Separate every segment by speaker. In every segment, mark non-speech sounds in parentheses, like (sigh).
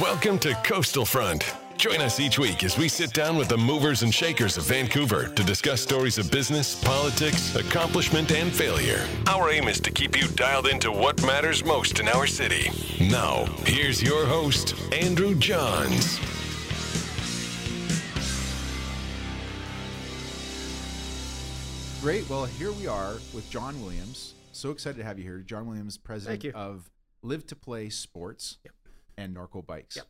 Speaker 1: Welcome to Coastal Front. Join us each week as we sit down with the movers and shakers of Vancouver to discuss stories of business, politics, accomplishment, and failure. Our aim is to keep you dialed into what matters most in our city. Now, here's your host, Andrew Johns.
Speaker 2: Great. Well, here we are with John Williams. So excited to have you here. John Williams, president
Speaker 3: Thank you.
Speaker 2: of Live to Play Sports
Speaker 3: Yep.
Speaker 2: and Norco Bikes.
Speaker 3: Yep.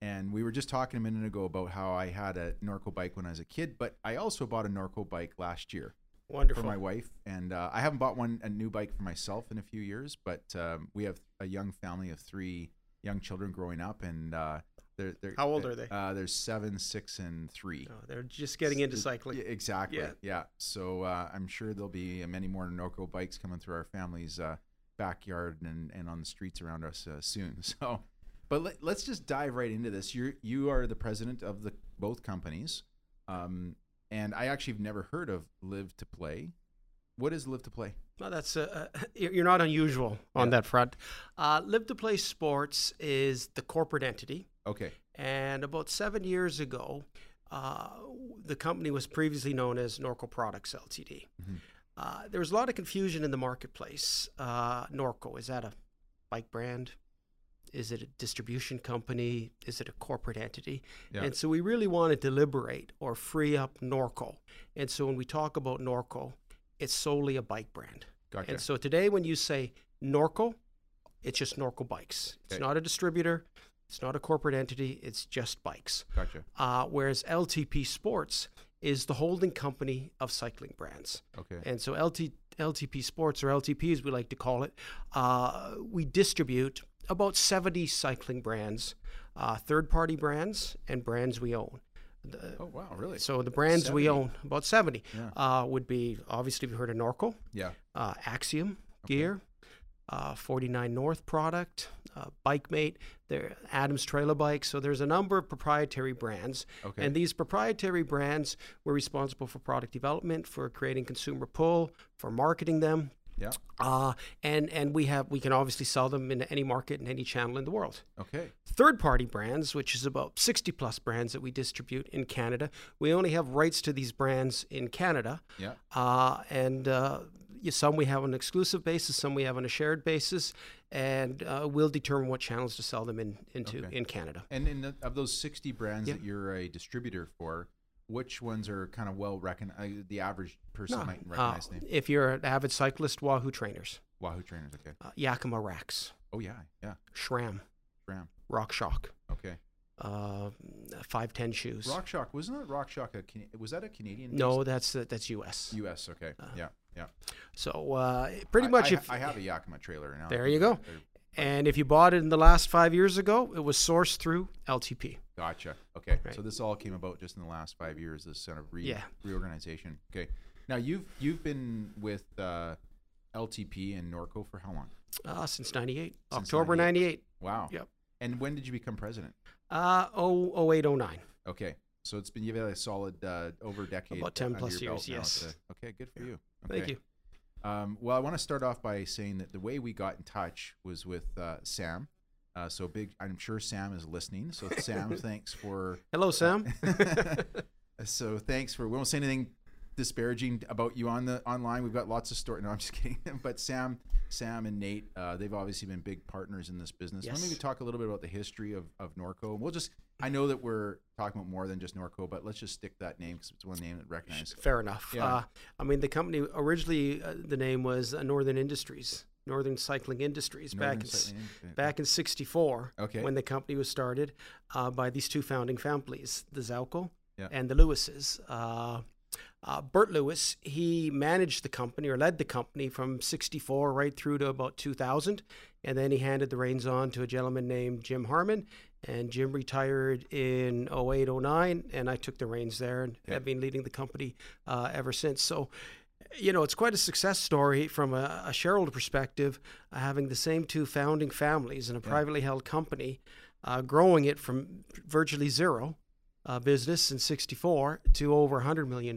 Speaker 2: And we were just talking a minute ago about how I had a Norco bike when I was a kid, but I also bought a Norco bike last year
Speaker 3: Wonderful.
Speaker 2: for my wife. And uh, I haven't bought one, a new bike for myself in a few years, but um, we have a young family of three young children growing up. And uh, they're, they're,
Speaker 3: How old are they?
Speaker 2: Uh, they're seven, six, and three.
Speaker 3: No, Oh, they're just getting into
Speaker 2: It-
Speaker 3: cycling.
Speaker 2: yeah, exactly. Yeah.
Speaker 3: Yeah.
Speaker 2: So uh, I'm sure there'll be uh, many more Norco bikes coming through our family's uh, backyard and, and on the streets around us uh, soon. (laughs) So, but let, let's just dive right into this. You you are the president of the both companies, um, and I actually have never heard of Live to Play. What is Live to Play?
Speaker 3: Well, that's uh, uh, you're you're not unusual on
Speaker 2: Yeah.
Speaker 3: that front. Uh, Live to Play Sports is the corporate entity,
Speaker 2: Okay.
Speaker 3: and about seven years ago, uh, the company was previously known as Norco Products Ltd.
Speaker 2: Mhm.
Speaker 3: Uh, there was a lot of confusion in the marketplace. Uh, Norco is that a bike brand? Is it a distribution company? Is it a corporate entity?
Speaker 2: Yeah.
Speaker 3: And so we really wanted to liberate or free up Norco. And so when we talk about Norco, it's solely a bike brand.
Speaker 2: Gotcha.
Speaker 3: And so today, when you say Norco, it's just Norco bikes.
Speaker 2: Okay.
Speaker 3: It's not a distributor, it's not a corporate entity, it's just bikes.
Speaker 2: gotcha.
Speaker 3: Uh, whereas LTP Sports is the holding company of cycling brands.
Speaker 2: Okay.
Speaker 3: And so LT, LTP Sports, or LTP as we like to call it, uh, we distribute about 70 cycling brands, uh, third party brands, and brands we own. The-
Speaker 2: oh wow, really?
Speaker 3: so the brands we
Speaker 2: 70.
Speaker 3: own, about 70,
Speaker 2: Yeah.
Speaker 3: uh, would be obviously, if you heard of Norco,
Speaker 2: yeah.
Speaker 3: uh, Axiom
Speaker 2: Okay.
Speaker 3: gear, uh, 49 North product, uh, BikeMate, there Adams Trailer Bike. So there's a number of proprietary brands,
Speaker 2: Okay.
Speaker 3: and these proprietary brands were responsible for product development, for creating consumer pull, for marketing them.
Speaker 2: yeah.
Speaker 3: Uh, and and we have we can obviously sell them in any market and any channel in the world
Speaker 2: Okay.
Speaker 3: third party brands, which is about 60 plus brands that we distribute in Canada. We only have rights to these brands in Canada.
Speaker 2: Yeah.
Speaker 3: Uh, and uh, y- some we have on an exclusive basis, some we have on a shared basis, and uh, we'll determine what channels to sell them in, into
Speaker 2: Okay.
Speaker 3: in Canada.
Speaker 2: And in the, of those 60 brands
Speaker 3: Yeah.
Speaker 2: that you're a distributor for, which ones are kind of well recognized? The average person
Speaker 3: No,
Speaker 2: might
Speaker 3: uh,
Speaker 2: recognize the name.
Speaker 3: if you're an avid cyclist, Wahoo Trainers,
Speaker 2: Wahoo Trainers. Okay.
Speaker 3: uh, Yakima Racks,
Speaker 2: Oh yeah, yeah.
Speaker 3: SRAM,
Speaker 2: Graham.
Speaker 3: Rock Shock,
Speaker 2: Okay.
Speaker 3: uh, 510 Shoes.
Speaker 2: RockShock wasn't that RockShock a Can- was that a Canadian?
Speaker 3: no, that's uh, that's U.S.
Speaker 2: based- U.S. Okay.
Speaker 3: Uh,
Speaker 2: yeah, yeah.
Speaker 3: So uh, pretty
Speaker 2: I-
Speaker 3: much,
Speaker 2: I,
Speaker 3: if
Speaker 2: I have a Yakima trailer now.
Speaker 3: There you go.
Speaker 2: They're-
Speaker 3: And if you bought it in the last five years ago, it was sourced through LTP.
Speaker 2: Gotcha. Okay.
Speaker 3: Right.
Speaker 2: So this all came about just in the last five years. This kind of re-
Speaker 3: Yeah.
Speaker 2: reorganization. Okay. Now you've you've been with uh, LTP and Norco for how long?
Speaker 3: Uh, since 98,
Speaker 2: Since
Speaker 3: October 98.
Speaker 2: Wow.
Speaker 3: Yep.
Speaker 2: And when did you become president?
Speaker 3: Uh, oh, 08, 09.
Speaker 2: Okay. So it's been you've had a solid uh, over a decade.
Speaker 3: About 10
Speaker 2: under
Speaker 3: plus
Speaker 2: your belt
Speaker 3: years,
Speaker 2: now. It's,
Speaker 3: yes.
Speaker 2: uh, okay, good for you.
Speaker 3: Thank
Speaker 2: Okay.
Speaker 3: you.
Speaker 2: Um, well, I want to start off by saying that the way we got in touch was with uh, Sam. Uh, so big, I'm sure Sam is listening.
Speaker 3: (laughs)
Speaker 2: So Sam, thanks for.
Speaker 3: Hello, Sam.
Speaker 2: (laughs) so thanks for. We won't say anything disparaging about you on the online. We've got lots of stories. No, I'm just (laughs) kidding. but Sam, Sam and Nate, uh, they've obviously been big partners in this business. Let me
Speaker 3: Yes.
Speaker 2: maybe talk a little bit about the history of of Norco. We'll just. I know that we're talking about more than just Norco, but let's just stick that name because it's one name that recognizes.
Speaker 3: Fair enough.
Speaker 2: Yeah.
Speaker 3: Uh, I mean, the company originally, uh, the name was uh, Northern Industries, Northern Cycling Industries, back in, s- back in 64
Speaker 2: Okay.
Speaker 3: when the company was started uh, by these two founding families, the Zalco
Speaker 2: Yeah.
Speaker 3: and the Lewises. Uh, uh, Bert Lewis, he managed the company or led the company from 64 right through to about 2000. And then he handed the reins on to a gentleman named Jim Harmon. And Jim retired in 08, 09. And I took the reins there and
Speaker 2: Yeah.
Speaker 3: have been leading the company uh, ever since. So, you know, it's quite a success story from a, a shareholder perspective, uh, having the same two founding families in a privately held company, uh, growing it from virtually zero uh, business in 64 to over $100 million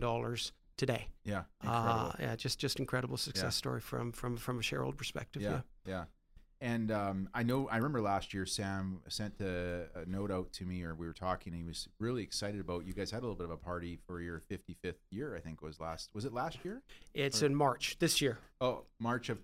Speaker 3: today.
Speaker 2: Yeah.
Speaker 3: Ah, Uh, yeah, just just incredible success
Speaker 2: Yeah.
Speaker 3: story from from from a shareholder perspective. Yeah.
Speaker 2: yeah. And um, I know I remember last year Sam sent a, a note out to me, or we were talking. And he was really excited about you guys had a little bit of a party for your 55th year. I think was last. Was it last year?
Speaker 3: It's in March this year.
Speaker 2: Oh, March of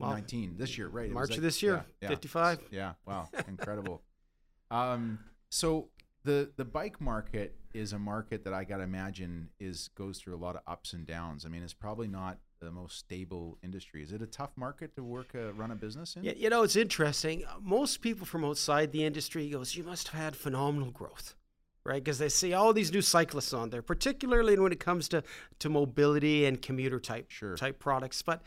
Speaker 2: 2019. this year, right? It was
Speaker 3: March of
Speaker 2: like-
Speaker 3: this year,
Speaker 2: yeah, yeah.
Speaker 3: 55.
Speaker 2: Yeah. Wow. Incredible. (laughs) um, so the the bike market is a market that I gotta imagine is goes through a lot of ups and downs. I mean, it's probably not the most stable industry. Is it a tough market to work a, run a business in?
Speaker 3: Yeah, you know, it's interesting. Uh, Most people from outside the industry goes, "You must have had phenomenal growth." Right? Because they see all these new cyclists on there, particularly when it comes to to mobility and commuter type
Speaker 2: Sure.
Speaker 3: type products, but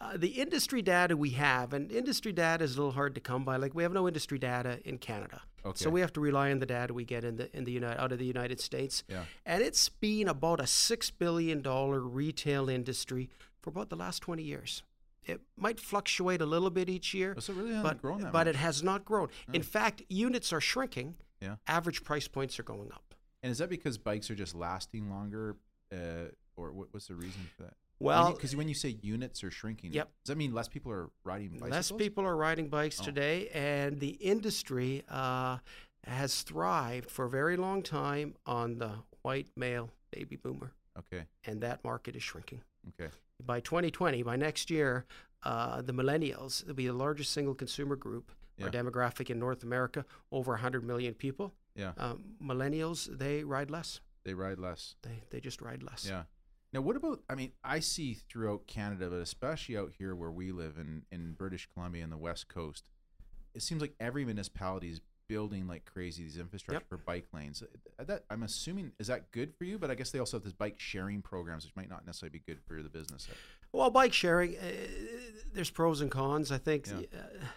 Speaker 3: uh, the industry data we have, and industry data is a little hard to come by. Like we have no industry data in Canada,
Speaker 2: Okay.
Speaker 3: so we have to rely on the data we get in the in the United out of the United States.
Speaker 2: Yeah.
Speaker 3: And it's been about a six billion dollar retail industry for about the last twenty years. It might fluctuate a little bit each year,
Speaker 2: So it really hasn't
Speaker 3: but
Speaker 2: grown that
Speaker 3: but
Speaker 2: much.
Speaker 3: it has not grown. In fact, units are shrinking.
Speaker 2: Yeah.
Speaker 3: Average price points are going up.
Speaker 2: And is that because bikes are just lasting longer, uh, or what, what's the reason for that?
Speaker 3: Well,
Speaker 2: because when, you say units are shrinking,
Speaker 3: Yep.
Speaker 2: does that mean less people are riding bicycles? Oh.
Speaker 3: Less people are riding bikes today, and the industry uh, has thrived for a very long time on the white male baby boomer,
Speaker 2: Okay.
Speaker 3: and that market is shrinking.
Speaker 2: Okay.
Speaker 3: By 2020, by next year, uh, the millennials will be the largest single consumer group or
Speaker 2: Yeah.
Speaker 3: demographic in North America, over 100 million people.
Speaker 2: Yeah.
Speaker 3: Um, millennials, they ride less.
Speaker 2: They ride less.
Speaker 3: They, they just ride less.
Speaker 2: Yeah. Now, what about? I mean, I see throughout Canada, but especially out here where we live in in British Columbia and the West Coast, it seems like every municipality is building like crazy these infrastructure for bike lanes. Uh, That I'm assuming is that good for you, but I guess they also have this bike sharing programs, which might not necessarily be good for the business.
Speaker 3: Well, bike sharing, uh, there's pros and cons. I think
Speaker 2: Yeah.
Speaker 3: uh,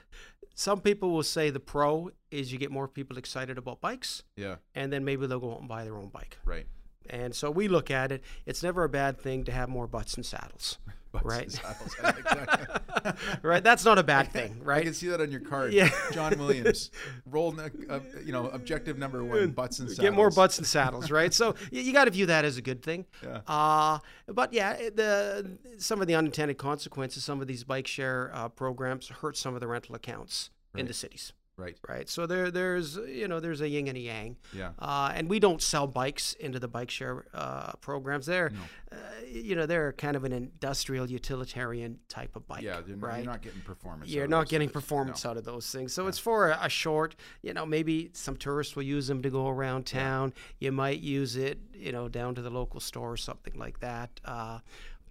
Speaker 3: some people will say the pro is you get more people excited about bikes,
Speaker 2: Yeah.
Speaker 3: and then maybe they'll go out and buy their own bike.
Speaker 2: Right. (laughs)
Speaker 3: And so we look at it. It's never a bad thing to have more butts and saddles, (laughs)
Speaker 2: Butts and (laughs)
Speaker 3: Right.
Speaker 2: saddles. I like
Speaker 3: (laughs)
Speaker 2: that.
Speaker 3: right? That's not a bad thing,
Speaker 2: I can
Speaker 3: right?
Speaker 2: see that on your card.
Speaker 3: Yeah.
Speaker 2: John Williams, roll, ne- uh, you know, objective number one, butts and saddles.
Speaker 3: Get more butts and saddles,
Speaker 2: (laughs)
Speaker 3: right? So you, you got to view that as a good thing.
Speaker 2: Yeah.
Speaker 3: Uh, but yeah, it- the some of the unintended consequences, some of these bike share uh, programs hurt some of the rental accounts in the cities.
Speaker 2: Right.
Speaker 3: right? So there, there's you know, there's a yin and a yang.
Speaker 2: Yeah.
Speaker 3: Uh, and we don't sell bikes into the bike share uh, programs. They're, uh, you know, they're kind of an industrial utilitarian type of bike.
Speaker 2: Yeah. You're,
Speaker 3: right?
Speaker 2: you're not getting performance.
Speaker 3: You're
Speaker 2: out of
Speaker 3: not
Speaker 2: those
Speaker 3: getting
Speaker 2: things.
Speaker 3: performance out of those things. So it's for a, a short, you know, maybe some tourists will use them to go around town. You might use it, you know, down to the local store or something like that. Uh,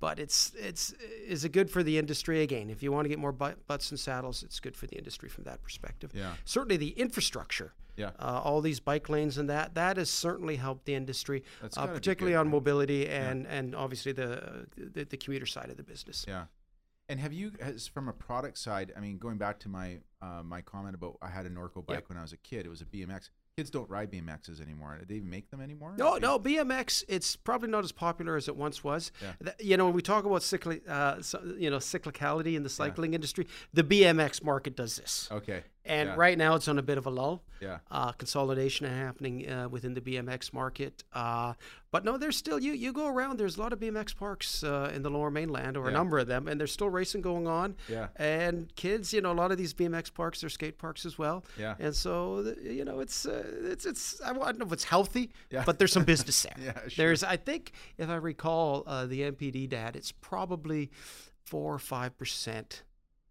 Speaker 3: but it's it's is it good for the industry again? If you want to get more butt, butts and saddles, it's good for the industry from that perspective.
Speaker 2: Yeah.
Speaker 3: Certainly the infrastructure.
Speaker 2: Yeah.
Speaker 3: Uh, all these bike lanes and that that has certainly helped the industry,
Speaker 2: That's
Speaker 3: uh,
Speaker 2: gotta be
Speaker 3: particularly
Speaker 2: good,
Speaker 3: on
Speaker 2: right?
Speaker 3: mobility and and obviously the, the the commuter side of the business.
Speaker 2: Yeah. And have you, as from a product side, I mean, going back to my uh, my comment about I had a Norco bike when I was a kid. It was a BMX. Kids don't ride BMXs anymore. Do they even make them anymore?
Speaker 3: No, no, BMX. It's probably not as popular as it once was.
Speaker 2: Yeah.
Speaker 3: Th- You know, when we talk about cyclic, uh, so- you know, cyclicality in the cycling industry, the BMX market does this,
Speaker 2: Okay.
Speaker 3: and
Speaker 2: Oh, yeah,
Speaker 3: right now it's on a bit of a lull.
Speaker 2: Yeah.
Speaker 3: Uh, consolidation happening uh, within the BMX market, uh, but no, there's still you. You go around. There's a lot of BMX parks uh, in the Lower Mainland, or a
Speaker 2: Yeah.
Speaker 3: number of them, and there's still racing going on. (laughs)
Speaker 2: Yeah.
Speaker 3: And kids, you know, a lot of these BMX parks, they're skate parks as well.
Speaker 2: Yeah.
Speaker 3: And so, th- you know, it's uh, it's it's I don't know if it's healthy,
Speaker 2: Yeah.
Speaker 3: but there's some business there.
Speaker 2: (laughs) Yeah, sure.
Speaker 3: There's I think if I recall uh, the MPD dad, it's probably four or five percent,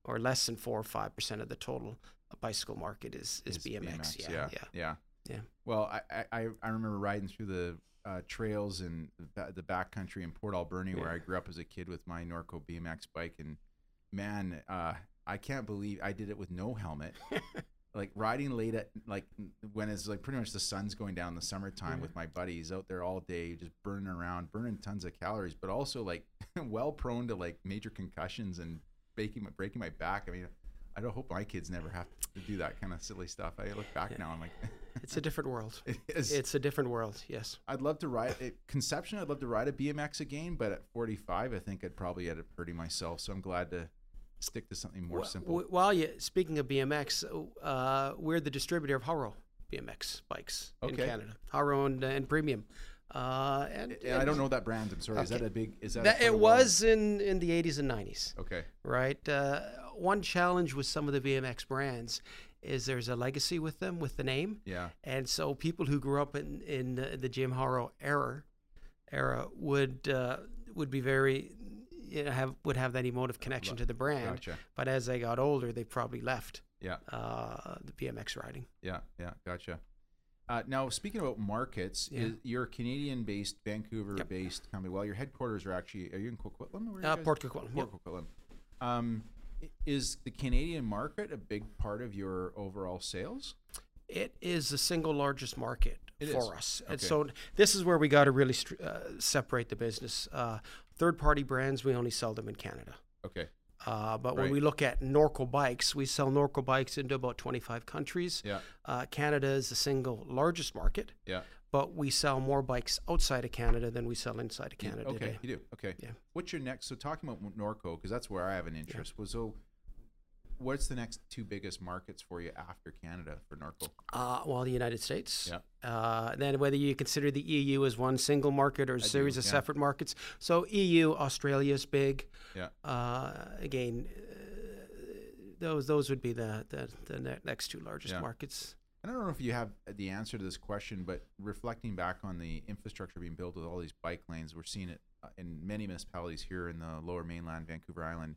Speaker 3: or less than four or five percent of the total bicycle market is is,
Speaker 2: It's
Speaker 3: BMX. Yeah,
Speaker 2: yeah.
Speaker 3: yeah.
Speaker 2: Yeah.
Speaker 3: Yeah.
Speaker 2: Well, I, I- I, I remember riding through the uh, trails in the ba- the backcountry in Port Alberni, where
Speaker 3: Yeah.
Speaker 2: I grew up as a kid with my Norco BMX bike. And man, uh, I can't believe I did it with no helmet. like riding late at, like, when it's like pretty much the sun's going down in the summertime with my buddies out there all day, just burning around, burning tons of calories, but also like (laughs) well prone to like major concussions and breaking my, breaking my back. I mean, I don't hope my kids never have to do that kind of silly stuff. I look back now, I'm like, (laughs)
Speaker 3: It's a different world.
Speaker 2: it is.
Speaker 3: It's a different world. Yes.
Speaker 2: I'd love to ride it, conception. I'd love to ride a BMX again, but at 45, I think I'd probably end up hurting myself. So I'm glad to stick to something more
Speaker 3: Wh-
Speaker 2: simple.
Speaker 3: wh- While you speaking of BMX, uh, we're the distributor of Haro BMX bikes
Speaker 2: Okay.
Speaker 3: in Canada, Haro uh, and, and Premium. Uh, and,
Speaker 2: And I don't know that brand. I'm sorry. Is that
Speaker 3: Okay.
Speaker 2: a big? Is that, a
Speaker 3: That,
Speaker 2: quite a
Speaker 3: it
Speaker 2: well-
Speaker 3: was in, in the 80s and 90s,
Speaker 2: Okay.
Speaker 3: right? Uh, one challenge with some of the BMX brands is there's a legacy with them, with the name.
Speaker 2: Yeah.
Speaker 3: And so people who grew up in in the, the Jim Harrow era era would uh, would be very you know, have would have that emotive connection to the brand.
Speaker 2: Gotcha.
Speaker 3: But as they got older, they probably left
Speaker 2: Yeah.
Speaker 3: uh, the BMX riding.
Speaker 2: Yeah. Yeah. Gotcha. Uh, now, speaking about markets,
Speaker 3: Yeah.
Speaker 2: is, you're a Canadian-based, Vancouver-based company. Well, your headquarters are actually. Are you in Coquitlam? Where are you
Speaker 3: Uh,
Speaker 2: guys-
Speaker 3: Port Coquitlam.
Speaker 2: Port Coquitlam. Um, i- is the Canadian market a big part of your overall sales?
Speaker 3: It is the single largest market
Speaker 2: It
Speaker 3: for
Speaker 2: is.
Speaker 3: us. And
Speaker 2: Okay.
Speaker 3: so this is where we got to really str- uh, separate the business. Uh, third party brands, we only sell them in Canada.
Speaker 2: Okay.
Speaker 3: Uh, but
Speaker 2: Right.
Speaker 3: when we look at Norco bikes, we sell Norco bikes into about 25 countries.
Speaker 2: Yeah.
Speaker 3: Uh, Canada is the single largest market,
Speaker 2: Yeah.
Speaker 3: but we sell more bikes outside of Canada than we sell inside of Canada
Speaker 2: Okay,
Speaker 3: today.
Speaker 2: you do. Okay.
Speaker 3: Yeah.
Speaker 2: What's your next? So talking about Norco, because that's where I have an interest. Was so, what's the next two biggest markets for you after Canada for Norco?
Speaker 3: Uh, well, the United States.
Speaker 2: Yeah.
Speaker 3: Uh, then whether you consider the EU as one single market or a series of
Speaker 2: yeah.
Speaker 3: separate markets. So EU, Australia is big.
Speaker 2: Yeah.
Speaker 3: Uh, again, uh, those those would be the the, the ne- next two largest
Speaker 2: Yeah.
Speaker 3: markets.
Speaker 2: And I don't know if you have the answer to this question, but reflecting back on the infrastructure being built with all these bike lanes, we're seeing it uh, in many municipalities here in the Lower Mainland, Vancouver Island.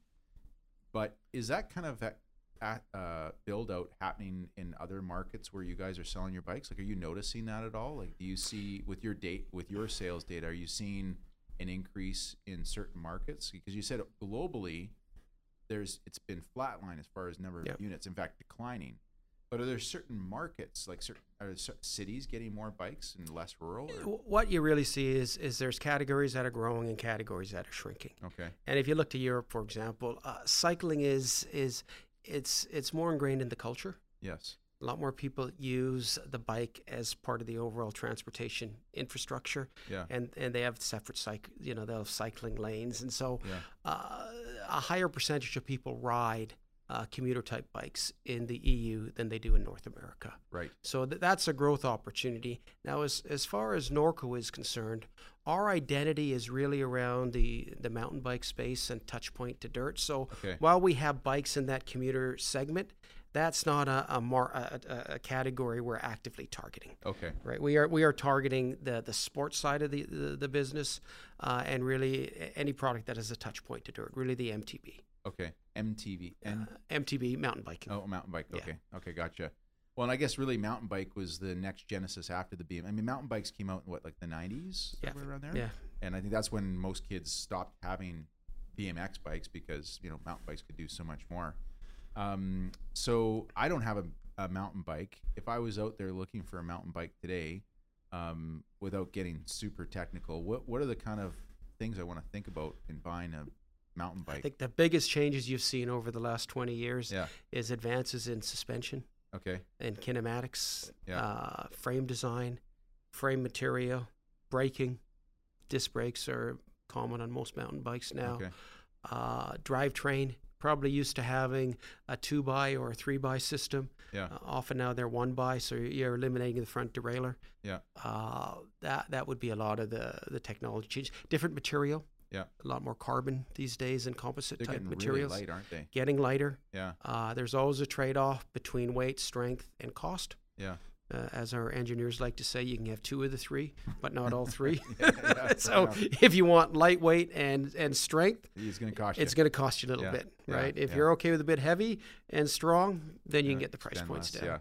Speaker 2: But is that kind of a, a- uh, build out happening in other markets where you guys are selling your bikes? Like, are you noticing that at all? Like, do you see with your date with your sales data? Are you seeing an increase in certain markets? Because you said globally, there's it's been flatline as far as number of
Speaker 3: Yep.
Speaker 2: units. In fact, declining. But are there certain markets, like certain are certain cities getting more bikes and less rural?
Speaker 3: Wh-
Speaker 2: Or?
Speaker 3: What you really see is is there's categories that are growing and categories that are shrinking.
Speaker 2: Okay.
Speaker 3: And if you look to Europe, for example, uh, cycling is is it's it's more ingrained in the culture.
Speaker 2: Yes.
Speaker 3: A lot more people use the bike as part of the overall transportation infrastructure,
Speaker 2: Yeah.
Speaker 3: and and they have separate cyc you know they have cycling lanes, and so
Speaker 2: Yeah.
Speaker 3: uh, a higher percentage of people ride uh, commuter type bikes in the EU than they do in North America.
Speaker 2: Right.
Speaker 3: So th- that's a growth opportunity. Now, as as far as Norco is concerned, our identity is really around the the mountain bike space and touch point to dirt. So
Speaker 2: Okay.
Speaker 3: while we have bikes in that commuter segment, that's not a a, mar- a, a- a category we're actively targeting.
Speaker 2: Okay.
Speaker 3: Right, we are we are targeting the the sports side of the the, the business, uh, and really a- any product that has a touch point to dirt. Really, the MTB,
Speaker 2: Okay. MTV.
Speaker 3: uh,
Speaker 2: And
Speaker 3: MTB mountain biking.
Speaker 2: oh, mountain bike.
Speaker 3: Yeah.
Speaker 2: Okay. Okay. Gotcha. Well, and I guess really mountain bike was the next genesis after the BM. I mean, mountain bikes came out in what, like the 90s?
Speaker 3: Yeah.
Speaker 2: Somewhere around there?
Speaker 3: Yeah,
Speaker 2: And I think that's when most kids stopped having BMX bikes because you know mountain bikes could do so much more. Um, so I don't have a, a mountain bike. If I was out there looking for a mountain bike today, um, without getting super technical, what what are the kind of things I want to think about in buying a mountain
Speaker 3: I
Speaker 2: bike?
Speaker 3: think the biggest changes you've seen over the last twenty years
Speaker 2: Yeah.
Speaker 3: is advances in suspension
Speaker 2: Okay.
Speaker 3: and kinematics,
Speaker 2: Yeah.
Speaker 3: uh, frame design, frame material, braking. Disc brakes are common on most mountain bikes now.
Speaker 2: Okay.
Speaker 3: Uh, drivetrain, probably used to having a two by or a three by system.
Speaker 2: Yeah.
Speaker 3: Uh, often now they're one by, so you're eliminating the front derailleur.
Speaker 2: Yeah.
Speaker 3: Uh, that that would be a lot of the the technology change. Different material.
Speaker 2: Yeah.
Speaker 3: A lot more carbon these days and composite
Speaker 2: They're
Speaker 3: type
Speaker 2: getting
Speaker 3: materials.
Speaker 2: really light, aren't they?
Speaker 3: Getting lighter.
Speaker 2: Yeah.
Speaker 3: Uh, there's always a trade off between weight, strength, and cost.
Speaker 2: Yeah.
Speaker 3: Uh, as our engineers like to say, you can have two of the three, but not all three.
Speaker 2: (laughs) yeah, fair
Speaker 3: (laughs) so
Speaker 2: enough.
Speaker 3: if you want lightweight and, and strength,
Speaker 2: It's gonna cost you.
Speaker 3: it's going to cost you a little
Speaker 2: Yeah,
Speaker 3: bit,
Speaker 2: yeah,
Speaker 3: right? If
Speaker 2: yeah.
Speaker 3: you're okay with a bit heavy and strong, then you can
Speaker 2: Yeah,
Speaker 3: get the price
Speaker 2: spend
Speaker 3: points
Speaker 2: less,
Speaker 3: down.
Speaker 2: Yeah.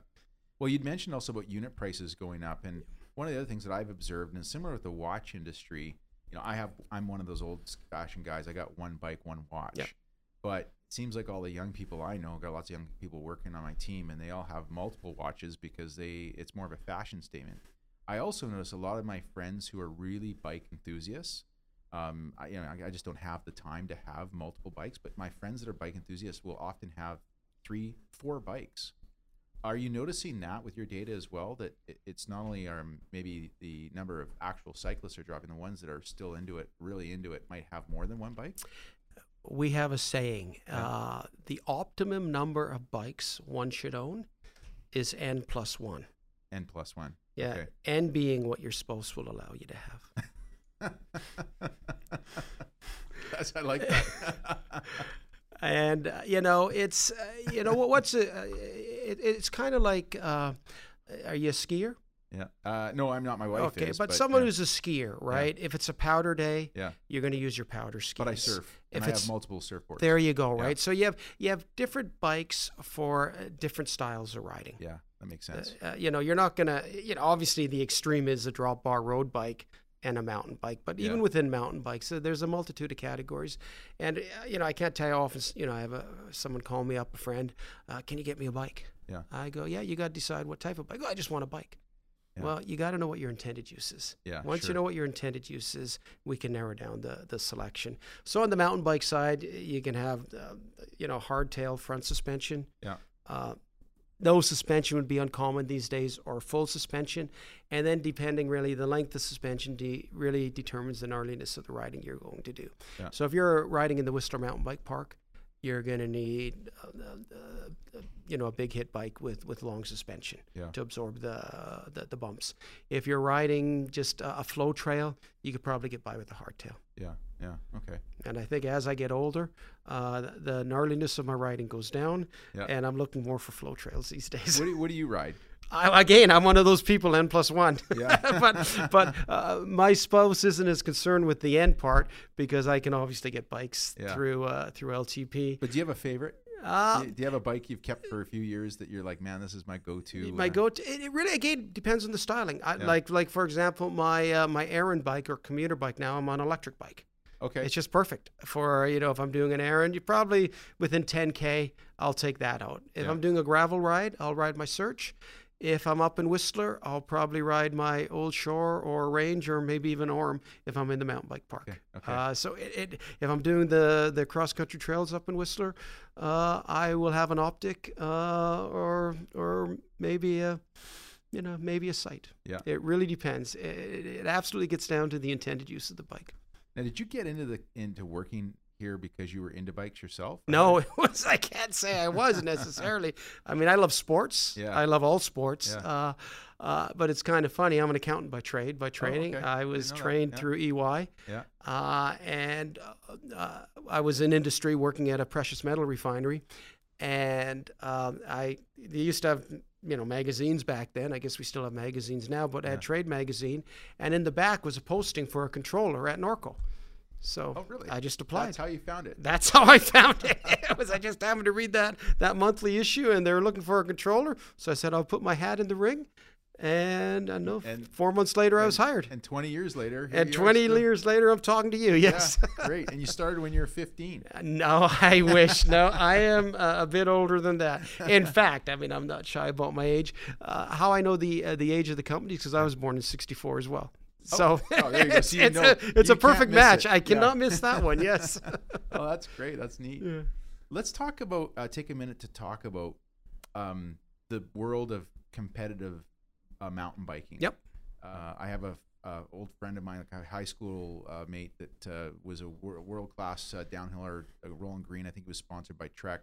Speaker 2: Well, you'd mentioned also about unit prices going up, and one of the other things that I've observed, and similar with the watch industry, you know, I have I'm one of those old-fashioned guys. I got one bike, one watch,
Speaker 3: Yeah.
Speaker 2: but it seems like all the young people I know got lots of young people working on my team, and they all have multiple watches because they it's more of a fashion statement. I also notice a lot of my friends who are really bike enthusiasts. Um, I, you know, I, I just don't have the time to have multiple bikes, but my friends that are bike enthusiasts will often have three, four bikes. Are you noticing that with your data as well? That it- it's not only our maybe the number of actual cyclists are dropping, the ones that are still into it, really into it, might have more than one bike.
Speaker 3: We have a saying uh, the optimum number of bikes one should own is N plus one.
Speaker 2: N plus one. (laughs)
Speaker 3: Yeah.
Speaker 2: Okay.
Speaker 3: And being what your spouse will allow you to have.
Speaker 2: That's, I like that. (laughs)
Speaker 3: and uh, you know it's uh, you know what, what's a, uh, it, it's kind of like uh, are you a skier
Speaker 2: yeah. Uh, no, I'm not. My wife
Speaker 3: okay
Speaker 2: is.
Speaker 3: but, someone
Speaker 2: yeah.
Speaker 3: who's a skier right if it's a powder day
Speaker 2: Yeah.
Speaker 3: you're going to use your powder skis
Speaker 2: But I surf.
Speaker 3: if
Speaker 2: and I
Speaker 3: it's-
Speaker 2: have multiple surfboards.
Speaker 3: there you go
Speaker 2: Yeah.
Speaker 3: right so you have you have different bikes for uh, different styles of riding
Speaker 2: Yeah, that makes sense.
Speaker 3: uh, you know you're not going to you know obviously the extreme is a drop bar road bike and a mountain bike but even
Speaker 2: Yeah.
Speaker 3: within mountain bikes uh, there's a multitude of categories and uh, you know i can't tell you how often s- you know i have a, someone call me up a friend uh, can you get me a bike
Speaker 2: Yeah.
Speaker 3: i go yeah you got to decide what type of bike oh, i just want a bike
Speaker 2: Yeah.
Speaker 3: well you got to know what your intended use is
Speaker 2: Yeah,
Speaker 3: once
Speaker 2: sure.
Speaker 3: you know what your intended use is we can narrow down the, the selection so on the mountain bike side you can have uh, you know hardtail front suspension
Speaker 2: Yeah.
Speaker 3: uh, no suspension would be uncommon these days or full suspension and then depending really the length of suspension de- really determines the gnarliness of the riding you're going to do
Speaker 2: Yeah.
Speaker 3: so if you're riding in the whistler mountain bike park you're going to need uh, uh, uh, you know a big hit bike with with long suspension
Speaker 2: Yeah.
Speaker 3: to absorb the, the the bumps if you're riding just a, a flow trail you could probably get by with a hardtail
Speaker 2: Yeah. Yeah. Okay.
Speaker 3: and I think as I get older, uh, th- the gnarliness of my riding goes down,
Speaker 2: Yeah.
Speaker 3: and I'm looking more for flow trails these (laughs) days.
Speaker 2: What do you, what do you ride?
Speaker 3: I, again, I'm one of those people, N plus one. (laughs)
Speaker 2: Yeah. (laughs)
Speaker 3: but but uh, my spouse isn't as concerned with the end part because I can obviously get bikes
Speaker 2: Yeah.
Speaker 3: through uh, through LTP.
Speaker 2: But do you have a favorite?
Speaker 3: Uh,
Speaker 2: do, you, do you have a bike you've kept for a few years that you're like, man, this is my go-to?
Speaker 3: my
Speaker 2: uh,
Speaker 3: go to it it really again depends on the styling. I,
Speaker 2: Yeah.
Speaker 3: Like like for example, my uh, my errand bike or commuter bike now I'm on electric bike.
Speaker 2: Okay.
Speaker 3: It's just perfect for you know if I'm doing an errand. You probably within 10k, I'll take that out. If
Speaker 2: Yeah.
Speaker 3: I'm doing a gravel ride, I'll ride my Search. If I'm up in Whistler, I'll probably ride my Old Shore or Range or maybe even Orm if I'm in the mountain bike park.
Speaker 2: Okay, okay.
Speaker 3: Uh, so it, it, if I'm doing the the cross country trails up in Whistler, uh, I will have an optic uh, or or maybe a you know maybe a sight.
Speaker 2: Yeah.
Speaker 3: It really depends. It, it, it absolutely gets down to the intended use of the bike.
Speaker 2: Now, did you get into the into working here because you were into bikes yourself? or-
Speaker 3: No, (laughs) it was. I can't say I was necessarily. I mean, I love sports.
Speaker 2: Yeah.
Speaker 3: I love all sports.
Speaker 2: Yeah. Oh,
Speaker 3: Uh, uh, but it's kind of funny. I'm an accountant by trade. By training,
Speaker 2: okay.
Speaker 3: I
Speaker 2: Didn't
Speaker 3: was
Speaker 2: know that.
Speaker 3: trained
Speaker 2: Yeah.
Speaker 3: through E EY,
Speaker 2: Yeah.
Speaker 3: uh, and uh, uh, I was in industry working at a precious metal refinery. And um, I they used to have you know magazines back then. I guess we still have magazines now, but I had Trade Magazine, and in the back was a posting for a controller at Norco. So
Speaker 2: Oh, really?
Speaker 3: I just applied.
Speaker 2: That's how you found it.
Speaker 3: That's (laughs) how I found it. it was I just happened to read that that monthly issue, and they were looking for a controller. So I said I'll put my hat in the ring, and I know f-
Speaker 2: And-
Speaker 3: four months later I was hired, and,
Speaker 2: And 20 years later. here you are
Speaker 3: 20
Speaker 2: still-
Speaker 3: years later I'm talking to you. Yes. (laughs)
Speaker 2: Yeah, great. And you started when you were 15.
Speaker 3: No, (laughs) I wish. No, I am uh, a bit older than that.
Speaker 2: (laughs)
Speaker 3: In fact, I mean, I'm not shy about my age. Uh, how I know the uh, the age of the company is because I was born in '64 as well. So,
Speaker 2: oh, there you go.
Speaker 3: it's, (laughs)
Speaker 2: So you
Speaker 3: it's
Speaker 2: know-
Speaker 3: a, it's
Speaker 2: you
Speaker 3: a
Speaker 2: can't
Speaker 3: perfect
Speaker 2: miss
Speaker 3: match.
Speaker 2: it.
Speaker 3: I
Speaker 2: Yeah.
Speaker 3: cannot miss
Speaker 2: (laughs)
Speaker 3: that one. Yes.
Speaker 2: Oh, that's great. That's neat. Let's talk about uh, take a minute to talk about um, the world of competitive uh, mountain biking.
Speaker 3: Yep.
Speaker 2: Uh, I have a, a old friend of mine, like a high school uh, mate, that uh, was a world class uh, downhiller, uh, Roland Green. I think he was sponsored by Trek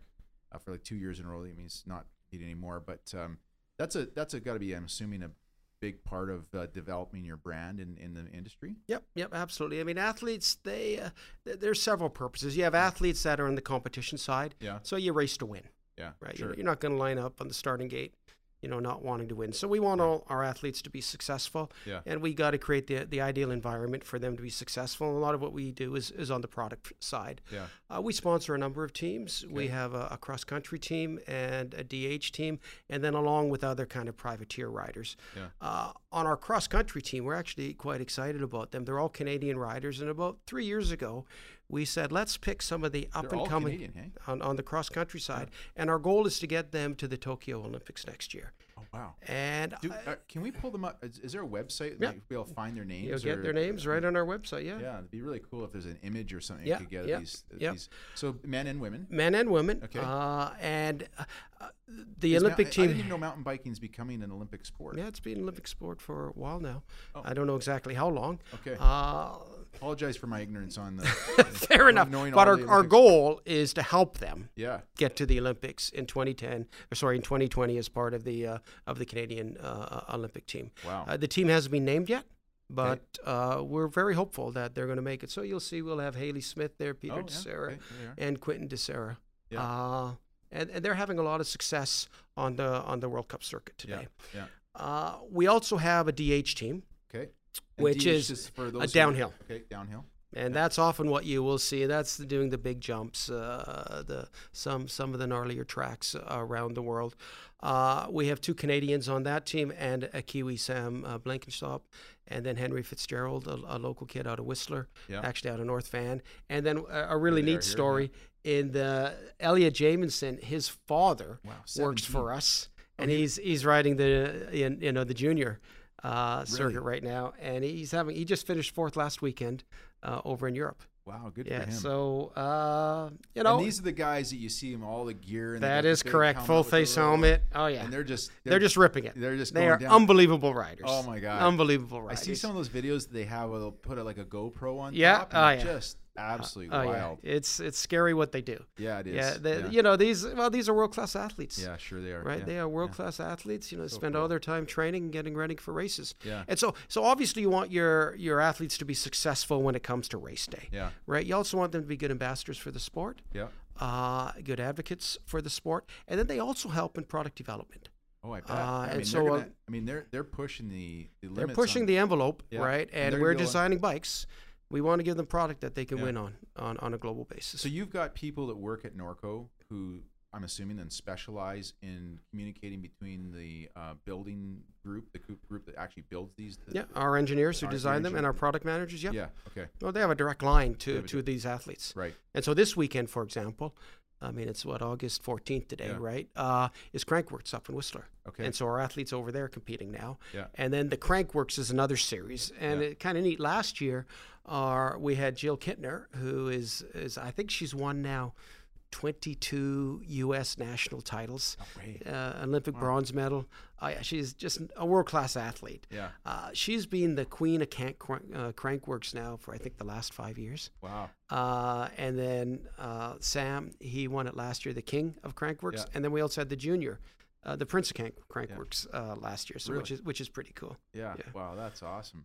Speaker 2: uh, for like two years in a row. I mean, he's not competing anymore, but um, that's a that's a got to be. I'm assuming a big part of uh, developing your brand in, in the industry.
Speaker 3: Yep, yep, absolutely. I mean, athletes, they uh, th- there's several purposes. You have athletes that are on the competition side,
Speaker 2: Yeah.
Speaker 3: so you race to win,
Speaker 2: Yeah.
Speaker 3: right?
Speaker 2: Sure.
Speaker 3: You're, you're not going to line up on the starting gate, you know, not wanting to win. So we want all our athletes to be successful,
Speaker 2: Yeah.
Speaker 3: and we got to create the the ideal environment for them to be successful. And a lot of what we do is is on the product side.
Speaker 2: Yeah.
Speaker 3: Uh, we sponsor a number of teams. We
Speaker 2: Okay.
Speaker 3: have a, a cross country team and a DH team, and then along with other kind of privateer riders.
Speaker 2: Yeah.
Speaker 3: Uh, on our cross country team, we're actually quite excited about them. They're all Canadian riders, and about three years ago, we said let's pick some of the up
Speaker 2: They're all
Speaker 3: and coming
Speaker 2: Canadian, hey?
Speaker 3: on, on the cross country side, and our goal is to get them to the Tokyo Olympics next year.
Speaker 2: Oh wow.
Speaker 3: And
Speaker 2: Do,
Speaker 3: I-
Speaker 2: uh, can we pull them up? Is, is there a website
Speaker 3: Yeah.
Speaker 2: that we'll find their names?
Speaker 3: you'll get
Speaker 2: or-
Speaker 3: their names right on our website. Yeah.
Speaker 2: Yeah, it'd be really cool if there's an image or something
Speaker 3: Yeah,
Speaker 2: you could get of
Speaker 3: yeah,
Speaker 2: these, of
Speaker 3: yeah.
Speaker 2: these. So men and women.
Speaker 3: Men and women,
Speaker 2: Okay.
Speaker 3: uh, and uh, uh, the
Speaker 2: Is mou-
Speaker 3: Olympic
Speaker 2: I- I
Speaker 3: team.
Speaker 2: didn't even know mountain biking's becoming an Olympic sport.
Speaker 3: Yeah, it's been an Olympic sport for a while now. I don't know exactly how long.
Speaker 2: Oh. Okay.
Speaker 3: Uh,
Speaker 2: apologize for my ignorance on the.
Speaker 3: (laughs) Fair enough.
Speaker 2: knowing
Speaker 3: But
Speaker 2: all
Speaker 3: our,
Speaker 2: the
Speaker 3: our
Speaker 2: Olympics.
Speaker 3: goal is to help them
Speaker 2: Yeah.
Speaker 3: get to the Olympics in 2010, or sorry, in 2020 as part of the uh, of the Canadian uh, uh, Olympic team.
Speaker 2: Wow.
Speaker 3: Uh, the team hasn't been named yet, but uh, we're very hopeful that they're going to make it. So you'll see, we'll have Haley Smith there, Peter
Speaker 2: Oh, yeah,
Speaker 3: DeSera,
Speaker 2: okay, there they
Speaker 3: and Quentin DeSera.
Speaker 2: Yeah.
Speaker 3: Uh, and, and they're having a lot of success on the on the World Cup circuit
Speaker 2: Yeah.
Speaker 3: today.
Speaker 2: Yeah.
Speaker 3: Uh, we also have a DH team,
Speaker 2: Okay.
Speaker 3: Which
Speaker 2: DH
Speaker 3: is
Speaker 2: for
Speaker 3: a
Speaker 2: who-
Speaker 3: downhill.
Speaker 2: okay, downhill.
Speaker 3: and that's often what you will see. That's the, doing the big jumps, uh, the some some of the gnarlier tracks around the world. Uh, we have two Canadians on that team, and a Kiwi, Sam uh, Blankenshop, and then Henry Fitzgerald, a, a local kid out of Whistler,
Speaker 2: Yeah.
Speaker 3: actually out of North Van. And then a, a really
Speaker 2: They are
Speaker 3: neat
Speaker 2: here, yeah.
Speaker 3: story in the Elliot Jamison, his father
Speaker 2: Wow, Oh, 17.
Speaker 3: works for us, and he's he's riding the in, you know the junior uh, circuit right now, and he's having he just finished fourth last weekend uh, over in Europe.
Speaker 2: Wow, good for
Speaker 3: Yeah,
Speaker 2: him.
Speaker 3: so uh, you know
Speaker 2: and these are the guys that you see them all the gear. And they got
Speaker 3: that
Speaker 2: the
Speaker 3: is
Speaker 2: big
Speaker 3: correct,
Speaker 2: helmet
Speaker 3: full
Speaker 2: with the
Speaker 3: face
Speaker 2: little-
Speaker 3: helmet. Oh yeah,
Speaker 2: And they're just
Speaker 3: they're, just ripping it.
Speaker 2: they're just
Speaker 3: they
Speaker 2: going
Speaker 3: are
Speaker 2: down.
Speaker 3: unbelievable riders.
Speaker 2: Oh, my God.
Speaker 3: unbelievable
Speaker 2: I
Speaker 3: riders.
Speaker 2: see some of those videos that they have where they'll put a, like a GoPro on
Speaker 3: Yeah,
Speaker 2: top. and
Speaker 3: oh, yeah.
Speaker 2: Just absolutely
Speaker 3: Oh, yeah.
Speaker 2: wild.
Speaker 3: It's it's scary what they do.
Speaker 2: Yeah, it is.
Speaker 3: Yeah, they,
Speaker 2: yeah.
Speaker 3: you know these. Well, these are world class athletes.
Speaker 2: Yeah, sure they are.
Speaker 3: right?
Speaker 2: Yeah.
Speaker 3: They are world class athletes. You know, they spend all their time training and getting ready for races.
Speaker 2: Yeah.
Speaker 3: And so, so obviously, you want your your athletes to be successful when it comes to race day.
Speaker 2: Yeah.
Speaker 3: Right. You also want them to be good ambassadors for the sport,
Speaker 2: Yeah.
Speaker 3: uh, good advocates for the sport, and then they also help in product development.
Speaker 2: Oh, I bet.
Speaker 3: Uh,
Speaker 2: I mean,
Speaker 3: and
Speaker 2: they're
Speaker 3: so,
Speaker 2: gonna-
Speaker 3: um,
Speaker 2: I mean, they're they're pushing the the
Speaker 3: They're
Speaker 2: limits.
Speaker 3: pushing
Speaker 2: on-
Speaker 3: the envelope,
Speaker 2: Yeah.
Speaker 3: right?
Speaker 2: And
Speaker 3: And,
Speaker 2: they're
Speaker 3: we're
Speaker 2: going-
Speaker 3: designing bikes. We want to give them product that they can
Speaker 2: Yeah.
Speaker 3: win on, on on a global basis.
Speaker 2: So you've got people that work at Norco who I'm assuming then specialize in communicating between the uh, building group, the group group that actually builds these. the-
Speaker 3: yeah, our engineers who
Speaker 2: Our
Speaker 3: design them and
Speaker 2: engineer-
Speaker 3: our product managers. Yeah.
Speaker 2: Yeah. Okay.
Speaker 3: Well, they have a direct line
Speaker 2: They
Speaker 3: to
Speaker 2: have a
Speaker 3: to these athletes.
Speaker 2: Right.
Speaker 3: And so this weekend, for example, I mean, it's what, August 14th today,
Speaker 2: Yeah.
Speaker 3: right? Uh, is Crankworks up in Whistler.
Speaker 2: Okay.
Speaker 3: And so our athletes over there competing now.
Speaker 2: Yeah.
Speaker 3: And then the Crankworks is another series. And
Speaker 2: Yeah.
Speaker 3: it kind of neat. Last year, our, we had Jill Kittner, who is, is, I think she's won now 22 U.S. national titles,
Speaker 2: Great.
Speaker 3: uh, Olympic bronze medal. Uh, yeah, she's just a world class athlete.
Speaker 2: Yeah.
Speaker 3: Uh, she's been the queen of crank, uh, Crankworks now for, I think, the last five years.
Speaker 2: Wow.
Speaker 3: Uh, and then uh, Sam, he won it last year, the king of Crankworks.
Speaker 2: Yeah.
Speaker 3: And then we also had the junior, uh, the prince of Crank- Crankworks uh, last year, so which
Speaker 2: Really?
Speaker 3: is which is pretty cool.
Speaker 2: Yeah.
Speaker 3: Yeah.
Speaker 2: Wow, that's awesome.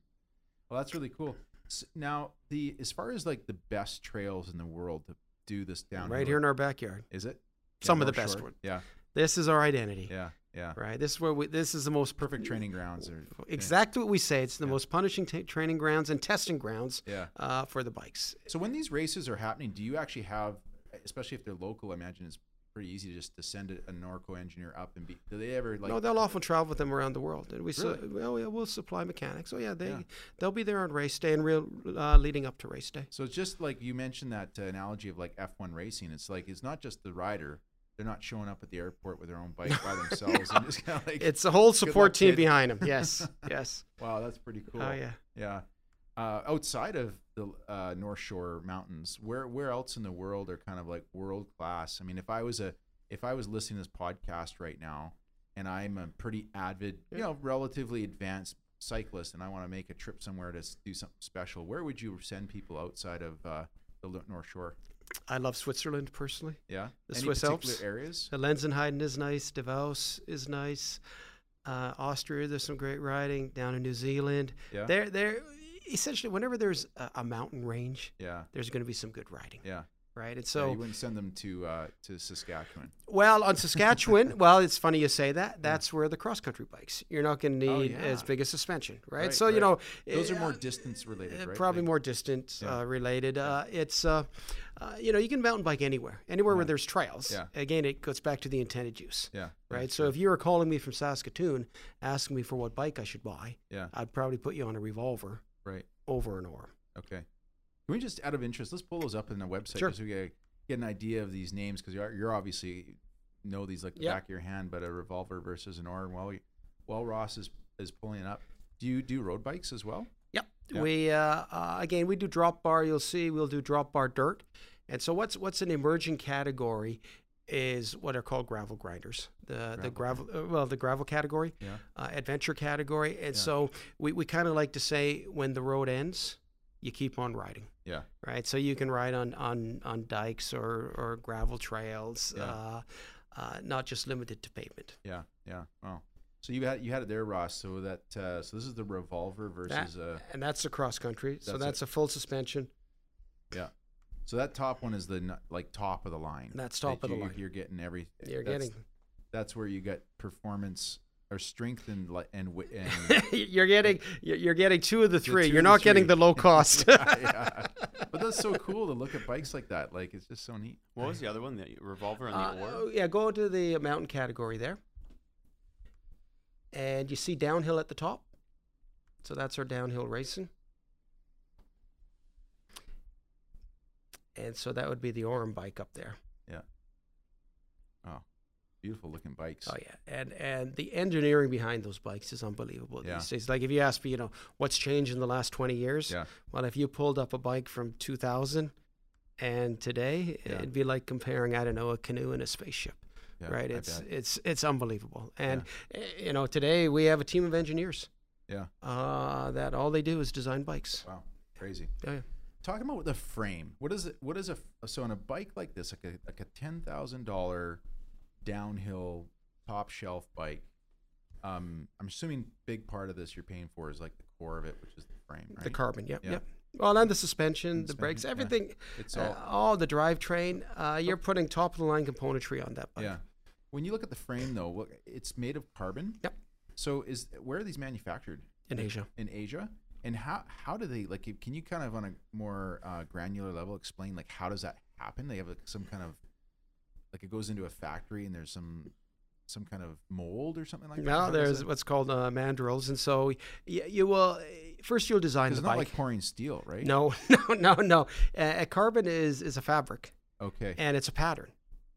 Speaker 2: Well, that's really cool. S now, the as far as like the best trails in the world to do this down
Speaker 3: right here in our backyard.
Speaker 2: is it Yeah,
Speaker 3: Some of the
Speaker 2: North
Speaker 3: best
Speaker 2: Shore?
Speaker 3: one.
Speaker 2: Yeah,
Speaker 3: This is our identity,
Speaker 2: yeah, yeah.
Speaker 3: right? This is where we. This is the most
Speaker 2: Perfect training grounds are
Speaker 3: Exactly what we say. It's the most punishing ta training grounds and testing grounds
Speaker 2: Yeah.
Speaker 3: uh, for the bikes.
Speaker 2: So when these races are happening, do you actually have, especially if they're local? I imagine it's pretty easy to just to send a, a Norco engineer up and be. Do they ever like?
Speaker 3: no, they'll often travel with them around the world, and we su-
Speaker 2: Really?
Speaker 3: well, yeah, we'll supply mechanics. Oh yeah, they
Speaker 2: Yeah.
Speaker 3: they'll be there on race day and real uh, leading up to race day.
Speaker 2: so it's just like you mentioned that uh, analogy of like F1 racing. It's like it's not just the rider. They're not showing up at the airport with their own bike
Speaker 3: (laughs)
Speaker 2: by themselves. and just kind of like,
Speaker 3: It's a whole
Speaker 2: luck,
Speaker 3: support team
Speaker 2: kid.
Speaker 3: behind him.
Speaker 2: (laughs)
Speaker 3: Yes, yes.
Speaker 2: wow, that's pretty cool.
Speaker 3: Oh yeah.
Speaker 2: Yeah. Uh, outside of the uh, North Shore mountains, where where else in the world are kind of like world class? I mean, if I was a if I was listening to this podcast right now, and I'm a pretty avid, you know, relatively advanced cyclist, and I want to make a trip somewhere to s- do something special, where would you send people outside of uh, the Lo- North Shore?
Speaker 3: I love Switzerland personally.
Speaker 2: Yeah,
Speaker 3: The
Speaker 2: Any
Speaker 3: Swiss
Speaker 2: particular
Speaker 3: Alps?
Speaker 2: areas.
Speaker 3: The Lenzenheiden is nice. Davos is nice. Uh, Austria, there's some great riding down in New Zealand.
Speaker 2: Yeah.
Speaker 3: There, there. Essentially, whenever there's a, a mountain range,
Speaker 2: Yeah,
Speaker 3: there's going to be some good riding,
Speaker 2: yeah.
Speaker 3: right? And
Speaker 2: So
Speaker 3: so,
Speaker 2: you wouldn't send them to uh, to Saskatchewan.
Speaker 3: well,
Speaker 2: (laughs)
Speaker 3: on Saskatchewan, well, it's funny you say that. That's where the cross country bikes. You're not going to
Speaker 2: Oh,
Speaker 3: need
Speaker 2: yeah.
Speaker 3: as big a suspension, right?
Speaker 2: Right,
Speaker 3: so you
Speaker 2: right.
Speaker 3: know,
Speaker 2: Those are
Speaker 3: eh,
Speaker 2: more distance related,
Speaker 3: Uh,
Speaker 2: right?
Speaker 3: Probably
Speaker 2: Like-
Speaker 3: more distance
Speaker 2: Yeah.
Speaker 3: uh, related. Uh, it's uh, uh, you know you can mountain bike anywhere, anywhere where there's trails.
Speaker 2: Yeah.
Speaker 3: Again, it goes back to the intended use,
Speaker 2: Yeah.
Speaker 3: right? So if you were calling me from Saskatoon asking me for what bike I should buy,
Speaker 2: Yeah.
Speaker 3: I'd probably put you on a revolver
Speaker 2: Right.
Speaker 3: over an oar.
Speaker 2: Okay. Can we just, out of interest, let's pull those up in the website
Speaker 3: Sure.
Speaker 2: just so we get, get an idea of these names because you're, you're obviously know these like the
Speaker 3: Yeah.
Speaker 2: back of your hand, but a revolver versus an oar. And while, while Ross is, is pulling it up, do you do road bikes as well?
Speaker 3: Yep.
Speaker 2: Yeah.
Speaker 3: We uh, uh, again we do drop bar. You'll see we'll do drop bar dirt. And so what's what's an emerging category is what are called gravel grinders. The the gravel uh, well the gravel category,
Speaker 2: Yeah.
Speaker 3: uh, adventure category. And so we, we kind of like to say when the road ends, you keep on riding
Speaker 2: Yeah.
Speaker 3: right? So you can ride on on on dikes or or gravel trails,
Speaker 2: Yeah.
Speaker 3: uh, uh, not just limited to pavement.
Speaker 2: Yeah. Yeah. Wow. So you had you had it there, Ross. So that uh, so this is the revolver
Speaker 3: That-
Speaker 2: versus uh
Speaker 3: and that's the cross country. So
Speaker 2: That's
Speaker 3: that's a full suspension.
Speaker 2: yeah. So that top one is the n- like top of the line.
Speaker 3: That's top
Speaker 2: that
Speaker 3: of the
Speaker 2: you-
Speaker 3: line.
Speaker 2: You're getting every.
Speaker 3: You're
Speaker 2: that's-
Speaker 3: getting
Speaker 2: That's where you get performance or strength and li- and wi-
Speaker 3: (laughs)
Speaker 2: and
Speaker 3: you're getting you're you're getting two of the three.
Speaker 2: two
Speaker 3: you're
Speaker 2: of the
Speaker 3: not getting
Speaker 2: three.
Speaker 3: the
Speaker 2: (laughs)
Speaker 3: low (laughs) cost.
Speaker 2: yeah. But that's so cool to look at bikes like that. Like it's just so neat.
Speaker 4: What was the other one? The revolver and
Speaker 3: Uh,
Speaker 4: the
Speaker 3: oh,
Speaker 4: orb.
Speaker 3: yeah, go to the mountain category there, and you see downhill at the top. So that's our downhill racing, and so that would be the Orem bike up there.
Speaker 2: Oh, beautiful looking bikes.
Speaker 3: Oh yeah, and and the engineering behind those bikes is unbelievable
Speaker 2: Yeah.
Speaker 3: these days. Like if you ask me, you know, what's changed in the last twenty years?
Speaker 2: Yeah.
Speaker 3: Well, if you pulled up a bike from two thousand and today,
Speaker 2: Yeah.
Speaker 3: it'd be like comparing I don't know a canoe and a spaceship.
Speaker 2: Yeah,
Speaker 3: right?
Speaker 2: I
Speaker 3: It's
Speaker 2: bet.
Speaker 3: it's it's unbelievable. And eh, you know, today we have a team of engineers
Speaker 2: yeah.
Speaker 3: uh, that all they do is design bikes. Oh,
Speaker 2: Wow, crazy.
Speaker 3: Yeah.
Speaker 2: Talking about the frame. What is it? What is a so on a bike like this, like a like a ten thousand dollar downhill top shelf bike? Um, I'm assuming big part of this you're paying for is like the core of it, which is the frame, right?
Speaker 3: The carbon, yep,
Speaker 2: Yeah.
Speaker 3: yep. Well, and the suspension,
Speaker 2: And
Speaker 3: the brakes,
Speaker 2: suspension, yeah.
Speaker 3: everything,
Speaker 2: It's
Speaker 3: uh,
Speaker 2: all
Speaker 3: all the drivetrain. Uh, you're putting top of the line componentry on that bike.
Speaker 2: yeah. When you look at the frame though, what- it's made of carbon.
Speaker 3: Yep.
Speaker 2: So is where are these manufactured?
Speaker 3: In Asia.
Speaker 2: in Asia, and how how do they like? Can you kind of on a more uh, granular level explain like how does that happen? They have like, some kind of like it goes into a factory and there's some some kind of mold or something like that.
Speaker 3: Now there's what's called uh, mandrels, and so y- you will eh, first you'll design
Speaker 2: because
Speaker 3: the
Speaker 2: it's not
Speaker 3: bike.
Speaker 2: like pouring steel, right?
Speaker 3: no, (laughs) no, no, no. Uh, carbon is is a fabric.
Speaker 2: Okay.
Speaker 3: and it's a pattern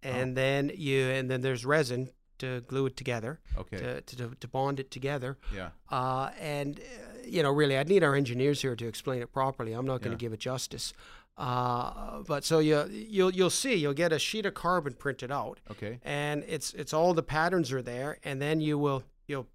Speaker 2: Oh.
Speaker 3: and then you and then there's resin to glue it together
Speaker 2: Okay.
Speaker 3: to, to, to bond it together
Speaker 2: yeah.
Speaker 3: uh, and uh, you know really i'd need our engineers here to explain it properly i'm not going
Speaker 2: Yeah.
Speaker 3: to give it justice uh, but so you you'll you'll see you'll get a sheet of carbon printed out
Speaker 2: Okay.
Speaker 3: and it's it's all the patterns are there and then you will you'll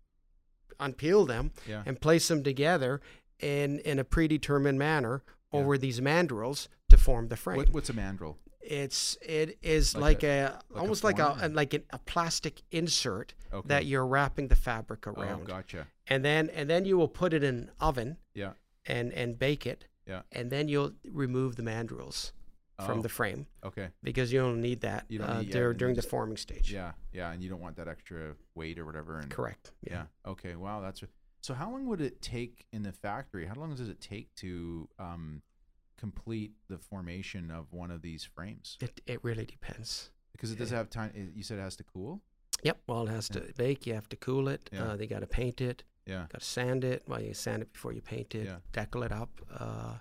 Speaker 3: unpeel them
Speaker 2: Yeah.
Speaker 3: and place them together in in a predetermined manner
Speaker 2: Yeah.
Speaker 3: over these mandrels to form the frame
Speaker 2: What, what's a mandrel?
Speaker 3: it's it is
Speaker 2: Like
Speaker 3: like, a,
Speaker 2: like a
Speaker 3: almost like a,
Speaker 2: form or-
Speaker 3: and like an, a plastic insert
Speaker 2: Okay.
Speaker 3: that you're wrapping the fabric around
Speaker 2: Oh, gotcha.
Speaker 3: and then and then you will put it in an oven
Speaker 2: Yeah.
Speaker 3: and and bake it
Speaker 2: Yeah.
Speaker 3: and then you'll remove the mandrels
Speaker 2: Oh,
Speaker 3: from the frame
Speaker 2: Okay.
Speaker 3: because you don't need that
Speaker 2: You don't
Speaker 3: uh,
Speaker 2: need- yeah,
Speaker 3: dur-
Speaker 2: and
Speaker 3: during
Speaker 2: just-
Speaker 3: the forming stage
Speaker 2: Yeah. Yeah. And you don't want that extra weight or whatever. And
Speaker 3: correct
Speaker 2: Yeah. Okay. Wow. That's so. How long would it take in the factory? How long does it take to um, complete the formation of one of these frames?
Speaker 3: it, it really depends
Speaker 2: Because it does have time. it- You said it has to cool.
Speaker 3: yep well it has to bake you have to cool it
Speaker 2: Yeah.
Speaker 3: uh, they got to paint it
Speaker 2: Yeah.
Speaker 3: got to sand it well you sand it before you paint it
Speaker 2: Yeah.
Speaker 3: deckle it up uh,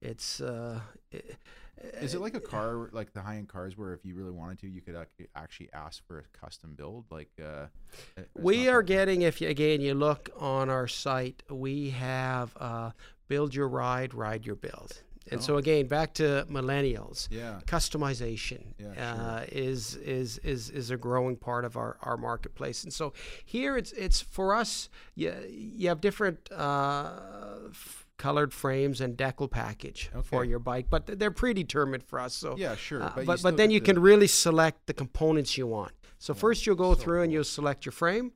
Speaker 3: it's uh, it, uh,
Speaker 2: Is it like a car, like the high-end cars, where if you really wanted to, you could ac- actually ask for a custom build? Like uh, it- it's
Speaker 3: We
Speaker 2: not
Speaker 3: are
Speaker 2: that-
Speaker 3: getting, if you, again you look on our site, we have uh, build your ride, ride your build. And so
Speaker 2: Oh.
Speaker 3: again, back to millennials,
Speaker 2: Yeah.
Speaker 3: customization
Speaker 2: Yeah,
Speaker 3: uh, is is is is a growing part of our, our marketplace. And so here it's it's for us. You, you have different uh, f- colored frames and decal package for
Speaker 2: Okay.
Speaker 3: your bike, but they're predetermined for us. So
Speaker 2: Yeah. Sure.
Speaker 3: uh, but
Speaker 2: you
Speaker 3: but,
Speaker 2: still
Speaker 3: then
Speaker 2: get
Speaker 3: you
Speaker 2: the-
Speaker 3: can really select the components you want. So first you'll go through and you'll select your frame.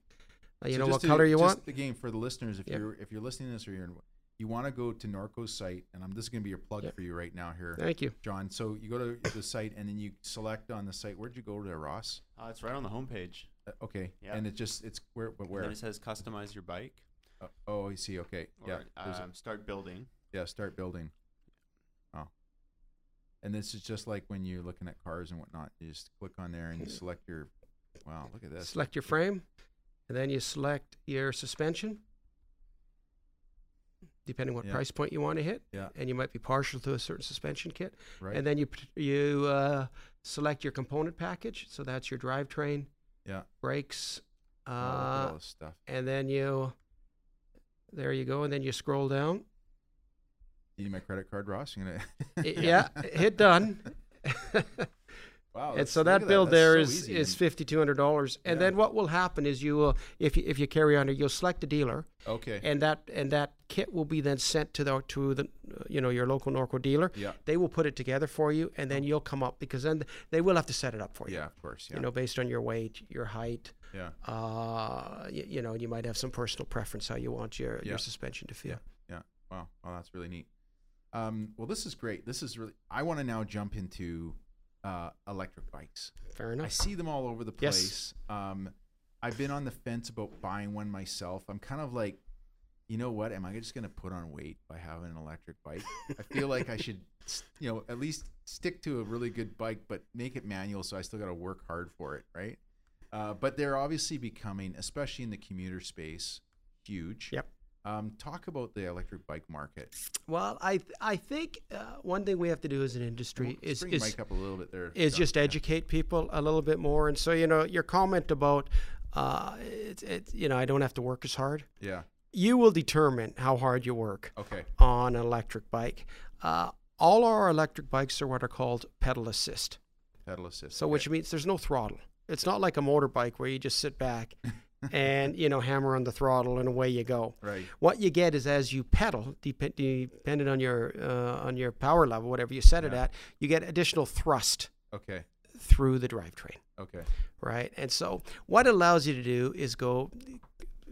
Speaker 3: Uh, you
Speaker 2: So
Speaker 3: know
Speaker 2: just
Speaker 3: what
Speaker 2: to-
Speaker 3: color you
Speaker 2: just
Speaker 3: want.
Speaker 2: Again, for the listeners, if
Speaker 3: Yeah.
Speaker 2: you're if you're listening to this or you're in, you want to go to Norco's site, and I'm this is going to be your plug
Speaker 3: Yeah.
Speaker 2: for you right now here.
Speaker 3: Thank you.
Speaker 2: John. So you go to the site and then you select on the site. Where'd you go to Ross?
Speaker 4: Uh, it's right on the homepage.
Speaker 2: Uh, okay.
Speaker 4: Yeah.
Speaker 2: And it just it's where but
Speaker 4: And
Speaker 2: where?
Speaker 4: then it says customize your bike
Speaker 2: Uh, oh, I see. Okay.
Speaker 4: or
Speaker 2: Yeah. there's a-
Speaker 4: um, start building.
Speaker 2: yeah. Start building. Oh. And this is just like when you're looking at cars and whatnot. You just click on there and you select your. Wow, look at this.
Speaker 3: Select your frame, and then you select your suspension, depending what
Speaker 2: Yeah.
Speaker 3: price point you want to hit.
Speaker 2: Yeah.
Speaker 3: And you might be partial to a certain suspension kit.
Speaker 2: Right.
Speaker 3: And then you p- you uh, select your component package. So that's your drivetrain,
Speaker 2: Yeah.
Speaker 3: brakes,
Speaker 2: Wow, Oh, look at
Speaker 3: uh,
Speaker 2: all this stuff.
Speaker 3: and then you there you go, and then you scroll down.
Speaker 2: (laughs)
Speaker 3: (laughs)
Speaker 2: Do you need my credit card, Ross? You gonna? (laughs)
Speaker 3: I- yeah, hit done.
Speaker 2: Wow. Oh,
Speaker 3: and
Speaker 2: that's-
Speaker 3: so
Speaker 2: look at
Speaker 3: that bill
Speaker 2: That's
Speaker 3: there
Speaker 2: so
Speaker 3: is
Speaker 2: easy.
Speaker 3: is fifty two hundred dollars. And
Speaker 2: Yeah.
Speaker 3: then what will happen is you will if you, if you carry on, you'll select a dealer,
Speaker 2: Okay.
Speaker 3: and that and that kit will be then sent to the to the uh, you know your local Norco dealer.
Speaker 2: Yeah.
Speaker 3: They will put it together for you, and then you'll come up because then they will have to set it up for you.
Speaker 2: yeah, of course. Yeah.
Speaker 3: You know, based on your weight, your height,
Speaker 2: yeah.
Speaker 3: uh, you, you know, you might have some personal preference how you want your,
Speaker 2: Yeah.
Speaker 3: your suspension to feel.
Speaker 2: Yeah. Wow. Wow, that's really neat. Um, well, this is great. This is really. I want to now jump into uh, electric bikes.
Speaker 3: Fair
Speaker 2: I
Speaker 3: enough.
Speaker 2: see them all over the
Speaker 3: Yes.
Speaker 2: place. Um, I've been on the fence about buying one myself. I'm kind of like, you know what? Am I just going to put on weight by having an electric bike? I feel like I should, s- you know, at least stick to a really good bike, but make it manual so I still got to work hard for it, right? Uh, but they're obviously becoming, especially in the commuter space, huge.
Speaker 3: Yep.
Speaker 2: Um, talk about the electric bike market.
Speaker 3: Well, I th- I think uh, one thing we have to do as an industry
Speaker 2: Let's
Speaker 3: is
Speaker 2: bring
Speaker 3: is
Speaker 2: Mike up a little bit there.
Speaker 3: is
Speaker 2: John.
Speaker 3: just educate people a little bit more. And so you know, your comment about uh, it's it's you know I don't have to work as hard.
Speaker 2: yeah.
Speaker 3: You will determine how hard you work
Speaker 2: Okay.
Speaker 3: on an electric bike. Uh, all our electric bikes are what are called pedal assist.
Speaker 2: Pedal assist.
Speaker 3: So which means there's no throttle. It's not like a motorbike where you just
Speaker 2: (laughs)
Speaker 3: sit back and you know hammer on the throttle and away you go.
Speaker 2: Right.
Speaker 3: What you get is as you pedal, dep- depending on your uh, on your power level, whatever you set it
Speaker 2: Yeah.
Speaker 3: at, you get additional thrust
Speaker 2: Okay.
Speaker 3: through the drivetrain,
Speaker 2: Okay.
Speaker 3: right? And so what it allows you to do is go.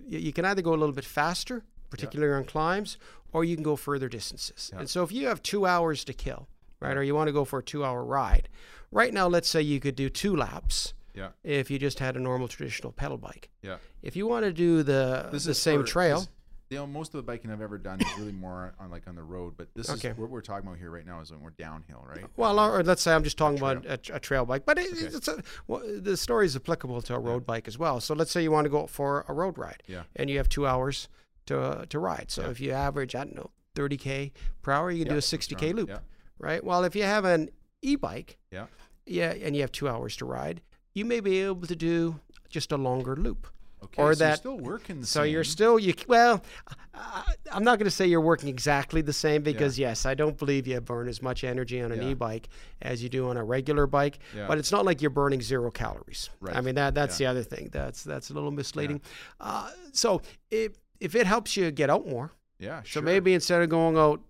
Speaker 3: You you can either go a little bit faster, particularly on climbs, or you can go further distances. And so if you have two hours to kill, right, or you want to go for a two-hour ride, right now, let's say you could do two laps
Speaker 2: Yeah.
Speaker 3: if you just had a normal traditional pedal bike.
Speaker 2: Yeah.
Speaker 3: If you want to do the the same
Speaker 2: for-
Speaker 3: trail,
Speaker 2: this- you know, most of the biking I've ever done is really more (laughs) on like on the road, but this
Speaker 3: Okay.
Speaker 2: is what we're talking about here right now is when we're downhill, right?
Speaker 3: Well, or or let's say I'm just talking about a, tr- a trail bike, but it, it's a, well, the story is applicable to a road bike as well. So let's say you want to go for a road ride,
Speaker 2: Yeah.
Speaker 3: and you have two hours to uh, to ride. So if you average, I don't know, 30k per hour, you can do a 60k loop,
Speaker 2: Yeah.
Speaker 3: right? Well, if you have an e-bike,
Speaker 2: Yeah.
Speaker 3: yeah, and you have two hours to ride, you may be able to do just a longer loop.
Speaker 2: Okay.
Speaker 3: Or
Speaker 2: so you're
Speaker 3: that-
Speaker 2: still working the
Speaker 3: So you're
Speaker 2: same.
Speaker 3: still you c- well. I, I'm not going to say you're working exactly the same because yes, I don't believe you burn as much energy on an
Speaker 2: Yeah.
Speaker 3: e-bike as you do on a regular bike.
Speaker 2: Yeah.
Speaker 3: But it's not like you're burning zero calories. I
Speaker 2: Right.
Speaker 3: mean that that's the other thing. That's that's a little misleading. Uh, so if if it helps you get out more,
Speaker 2: Yeah.
Speaker 3: so
Speaker 2: sure.
Speaker 3: maybe instead of going out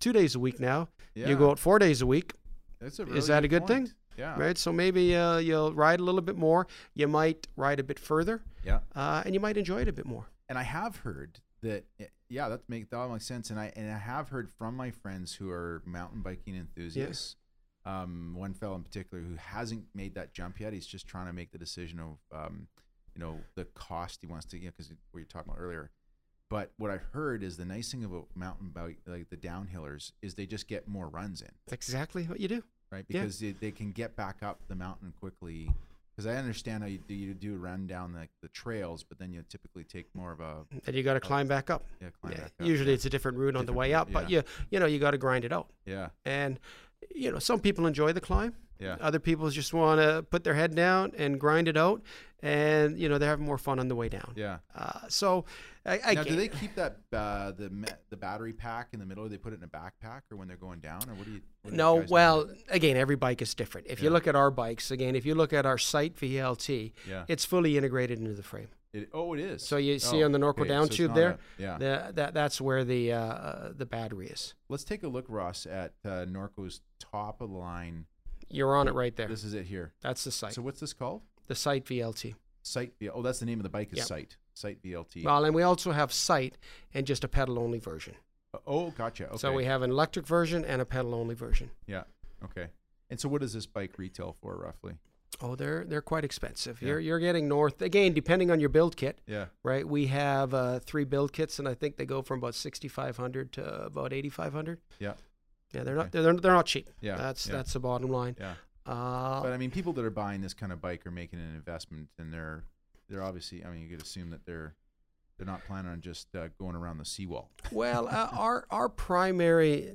Speaker 3: two days a week now,
Speaker 2: Yeah.
Speaker 3: you go out four days a week.
Speaker 2: That's a
Speaker 3: is
Speaker 2: really
Speaker 3: that a good thing?
Speaker 2: point. Yeah.
Speaker 3: Right, so maybe uh, you'll ride a little bit more. You might ride a bit further,
Speaker 2: Yeah.
Speaker 3: uh, and you might enjoy it a bit more.
Speaker 2: and I have heard that eh, yeah, that makes that all makes sense. And I and I have heard from my friends who are mountain biking enthusiasts. Um, one fellow in particular who hasn't made that jump yet. He's just trying to make the decision of um, you know, the cost he wants to, you know, because we were talking about earlier. But what I've heard is the nice thing about mountain bike, like the downhillers, is they just get more runs in
Speaker 3: That's exactly what you do.
Speaker 2: right?
Speaker 3: Yeah.
Speaker 2: Because they, they can get back up the mountain quickly. Because I understand how you do, you do run down the, the trails, but then you typically take more of a
Speaker 3: and you got to climb back up.
Speaker 2: yeah, climb
Speaker 3: Yeah,
Speaker 2: back up.
Speaker 3: Usually
Speaker 2: yeah.
Speaker 3: it's a different route on the
Speaker 2: Different
Speaker 3: way
Speaker 2: route,
Speaker 3: up, but
Speaker 2: yeah.
Speaker 3: you you know you got to grind it out.
Speaker 2: yeah,
Speaker 3: And you know some people enjoy the climb.
Speaker 2: yeah,
Speaker 3: Other people just want to put their head down and grind it out, and you know they're having more fun on the way down.
Speaker 2: yeah.
Speaker 3: Uh, so I, I
Speaker 2: now, do
Speaker 3: get-
Speaker 2: they keep that uh, the ma- the battery pack in the middle? Do they put it in a backpack, or when they're going down, or what do you? What do you
Speaker 3: no,
Speaker 2: guys do?
Speaker 3: well, again, every bike is different. If you
Speaker 2: Yeah.
Speaker 3: look at our bikes, again, if you look at our site VLT,
Speaker 2: Yeah.
Speaker 3: it's fully integrated into the frame.
Speaker 2: It, oh, it is.
Speaker 3: So you see
Speaker 2: Oh,
Speaker 3: on the Norco
Speaker 2: okay, so
Speaker 3: down
Speaker 2: it's
Speaker 3: tube
Speaker 2: not
Speaker 3: there,
Speaker 2: a- yeah.
Speaker 3: the, that that's where the uh, the battery is.
Speaker 2: Let's take a look, Ross, at uh, Norco's top of the line.
Speaker 3: You're on it right there.
Speaker 2: This is it here.
Speaker 3: that's the site.
Speaker 2: So what's this called?
Speaker 3: the site VLT.
Speaker 2: Site. V- Oh, that's the name of the bike. Is
Speaker 3: Yeah.
Speaker 2: Site. Site VLT.
Speaker 3: Well, and we also have sight and just a pedal only version.
Speaker 2: oh, gotcha. Okay.
Speaker 3: So we have an electric version and a pedal only version.
Speaker 2: Yeah. Okay. And so, what does this bike retail for roughly?
Speaker 3: Oh, they're they're quite expensive.
Speaker 2: Yeah.
Speaker 3: You're you're getting north again, depending on your build kit,
Speaker 2: Yeah.
Speaker 3: right? We have uh, three build kits, and I think they go from about sixty five hundred to about eighty five hundred.
Speaker 2: Yeah.
Speaker 3: Yeah, they're not they're, they're not cheap.
Speaker 2: Yeah,
Speaker 3: that's
Speaker 2: yeah.
Speaker 3: that's the bottom line.
Speaker 2: Yeah.
Speaker 3: Uh,
Speaker 2: But (laughs) I mean, people that are buying this kind of bike are making an investment, and they're they're obviously. I mean, you could assume that they're they're not planning on just uh, going around the seawall.
Speaker 3: well, uh, our our primary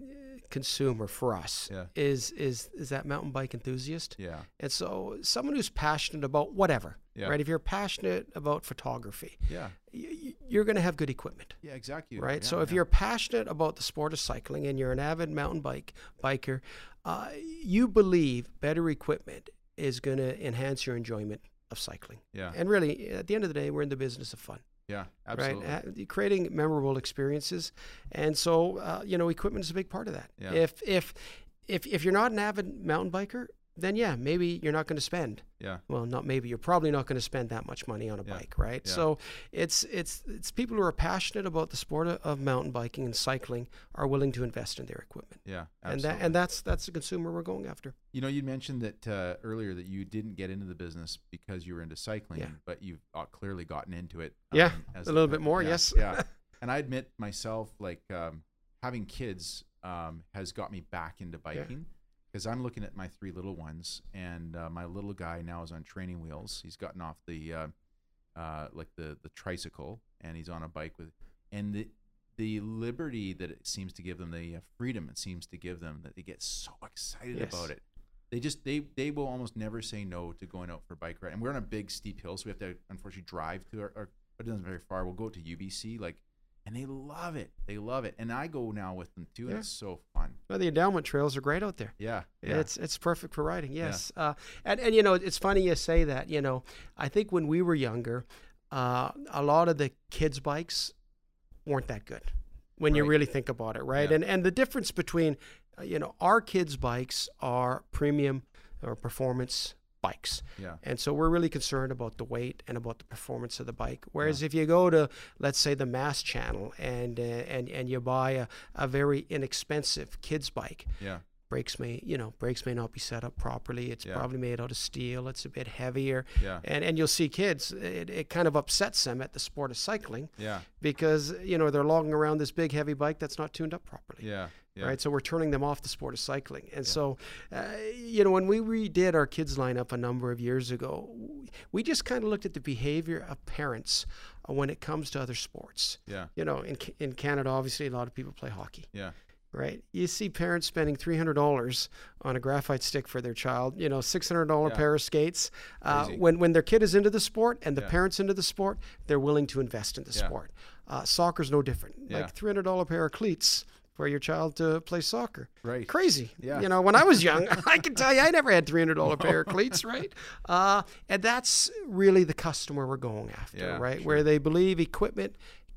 Speaker 3: consumer for us
Speaker 2: Yeah.
Speaker 3: is is is that mountain bike enthusiast.
Speaker 2: Yeah.
Speaker 3: And so, someone who's passionate about whatever,
Speaker 2: Yeah.
Speaker 3: right? If you're passionate about photography,
Speaker 2: Yeah.
Speaker 3: y- y- you're going to have good equipment,
Speaker 2: Yeah. Exactly.
Speaker 3: right?
Speaker 2: Yeah,
Speaker 3: so, if
Speaker 2: yeah.
Speaker 3: you're passionate about the sport of cycling and you're an avid mountain bike biker, uh, you believe better equipment is going to enhance your enjoyment of cycling.
Speaker 2: Yeah.
Speaker 3: And really, at the end of the day, we're in the business of fun,
Speaker 2: Yeah. Absolutely.
Speaker 3: right? Uh, Creating memorable experiences, and so uh, you know, equipment is a big part of that.
Speaker 2: Yeah.
Speaker 3: If if if if you're not an avid mountain biker, then yeah, maybe you're not going to spend
Speaker 2: Yeah.
Speaker 3: well not maybe you're probably not going to spend that much money on a
Speaker 2: Yeah.
Speaker 3: bike right
Speaker 2: Yeah.
Speaker 3: so it's it's it's people who are passionate about the sport of, of mountain biking and cycling are willing to invest in their equipment
Speaker 2: Yeah.
Speaker 3: and
Speaker 2: Absolutely.
Speaker 3: that and that's that's the consumer we're going after
Speaker 2: You know, you mentioned that uh, earlier that you didn't get into the business because you were into cycling,
Speaker 3: Yeah.
Speaker 2: but you've uh, clearly gotten into it. um,
Speaker 3: Yeah,
Speaker 2: as
Speaker 3: a little bit more,
Speaker 2: yeah,
Speaker 3: yes. (laughs)
Speaker 2: Yeah. And I admit myself, like um, having kids um, has got me back into biking because I'm looking at my three little ones, and uh, my little guy now is on training wheels. He's gotten off the uh, uh, like the the tricycle, and he's on a bike with, and the the liberty that it seems to give them, the uh, freedom it seems to give them, that they get so excited
Speaker 3: Yes.
Speaker 2: about it. They just they they will almost never say no to going out for a bike ride. And we're on a big steep hill, so we have to unfortunately drive to our, our but it doesn't very far. We'll go to UBC, like, and they love it. They love it, and I go now with them too, and
Speaker 3: Yeah.
Speaker 2: it's so fun.
Speaker 3: well, the endowment trails are great out there
Speaker 2: Yeah, yeah,
Speaker 3: It's it's perfect for riding. Yes, uh, and and you know it's funny you say that. You know, I think when we were younger, uh, a lot of the kids' bikes weren't that good when you
Speaker 2: Right.
Speaker 3: really think about it, right?
Speaker 2: Yeah.
Speaker 3: And and the difference between uh, you know our kids' bikes are premium or performance bikes.
Speaker 2: yeah,
Speaker 3: And so we're really concerned about the weight and about the performance of the bike. Whereas if you go to, let's say, the Mass Channel and uh, and and you buy a, a very inexpensive kids bike,
Speaker 2: yeah,
Speaker 3: brakes may you know brakes may not be set up properly it's
Speaker 2: Yeah.
Speaker 3: probably made out of steel it's a bit heavier
Speaker 2: Yeah.
Speaker 3: and and you'll see kids it, it kind of upsets them at the sport of cycling
Speaker 2: yeah,
Speaker 3: because you know they're logging around this big heavy bike that's not tuned up properly
Speaker 2: yeah, yeah.
Speaker 3: right so we're turning them off the sport of cycling and so uh, you know when we redid our kids lineup a number of years ago w- we just kind of looked at the behavior of parents uh, when it comes to other sports
Speaker 2: Yeah,
Speaker 3: you know in, Ca- in canada obviously a lot of people play hockey
Speaker 2: yeah,
Speaker 3: right? You see parents spending three hundred dollars on a graphite stick for their child. You know, six hundred dollar
Speaker 2: Yeah.
Speaker 3: pair of skates. Uh,
Speaker 2: Crazy.
Speaker 3: when when their kid is into the sport and the
Speaker 2: Yeah.
Speaker 3: parents into the sport, they're willing to invest in the
Speaker 2: Yeah.
Speaker 3: sport. Uh, soccer's no different.
Speaker 2: Yeah.
Speaker 3: Like three hundred dollar pair of cleats for your child to play soccer.
Speaker 2: Right.
Speaker 3: Crazy.
Speaker 2: Yeah.
Speaker 3: You know, when I was
Speaker 2: (laughs)
Speaker 3: young, I can tell you, I never had three hundred dollar pair of cleats, right? Uh, and that's really the customer we're going after,
Speaker 2: Yeah,
Speaker 3: right? Where they believe equipment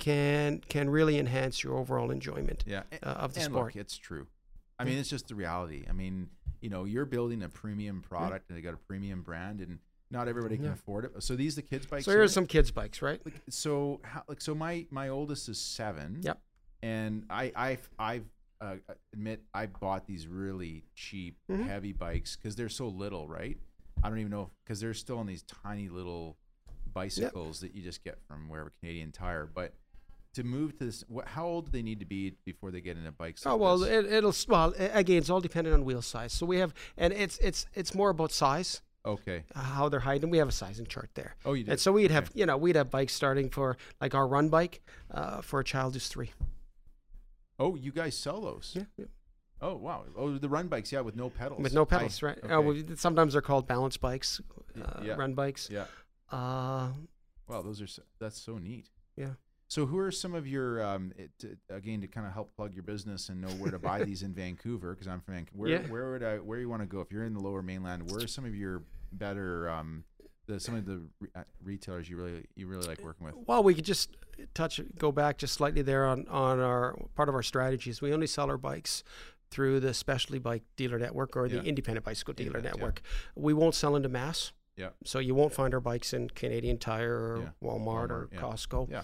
Speaker 3: can can really enhance your overall enjoyment
Speaker 2: yeah. A-
Speaker 3: uh, of the
Speaker 2: and
Speaker 3: sport.
Speaker 2: look, it's true. I mean, it's just the reality. I mean, you know, you're building a premium product, and they got a premium brand, and not everybody can afford it. So these the kids bikes.
Speaker 3: So
Speaker 2: here?
Speaker 3: here's some kids' bikes, right? Oh,
Speaker 2: so how, like so my my oldest is seven
Speaker 3: Yep.
Speaker 2: and i i i uh, admit i bought these really cheap
Speaker 3: Mm-hmm.
Speaker 2: heavy bikes because they're so little right i don't even know because they're still on these tiny little bicycles that you just get from wherever canadian tire but to move to this what, how old do they need to be before they get into bikes
Speaker 3: Oh
Speaker 2: like
Speaker 3: well,
Speaker 2: this?
Speaker 3: it, it'll s- well a- again. It's all dependent on wheel size. So we have, and it's it's it's more about size,
Speaker 2: okay
Speaker 3: uh, how they're hiding. We have a sizing chart there.
Speaker 2: Oh, you do?
Speaker 3: And so we'd have you know we'd have bikes starting for like our run bike uh, for a child who's three.
Speaker 2: oh you guys sell those
Speaker 3: Yeah. yeah.
Speaker 2: oh wow oh the run bikes yeah with no pedals
Speaker 3: With no
Speaker 2: I-
Speaker 3: pedals, right? Uh,
Speaker 2: okay.
Speaker 3: well, sometimes they're called balance bikes,
Speaker 2: Y-
Speaker 3: uh,
Speaker 2: yeah.
Speaker 3: run bikes.
Speaker 2: yeah
Speaker 3: Uh,
Speaker 2: wow those are so, that's so neat
Speaker 3: yeah.
Speaker 2: So, who are some of your um, it, to, again to kind of help plug your business and know where to
Speaker 3: (laughs)
Speaker 2: buy these in Vancouver? Because I'm from Vancouver. Where,
Speaker 3: Yeah.
Speaker 2: where would I? Where you want to go if you're in the Lower Mainland? Where are some of your better um, the some of the re- uh, retailers you really you really like working with?
Speaker 3: Well, we could just touch, go back just slightly there on, on our part of our strategies. We only sell our bikes through the specialty bike dealer network or
Speaker 2: Yeah.
Speaker 3: the independent bicycle dealer
Speaker 2: Independent, yeah.
Speaker 3: network. We won't sell into mass,
Speaker 2: Yeah,
Speaker 3: so you won't find our bikes in Canadian Tire or
Speaker 2: Yeah.
Speaker 3: Walmart,
Speaker 2: Walmart,
Speaker 3: or
Speaker 2: yeah.
Speaker 3: Costco.
Speaker 2: yeah,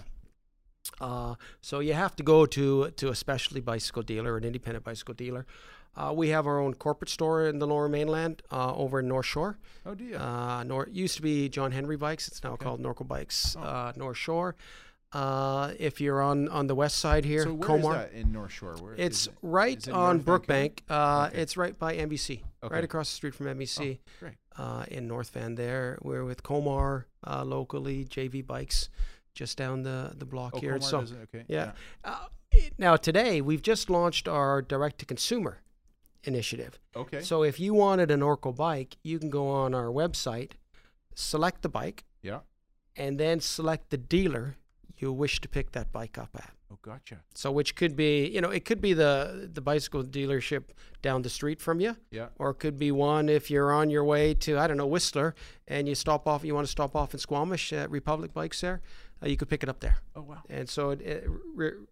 Speaker 3: Uh, so you have to go to to a specialty bicycle dealer, an independent bicycle dealer. Uh, we have our own corporate store in the Lower Mainland uh, over in North Shore.
Speaker 2: oh do you?
Speaker 3: Uh, Nor- used to be John Henry Bikes. It's now called Norco
Speaker 2: Oh.
Speaker 3: Bikes uh, North Shore. Uh, if you're on, on the west side here,
Speaker 2: so where is
Speaker 3: Comar,
Speaker 2: that in North Shore? Where is
Speaker 3: it's
Speaker 2: it?
Speaker 3: right
Speaker 2: Is it
Speaker 3: on
Speaker 2: North Vancouver?
Speaker 3: Brookbank. Uh,
Speaker 2: Okay.
Speaker 3: It's right by NBC,
Speaker 2: Okay. Oh,
Speaker 3: right across the street from NBC
Speaker 2: Great.
Speaker 3: uh, in North Van. There, we're with Comar uh, locally, JV Bikes, just down the the block
Speaker 2: Oh,
Speaker 3: here.
Speaker 2: Comar
Speaker 3: so
Speaker 2: does it? okay.
Speaker 3: yeah. Uh, it- now today we've just launched our direct to consumer initiative.
Speaker 2: Okay.
Speaker 3: So if you wanted an Orco bike, you can go on our website, select the bike,
Speaker 2: yeah.
Speaker 3: and then select the dealer you wish to pick that bike up at.
Speaker 2: Oh, gotcha.
Speaker 3: So which could be, you know, it could be the the bicycle dealership down the street from you,
Speaker 2: Yeah.
Speaker 3: or it could be one if you're on your way to I don't know Whistler and you stop off, you want to stop off in Squamish at Republic Bikes there, uh, you could pick it up there.
Speaker 2: Oh, wow.
Speaker 3: And so it, it re-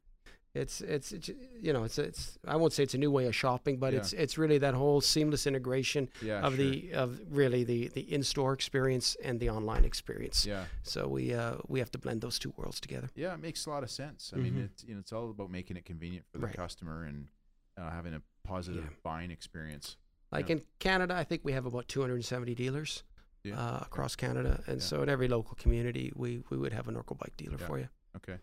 Speaker 3: it's, it's it's you know it's it's I won't say it's a new way of shopping, but
Speaker 2: Yeah.
Speaker 3: it's it's really that whole seamless integration
Speaker 2: Yeah,
Speaker 3: of
Speaker 2: sure.
Speaker 3: the of really the the in store experience and the online experience.
Speaker 2: Yeah.
Speaker 3: So we uh, we have to blend those two worlds together.
Speaker 2: Yeah, it makes a lot of sense. I mean, it's you know, it's all about making it convenient for the
Speaker 3: Mm-hmm. Right.
Speaker 2: customer and uh, having a positive buying experience.
Speaker 3: Like
Speaker 2: Yeah.
Speaker 3: in Canada, I think we have about 270 dealers
Speaker 2: Yeah.
Speaker 3: uh, across Canada, and
Speaker 2: Yeah.
Speaker 3: so in every local community, we we would have an Orco bike dealer
Speaker 2: Yeah.
Speaker 3: for you.
Speaker 2: Okay.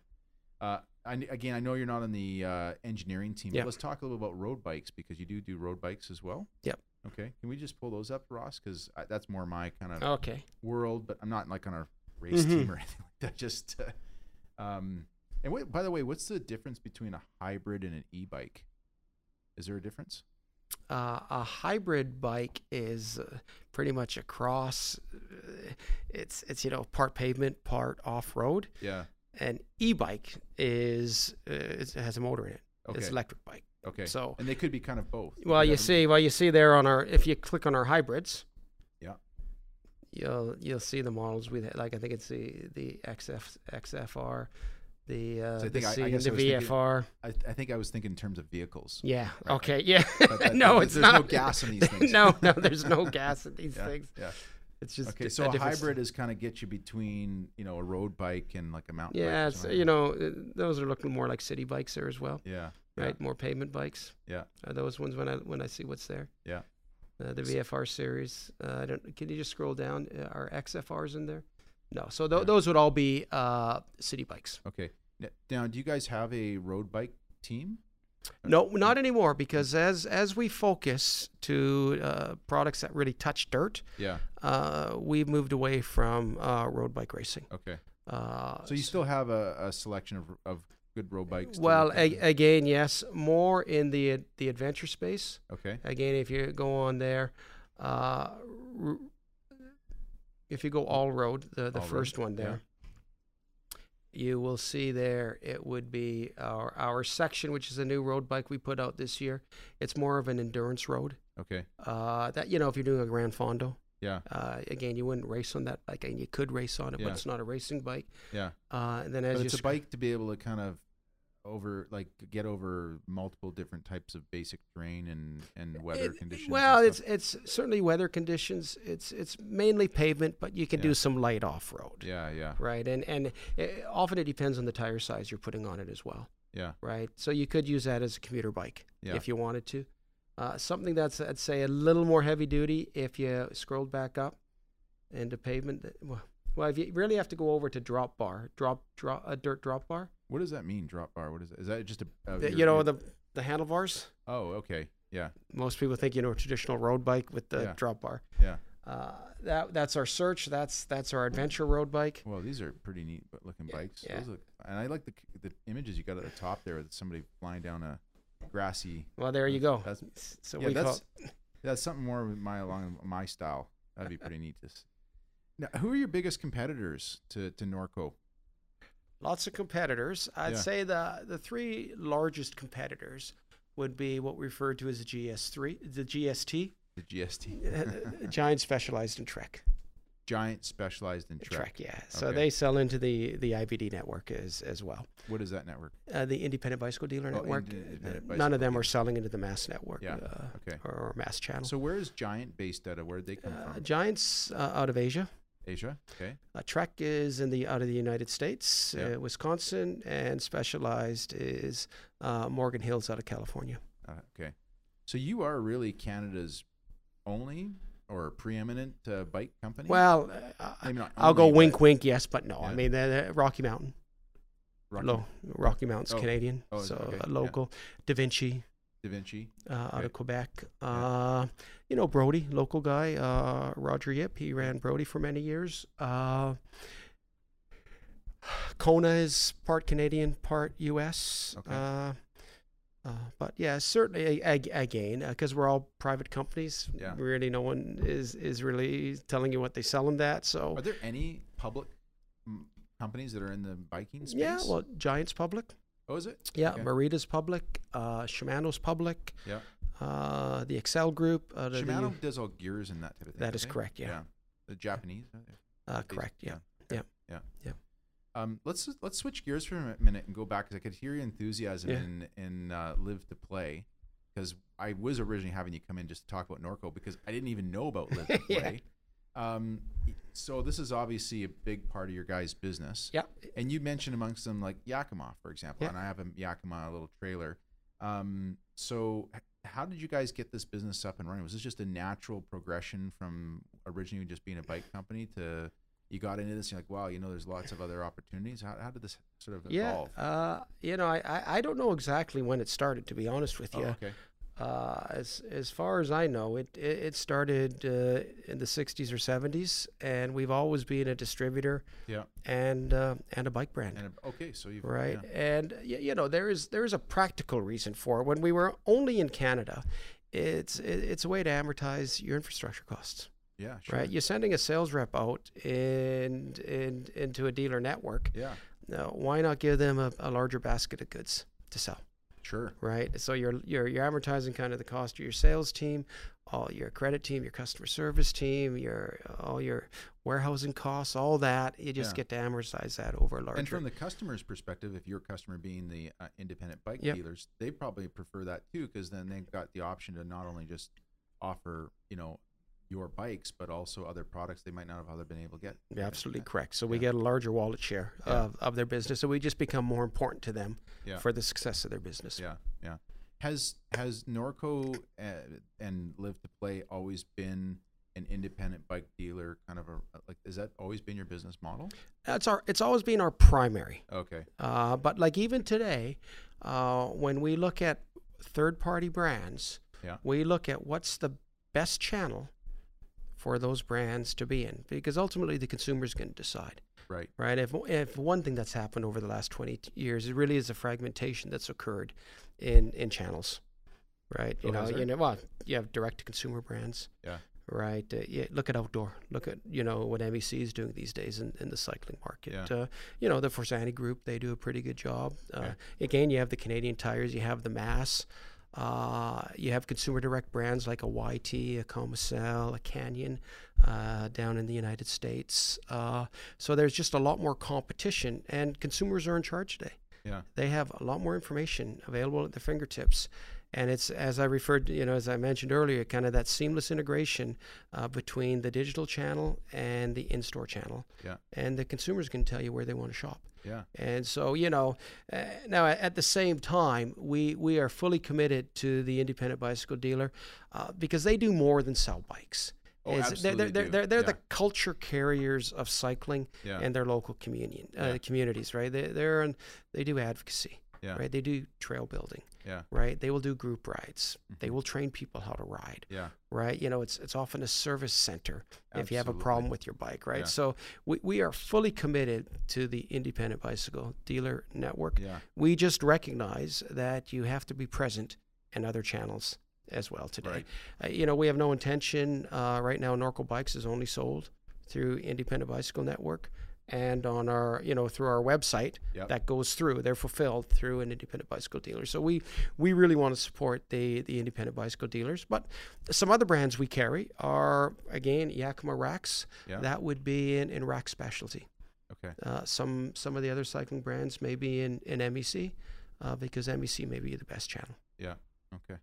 Speaker 2: Uh, I, kn- again, I know you're not on the uh, engineering team.
Speaker 3: Yeah.
Speaker 2: But let's talk a little about road bikes because you do do road bikes as well.
Speaker 3: Yep.
Speaker 2: Okay. Can we just pull those up, Ross? Because that's more my kind of
Speaker 3: Okay.
Speaker 2: world, but I'm not like on a race
Speaker 3: Mm-hmm.
Speaker 2: team or (laughs) anything like that. Just, uh, um, and wait, by the way, what's the difference between a hybrid and an e-bike? Is there a difference?
Speaker 3: Uh, a hybrid bike is uh, pretty much a cross. uh, It's it's you know part pavement, part off road.
Speaker 2: Yeah.
Speaker 3: An e-bike is uh, it's- it has a motor in it. It's
Speaker 2: Okay.
Speaker 3: electric bike.
Speaker 2: Okay.
Speaker 3: So-
Speaker 2: and they could be kind of both.
Speaker 3: Well, you
Speaker 2: haven't-
Speaker 3: see, well you see there on our if you click on our hybrids,
Speaker 2: Yeah.
Speaker 3: you'll you'll see the models we like. I think it's the the XF XFR, the uh,
Speaker 2: So I
Speaker 3: the,
Speaker 2: think I- I
Speaker 3: C,
Speaker 2: guess
Speaker 3: the
Speaker 2: I was thinking-
Speaker 3: VFR.
Speaker 2: I, I think I was thinking in terms of
Speaker 3: (laughs)
Speaker 2: vehicles.
Speaker 3: Yeah.
Speaker 2: Right,
Speaker 3: okay. Yeah.
Speaker 2: But that-
Speaker 3: (laughs) no,
Speaker 2: that-
Speaker 3: it's
Speaker 2: there's no
Speaker 3: not.
Speaker 2: gas
Speaker 3: (laughs)
Speaker 2: in these things.
Speaker 3: no, no, there's
Speaker 2: (laughs)
Speaker 3: no gas in these
Speaker 2: Yeah.
Speaker 3: things.
Speaker 2: Yeah.
Speaker 3: It's just
Speaker 2: Okay.
Speaker 3: d-
Speaker 2: So a,
Speaker 3: different s-
Speaker 2: hybrid is kind of get you between you know a road bike and like a mountain. bike or
Speaker 3: Yeah, it's,
Speaker 2: something
Speaker 3: you know uh, those are looking more like city bikes there as well,
Speaker 2: like- Yeah. Yeah.
Speaker 3: right? More pavement bikes
Speaker 2: Yeah.
Speaker 3: are those ones when I when I see what's there.
Speaker 2: Yeah.
Speaker 3: Uh, the VFR series. Uh, I don't. Can you just scroll down? Uh, Are XFRs in there? No. So tho-
Speaker 2: Yeah.
Speaker 3: those would all be uh, city bikes.
Speaker 2: Okay. N- Now, do you guys have a road bike team?
Speaker 3: No, not anymore because as as we focus to uh, products that really touch dirt,
Speaker 2: Yeah.
Speaker 3: uh, we've moved away from uh, road bike racing.
Speaker 2: Okay.
Speaker 3: Uh,
Speaker 2: So you still have a, a selection of, of good road bikes. to
Speaker 3: well,
Speaker 2: look at?
Speaker 3: a- again, yes, more in the the adventure space.
Speaker 2: okay.
Speaker 3: Again, if you go on there, uh, r- if you go all road, the the
Speaker 2: All road,
Speaker 3: first one
Speaker 2: yeah.
Speaker 3: there, you will see there it would be our our section, which is a new road bike we put out this year. It's more of an endurance road.
Speaker 2: Okay.
Speaker 3: Uh, that you know, if you're doing a Grand Fondo,
Speaker 2: Yeah.
Speaker 3: uh, again, you wouldn't race on that bike, and you could race on it,
Speaker 2: Yeah.
Speaker 3: but it's not a racing bike.
Speaker 2: Yeah.
Speaker 3: Uh, and then as
Speaker 2: But
Speaker 3: you
Speaker 2: it's a
Speaker 3: sc-
Speaker 2: bike to be able to kind of over like get over multiple different types of basic terrain and and weather
Speaker 3: It-
Speaker 2: conditions. and
Speaker 3: Well, it's
Speaker 2: stuff.
Speaker 3: it's certainly weather conditions. It's it's mainly pavement, but you can
Speaker 2: Yeah.
Speaker 3: do some light off road,
Speaker 2: yeah, yeah,
Speaker 3: right? And and eh, often it depends on the tire size you're putting on it as well,
Speaker 2: yeah.
Speaker 3: right? So you could use that as a commuter bike
Speaker 2: Yeah.
Speaker 3: if you wanted to. Uh, something that's I'd say a little more heavy duty. If you scrolled back up into pavement, th- well, well, if you really have to go over to drop bar, drop drop a dirt drop bar,
Speaker 2: What does that mean? Drop bar? What is that? Is that just a uh,
Speaker 3: The-
Speaker 2: your-
Speaker 3: you know
Speaker 2: your-
Speaker 3: the the handlebars.
Speaker 2: Oh, okay. Yeah,
Speaker 3: Most people think you know a traditional road bike with the
Speaker 2: Yeah.
Speaker 3: drop bar.
Speaker 2: yeah.
Speaker 3: Uh, that that's our search. That's that's our adventure road bike.
Speaker 2: Well, these are pretty neat bu- looking bikes.
Speaker 3: yeah.
Speaker 2: Those look, and I like the c- the images you got at the top there with somebody flying down a grassy.
Speaker 3: Well, there you go.
Speaker 2: That's-
Speaker 3: S- so
Speaker 2: yeah,
Speaker 3: we
Speaker 2: that's
Speaker 3: call
Speaker 2: (laughs) that's something more with my along my style. That'd be
Speaker 3: (laughs)
Speaker 2: pretty neat. This. Now, who are your biggest competitors to to Norco?
Speaker 3: lots of competitors. I'd
Speaker 2: Yeah.
Speaker 3: say the the three largest competitors would be what we refer to as the GS3, the GST,
Speaker 2: The GST. (laughs)
Speaker 3: uh, Giant Specialized in Trek.
Speaker 2: Giant specialized in
Speaker 3: Trek,
Speaker 2: track.
Speaker 3: yeah. So
Speaker 2: Okay.
Speaker 3: they sell into the the IVD network as as well.
Speaker 2: What is that network?
Speaker 3: Uh, the independent bicycle dealer
Speaker 2: Oh,
Speaker 3: network.
Speaker 2: independent
Speaker 3: uh, None
Speaker 2: bicycle
Speaker 3: of them
Speaker 2: dealer.
Speaker 3: are selling into the mass network.
Speaker 2: Yeah,
Speaker 3: uh,
Speaker 2: okay.
Speaker 3: Or, or mass channel.
Speaker 2: So where is Giant based out of? Where did they come
Speaker 3: uh,
Speaker 2: from?
Speaker 3: Giants uh, out of Asia.
Speaker 2: Asia. Okay.
Speaker 3: Uh, Trek is in the out of the United States,
Speaker 2: Yeah.
Speaker 3: uh, Wisconsin, and Specialized is uh, Morgan Hills out of California.
Speaker 2: Uh, okay. So you are really Canada's only or preeminent uh, bike company.
Speaker 3: Well, uh,
Speaker 2: I mean, not
Speaker 3: I'll go
Speaker 2: only, but
Speaker 3: wink, wink, yes, but no. I
Speaker 2: Yeah.
Speaker 3: mean, they're, they're Rocky Mountain,
Speaker 2: Rocky
Speaker 3: low Rocky Mountains,
Speaker 2: Oh.
Speaker 3: Canadian,
Speaker 2: Oh, is
Speaker 3: so
Speaker 2: it? Okay,
Speaker 3: uh,
Speaker 2: yeah.
Speaker 3: local. Da Vinci
Speaker 2: Da Vinci.
Speaker 3: uh, out
Speaker 2: Okay.
Speaker 3: of Quebec.
Speaker 2: Yeah.
Speaker 3: Uh, you know Brody, local guy. Uh, Roger Yip, he ran Brody for many years. Uh, Kona is part Canadian, part U.S.
Speaker 2: Okay.
Speaker 3: Uh, uh, but yeah, certainly a- ag- again, because we're all private companies.
Speaker 2: Yeah.
Speaker 3: Really, no Oh. one is is really telling you what they sell them that. So
Speaker 2: Are there any public mm, companies that are in the biking space?
Speaker 3: Yeah, well, Giant's public.
Speaker 2: oh, is it?
Speaker 3: Yeah,
Speaker 2: Okay.
Speaker 3: Marita's public. Uh, Shimano's public.
Speaker 2: yeah.
Speaker 3: Uh, the Excel Group. Uh, the-
Speaker 2: Shimano does all gears and that type of thing.
Speaker 3: That
Speaker 2: don't
Speaker 3: is
Speaker 2: they?
Speaker 3: correct, yeah.
Speaker 2: The Japanese. uh,
Speaker 3: Uh,
Speaker 2: Japanese,
Speaker 3: correct. Yeah.
Speaker 2: okay, Yeah.
Speaker 3: Yeah.
Speaker 2: Um, let's let's switch gears for a minute and go back because I could hear your enthusiasm
Speaker 3: Yeah.
Speaker 2: in in uh, live to play because I was originally having you come in just to talk about Norco because I didn't even know about live to
Speaker 3: (laughs) Yeah.
Speaker 2: play. um, so this is obviously a big part of your guys' business.
Speaker 3: Yeah.
Speaker 2: And you mentioned amongst them like Yakima, for example,
Speaker 3: Yeah.
Speaker 2: and I have a Yakima little trailer. Um, so h- how did you guys get this business up and running? Was this just a natural progression from originally just being a bike company to you got into this? And you're like, wow, you know, there's lots of other opportunities. How, how did this sort of
Speaker 3: Yeah.
Speaker 2: evolve?
Speaker 3: Uh, you know, I, I, I don't know exactly when it started, to be honest with
Speaker 2: Oh,
Speaker 3: you.
Speaker 2: okay.
Speaker 3: Uh, as as far as I know, it it, it started uh, in the '60s or '70s, and we've always been a distributor
Speaker 2: Yeah.
Speaker 3: and uh, and a bike brand.
Speaker 2: And uh, okay, so you've
Speaker 3: right
Speaker 2: yeah.
Speaker 3: and y- you know there is there is a practical reason for it when we were only in canada it's it- it's a way to amortize your infrastructure costs
Speaker 2: Yeah, sure.
Speaker 3: right you're sending a sales rep out and and into a dealer network
Speaker 2: Yeah,
Speaker 3: now, why not give them a, a larger basket of goods to sell
Speaker 2: sure.
Speaker 3: right so you're you're you're amortizing kind of the cost of your sales team all your credit team your customer service team your all your warehousing costs all that you just
Speaker 2: Yeah.
Speaker 3: get to amortize that over a larger
Speaker 2: And from the customer's perspective, if your customer being the uh, independent bike
Speaker 3: Yep.
Speaker 2: dealers, they probably prefer that too because then they've got the option to not only just offer, you know, your bikes, but also other products they might not have other been able to get.
Speaker 3: Yeah, absolutely correct. So we
Speaker 2: Yeah.
Speaker 3: get a larger wallet share
Speaker 2: Yeah.
Speaker 3: of, of their business. So we just become more important to them
Speaker 2: Yeah.
Speaker 3: for the success of their business.
Speaker 2: Yeah, yeah. Has has Norco uh, and Live to Play always been an independent bike dealer kind of a uh, like? Has that always been your business model?
Speaker 3: That's our. It's always been our primary.
Speaker 2: Okay.
Speaker 3: Uh, but like even today, uh, when we look at third-party brands,
Speaker 2: Yeah.
Speaker 3: we look at what's the best channel for those brands to be in, because ultimately the consumer's going to decide.
Speaker 2: Right.
Speaker 3: right? If, if one thing that's happened over the last 20 t- years, it really is the fragmentation that's occurred in, in channels, right? You
Speaker 2: Oh,
Speaker 3: know,
Speaker 2: has
Speaker 3: you
Speaker 2: there?
Speaker 3: know, well, you have direct to consumer brands,
Speaker 2: Yeah.
Speaker 3: right? Uh, yeah, look at outdoor, look at you know what MEC is doing these days in, in the cycling market.
Speaker 2: Yeah.
Speaker 3: Uh, you know, the Forsani Group they do a pretty good job. Uh,
Speaker 2: Okay.
Speaker 3: Again, you have the Canadian tires, you have the Mass. Uh, you have consumer direct brands like a YT, a Comasel, a Canyon uh, down in the United States. Uh, so there's just a lot more competition, and consumers are in charge today.
Speaker 2: Yeah.
Speaker 3: They have a lot more information available at their fingertips. And it's, as I referred to, you know, as I mentioned earlier, kind of that seamless integration uh, between the digital channel and the in store channel.
Speaker 2: Yeah.
Speaker 3: And the consumers can tell you where they want to shop.
Speaker 2: Yeah.
Speaker 3: And so, you know, uh, now at the same time, we, we are fully committed to the independent bicycle dealer uh, because they do more than sell bikes.
Speaker 2: Oh,
Speaker 3: It's-
Speaker 2: absolutely
Speaker 3: They're, they're,
Speaker 2: do.
Speaker 3: they're, they're
Speaker 2: Yeah.
Speaker 3: the culture carriers of cycling
Speaker 2: Yeah.
Speaker 3: and their local communion, uh,
Speaker 2: Yeah.
Speaker 3: communities, right? They, they're in, they do advocacy,
Speaker 2: Yeah.
Speaker 3: right? They do trail building,
Speaker 2: Yeah.
Speaker 3: right? They will do group rides.
Speaker 2: Mm-hmm.
Speaker 3: They will train people how to ride
Speaker 2: Yeah.
Speaker 3: right? You know, it's it's often a service center if you have a
Speaker 2: Absolutely.
Speaker 3: problem with your bike, right?
Speaker 2: Yeah.
Speaker 3: So we, we are fully committed to the independent bicycle dealer network.
Speaker 2: Yeah.
Speaker 3: We just recognize that you have to be present in other channels as well today.
Speaker 2: Right.
Speaker 3: Uh, you know, we have no intention uh, right now. Norco Bikes is only sold through independent bicycle network. And on our, you know, through our website
Speaker 2: Yep.
Speaker 3: that goes through, they're fulfilled through an independent bicycle dealer. So we we really want to support the the independent bicycle dealers. But some other brands we carry are again Yakima Racks.
Speaker 2: Yeah.
Speaker 3: That would be in in rack specialty.
Speaker 2: Okay.
Speaker 3: Uh, some some of the other cycling brands may be in in MEC, uh, because MEC may be the best channel.
Speaker 2: Yeah. Okay.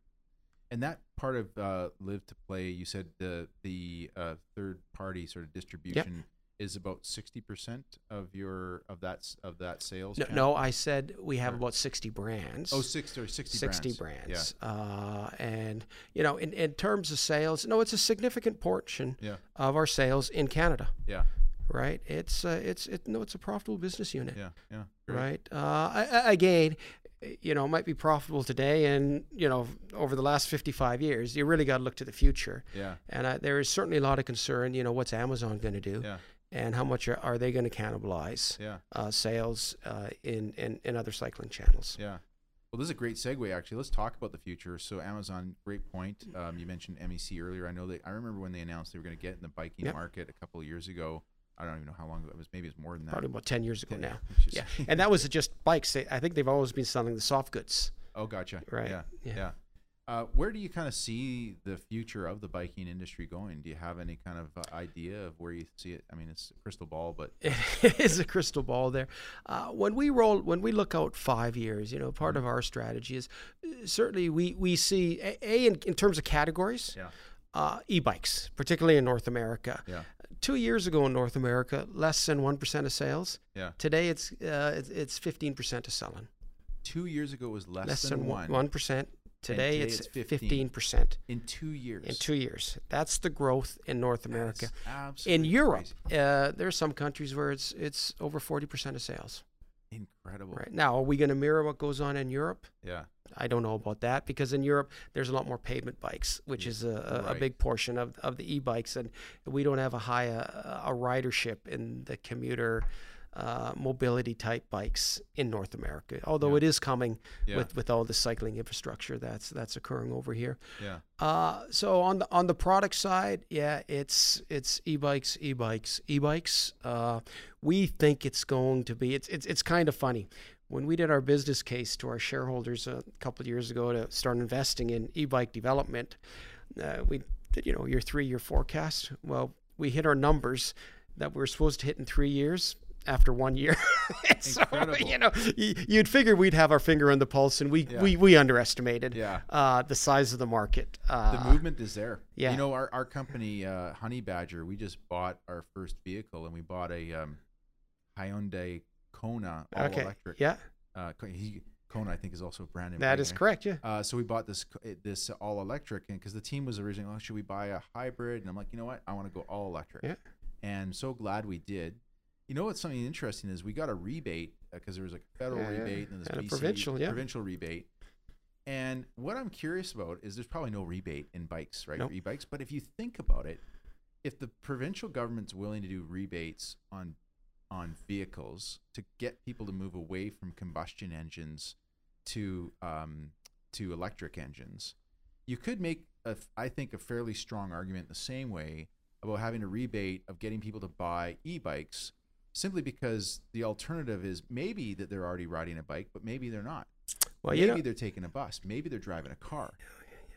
Speaker 2: And that part of uh, Live to Play, you said the the uh, third party sort of distribution is about sixty percent of your of that s- of that sales.
Speaker 3: No,
Speaker 2: channel?
Speaker 3: no, I said we have
Speaker 2: Or-
Speaker 3: about sixty brands.
Speaker 2: Oh, six or sixty.
Speaker 3: 60
Speaker 2: brands.
Speaker 3: brands. Uh, and, you know, in, in terms of sales, no, it's a significant portion
Speaker 2: Yeah.
Speaker 3: of our sales in Canada,
Speaker 2: Yeah.
Speaker 3: right? It's, uh, it's, it, no, it's a profitable business unit,
Speaker 2: Yeah. Yeah. Yeah. Great.
Speaker 3: right? Uh, I, I- again, you know, it might be profitable today and, you know, over the last 55 years, you really got to look to the future.
Speaker 2: Yeah.
Speaker 3: And I, there is certainly a lot of concern, you know, what's Amazon going to do
Speaker 2: Yeah.
Speaker 3: and how much are, are they going to cannibalize
Speaker 2: Yeah.
Speaker 3: uh, sales uh, in, in, in other cycling channels?
Speaker 2: Yeah. Well, this is a great segue. Actually, let's talk about the future. So, Amazon, great point. E Um, you mentioned MEC earlier. I know that I remember when they announced they were going to get in the biking
Speaker 3: Yep.
Speaker 2: market a couple of years ago. I don't even know how long ago it was. Maybe it's more than that.
Speaker 3: probably about 10 years ago now.
Speaker 2: (laughs) Which is-
Speaker 3: Yeah. And that was just bikes. They- I think they've always been selling the soft goods. (laughs)
Speaker 2: Oh, gotcha.
Speaker 3: Right.
Speaker 2: Yeah.
Speaker 3: Yeah.
Speaker 2: Yeah. Uh, where do you kind of see the future of the biking industry going? Do you have any kind of uh, idea of where you see it? I mean, it's a crystal ball, but
Speaker 3: it is a crystal ball there. Uh, when we roll, when we look out five years, you know, part of our strategy is uh, certainly we we see a, a in, in terms of categories,
Speaker 2: Yeah.
Speaker 3: uh, e-bikes, particularly in North America.
Speaker 2: Yeah.
Speaker 3: Two years ago in North America, less than one percent of sales.
Speaker 2: yeah.
Speaker 3: Today, it's uh, it's- it's fifteen percent of selling.
Speaker 2: Two years ago it was less,
Speaker 3: Less
Speaker 2: than, one.
Speaker 3: one percent. Today,
Speaker 2: today
Speaker 3: it's
Speaker 2: it's 15.
Speaker 3: fifteen percent
Speaker 2: in two years.
Speaker 3: in two years. That's the growth in North America.
Speaker 2: That's
Speaker 3: in
Speaker 2: absolutely
Speaker 3: Europe,
Speaker 2: crazy.
Speaker 3: uh, there are some countries where it's it's over forty percent of sales.
Speaker 2: incredible.
Speaker 3: Right now, are we going to mirror what goes on in Europe?
Speaker 2: Yeah.
Speaker 3: I don't know about that because in Europe there's a lot more pavement bikes, which is a, a, a
Speaker 2: Right.
Speaker 3: big portion of, of the e-bikes, and we don't have a high uh, a ridership in the commuter uh, mobility type bikes in North America. Although it is coming
Speaker 2: Yeah.
Speaker 3: with, with all the cycling infrastructure that's that's occurring over here.
Speaker 2: Yeah.
Speaker 3: Uh, so on the on the product side, yeah, it's it's e-bikes, e-bikes, e-bikes. Uh, we think it's going to be it's it's it's kind of funny. When we did our business case to our shareholders a couple of years ago to start investing in e-bike development, uh, we did you know your three year forecast. Well, we hit our numbers that we were supposed to hit in three years after one year. (laughs) And so,
Speaker 2: Incredible.
Speaker 3: you know, y- you'd figure we'd have our finger on the pulse, and we
Speaker 2: Yeah.
Speaker 3: we, we underestimated
Speaker 2: Yeah.
Speaker 3: uh, the size of the market.
Speaker 2: The
Speaker 3: Uh,
Speaker 2: movement is there.
Speaker 3: yeah.
Speaker 2: You know, our, our company, uh, Honey Badger, we just bought our first vehicle and we bought a um, Hyundai Kona all
Speaker 3: okay.
Speaker 2: electric.
Speaker 3: Yeah,
Speaker 2: Uh, Ko- he, Kona, I think, is also a brand name.
Speaker 3: that
Speaker 2: right?
Speaker 3: is
Speaker 2: Eh?
Speaker 3: correct. Yeah.
Speaker 2: Uh, so we bought this c- it- this all electric, and because the team was originally, oh, should we buy a hybrid? And I'm like, you know what? I want to go all electric.
Speaker 3: Yeah.
Speaker 2: And so glad we did. You know what's something interesting is we got a rebate because there was like a federal
Speaker 3: Yeah, yeah.
Speaker 2: rebate and then this
Speaker 3: And a
Speaker 2: BC
Speaker 3: provincial, yeah.
Speaker 2: provincial rebate. And what I'm curious about is there's probably no rebate in bikes, right?
Speaker 3: Nope.
Speaker 2: for E-bikes. But if you think about it, if the provincial government's willing to do rebates on on vehicles to get people to move away from combustion engines to um, to electric engines, you could make a f- I think a fairly strong argument the same way about having a rebate of getting people to buy e-bikes simply because the alternative is maybe that they're already riding a bike but maybe they're not
Speaker 3: Well,
Speaker 2: maybe
Speaker 3: you know,
Speaker 2: they're taking a bus. Maybe they're driving a car.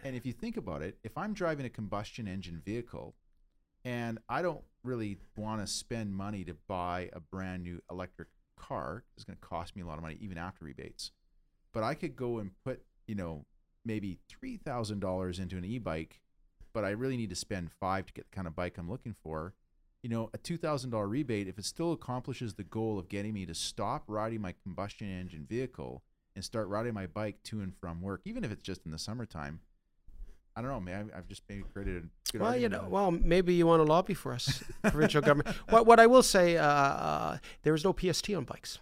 Speaker 2: And if you think about it, if I'm driving a combustion engine vehicle and I don't really want to spend money to buy a brand new electric car, it's going to cost me a lot of money even after rebates. But I could go and put, you know, maybe $3,000 into an e bike, but I really need to spend five to get the kind of bike I'm looking for. You know, a $2,000 rebate, if it still accomplishes the goal of getting me to stop riding my combustion engine vehicle and start riding my bike to and from work, even if it's just in the summertime. I don't know, man. I've just maybe created a good
Speaker 3: well, you
Speaker 2: argument
Speaker 3: know,
Speaker 2: on it.
Speaker 3: well, maybe you want to lobby for us,
Speaker 2: (laughs)
Speaker 3: provincial government. What what I will say, uh, uh, there is no PST on bikes,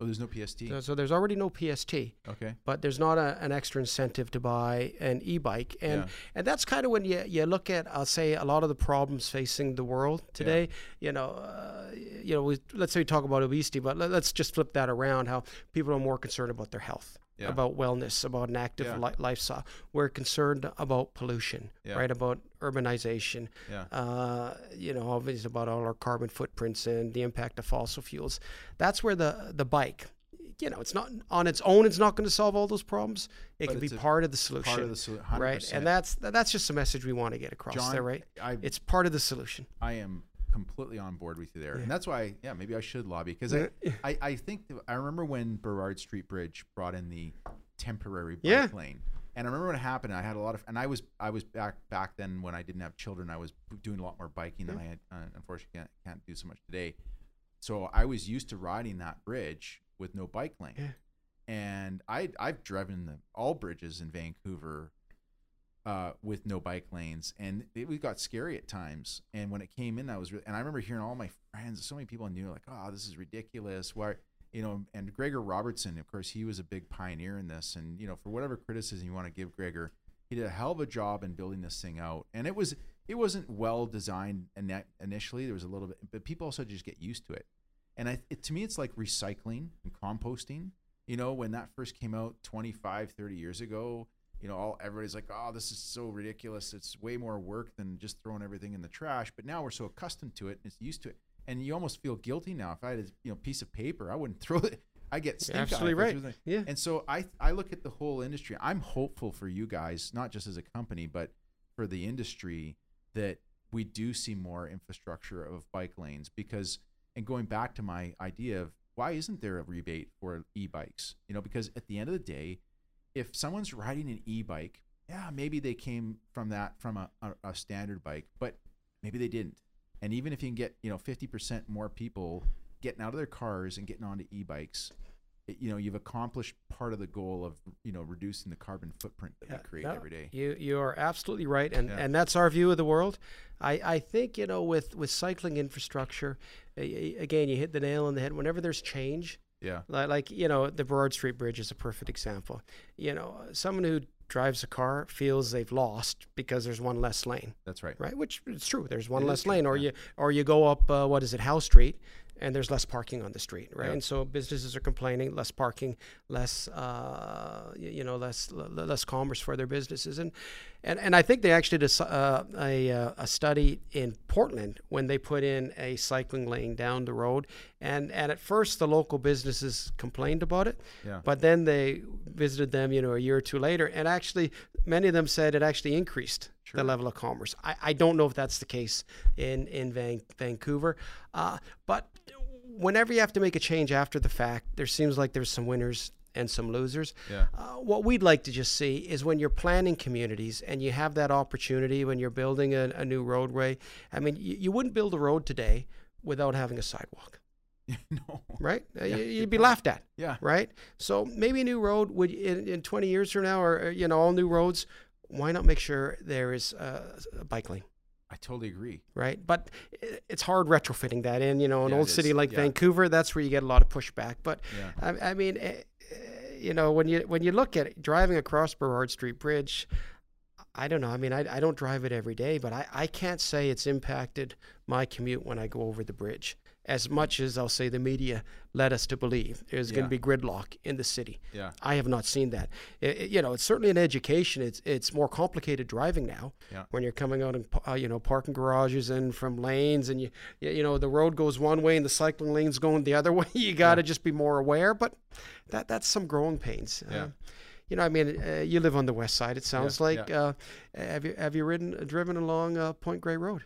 Speaker 2: Oh, there's no PST.
Speaker 3: so, so there's already no PST.
Speaker 2: Okay.
Speaker 3: but there's not a, an extra incentive to buy an e-bike and
Speaker 2: Yeah.
Speaker 3: and that's kind of when you, you look at i'll say a lot of the problems facing the world today you know uh, you know we, let's say we talk about obesity but let, us just flip that around how people are more concerned about their health
Speaker 2: Yeah.
Speaker 3: about wellness about an active
Speaker 2: Yeah.
Speaker 3: li- lifestyle we're concerned about pollution
Speaker 2: Yeah.
Speaker 3: right about urbanization
Speaker 2: Yeah.
Speaker 3: uh, you know, obviously about all our carbon footprints and the impact of fossil fuels. That's where the the bike, you know, it's not on its own. It's not going to solve all those problems. It
Speaker 2: But
Speaker 3: can be
Speaker 2: it's a
Speaker 3: part of the solution,
Speaker 2: Part of the solution.
Speaker 3: Oh, right? And that's that's just the message we want to get across
Speaker 2: John,
Speaker 3: there, right?
Speaker 2: I-
Speaker 3: it's part of the solution.
Speaker 2: I am completely on board with you there, and that's why, yeah, maybe I should lobby because I, I, I think that- I remember when Burrard Street Bridge brought in the temporary bike
Speaker 3: Yeah.
Speaker 2: lane, and I remember what happened. I had a lot of, and I was I was back back then when I didn't have children, I was doing a lot more biking than I had, uh, unfortunately can't, can't do so much today. So I was used to riding that bridge with no bike lane.
Speaker 3: Yeah.
Speaker 2: And I I've driven the, all bridges in Vancouver uh, with no bike lanes, and it, we got scary at times. And when it came in, I was really, and I remember hearing all my friends, so many people I knew, like, "Oh, this is ridiculous." Why, you know? And Gregor Robertson, of course, he was a big pioneer in this, and you know, for whatever criticism you want to give Gregor, he did a hell of a job in building this thing out. And it was it wasn't well designed ini- initially. There was a little bit, but people also just get used to it. And I, it, to me, it's like recycling and composting. You know, when that first came out 25, 30 years ago, you know, all everybody's like, oh, this is so ridiculous. It's way more work than just throwing everything in the trash. But now we're so accustomed to it and it's used to it. and you almost feel guilty now. If I had a you know piece of paper, I wouldn't (laughs) throw it. I get stink eye
Speaker 5: absolutely
Speaker 2: if I
Speaker 5: right.
Speaker 2: threw something.
Speaker 5: Yeah.
Speaker 2: And so I I look at the whole industry. I'm hopeful for you guys, not just as a company, but for the industry that we do see more infrastructure of bike lanes because and going back to my idea of why isn't there a rebate for e-bikes? You know, because at the end of the day, if someone's riding an e-bike, yeah, maybe they came from that from a, a, a standard bike, but maybe they didn't. And even if you can get you know fifty percent more people getting out of their cars and getting onto e-bikes, it- you know you've accomplished part of the goal of you know reducing the carbon footprint that
Speaker 5: Yeah,
Speaker 2: we create
Speaker 5: no,
Speaker 2: every day.
Speaker 5: You you are absolutely right, and,
Speaker 2: Yeah.
Speaker 5: and that's our view of the world. I, I think you know with with cycling infrastructure, a- a- again you hit the nail on the head. Whenever there's change,
Speaker 2: Yeah,
Speaker 5: like, like you know the Broad Street Bridge is a perfect example. You know someone who drives a car feels they've lost because there's one less lane
Speaker 2: that's right.
Speaker 5: right? Which it's true. There's one
Speaker 2: It is
Speaker 5: less
Speaker 2: true,
Speaker 5: lane, or
Speaker 2: yeah.
Speaker 5: you or you go up uh, what is it, Howe Street, and there's less parking on the street, right?
Speaker 2: Yeah.
Speaker 5: And so businesses are complaining, less parking, less uh, y- you know, less l- l- less commerce for their businesses, and and, and I think they actually did a, s- uh, a uh, a study in Portland when they put in a cycling lane down the road, and and at first the local businesses complained about it,
Speaker 2: Yeah.
Speaker 5: but then they visited them, you know, a year or two later, and actually many of them said it actually increased the level of commerce. I, I don't know if that's the case in in Van, Vancouver, uh, but whenever you have to make a change after the fact, there seems like there's some winners and some losers.
Speaker 2: Yeah.
Speaker 5: Uh, what we'd like to just see is when you're planning communities and you have that opportunity when you're building a, a new roadway. I mean, you, you wouldn't build a road today without having a sidewalk,
Speaker 2: (laughs) no.
Speaker 5: right? Uh,
Speaker 2: Yeah,
Speaker 5: you-
Speaker 2: good
Speaker 5: you'd be
Speaker 2: point.
Speaker 5: laughed at
Speaker 2: Yeah.
Speaker 5: right? So maybe a new road would in, in 20 years from now, or uh, you know, all new roads. Why not make sure there is uh, a bike lane,
Speaker 2: I totally agree.
Speaker 5: right? But i- it's hard retrofitting that in. You know, an
Speaker 2: Yeah, it
Speaker 5: old city
Speaker 2: is.
Speaker 5: like
Speaker 2: Yeah.
Speaker 5: Vancouver, that's where you get a lot of pushback. But
Speaker 2: Yeah.
Speaker 5: I, I mean, eh, eh, you know, when you when you look at it, driving across Burrard Street Bridge. I don't know. I mean, I, I don't drive it every day, but I, I can't say it's impacted my commute when I go over the bridge as much as I'll say the media led us to believe there's
Speaker 2: Yeah.
Speaker 5: going to be gridlock in the city.
Speaker 2: Yeah.
Speaker 5: I have not seen that. I- I- you know, it's certainly in education. It's it's more complicated driving now.
Speaker 2: Yeah.
Speaker 5: When you're coming out in pa- uh, you know parking garages and from lanes, and you you you know the road goes one way and the cycling lane's going the other (laughs) way. You got to just be more aware. But that that's some growing pains.
Speaker 2: Yeah.
Speaker 5: Uh, you know, I mean, uh, you live on the west side. It sounds like.
Speaker 2: yeah.
Speaker 5: Uh, have you have you ridden driven along uh, Point Grey Road?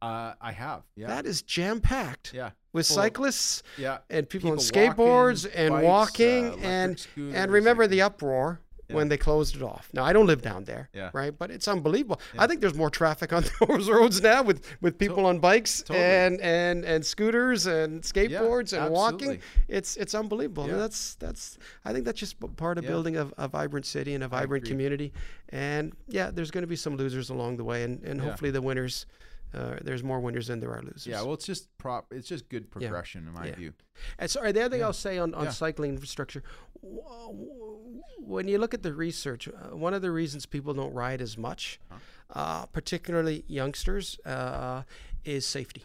Speaker 2: Uh, I have. Yeah.
Speaker 5: That is jam packed
Speaker 2: yeah.
Speaker 5: with
Speaker 2: Full of-
Speaker 5: cyclists
Speaker 2: Yeah.
Speaker 5: and people, on
Speaker 2: People walking,
Speaker 5: skateboards and
Speaker 2: bikes, uh,
Speaker 5: walking
Speaker 2: electric
Speaker 5: and
Speaker 2: scooters,
Speaker 5: and remember
Speaker 2: like-
Speaker 5: the uproar when they closed it off. Now I don't live down there,
Speaker 2: Yeah.
Speaker 5: right? But it's unbelievable. I think there's more traffic on (laughs) those roads now with with people on bikes
Speaker 2: totally.
Speaker 5: and and and scooters and skateboards and walking.
Speaker 2: absolutely.
Speaker 5: It's it's unbelievable. I mean,
Speaker 2: Yeah.
Speaker 5: that's that's I think that's just p- part of
Speaker 2: Yeah.
Speaker 5: building a, a vibrant city and a vibrant
Speaker 2: agree.
Speaker 5: community. And yeah, there's going to be some losers along the way, and and
Speaker 2: Yeah.
Speaker 5: hopefully the winners. Uh, there's more winners than there are losers.
Speaker 2: Yeah. Well, it's just prop. It's just good progression in my
Speaker 5: Yeah.
Speaker 2: view.
Speaker 5: And sorry, the other thing I'll say on, on
Speaker 2: Yeah.
Speaker 5: cycling infrastructure, w- w- when you look at the research, uh, one of the reasons people don't ride as much,
Speaker 2: Uh-huh.
Speaker 5: uh, particularly youngsters, uh, is safety.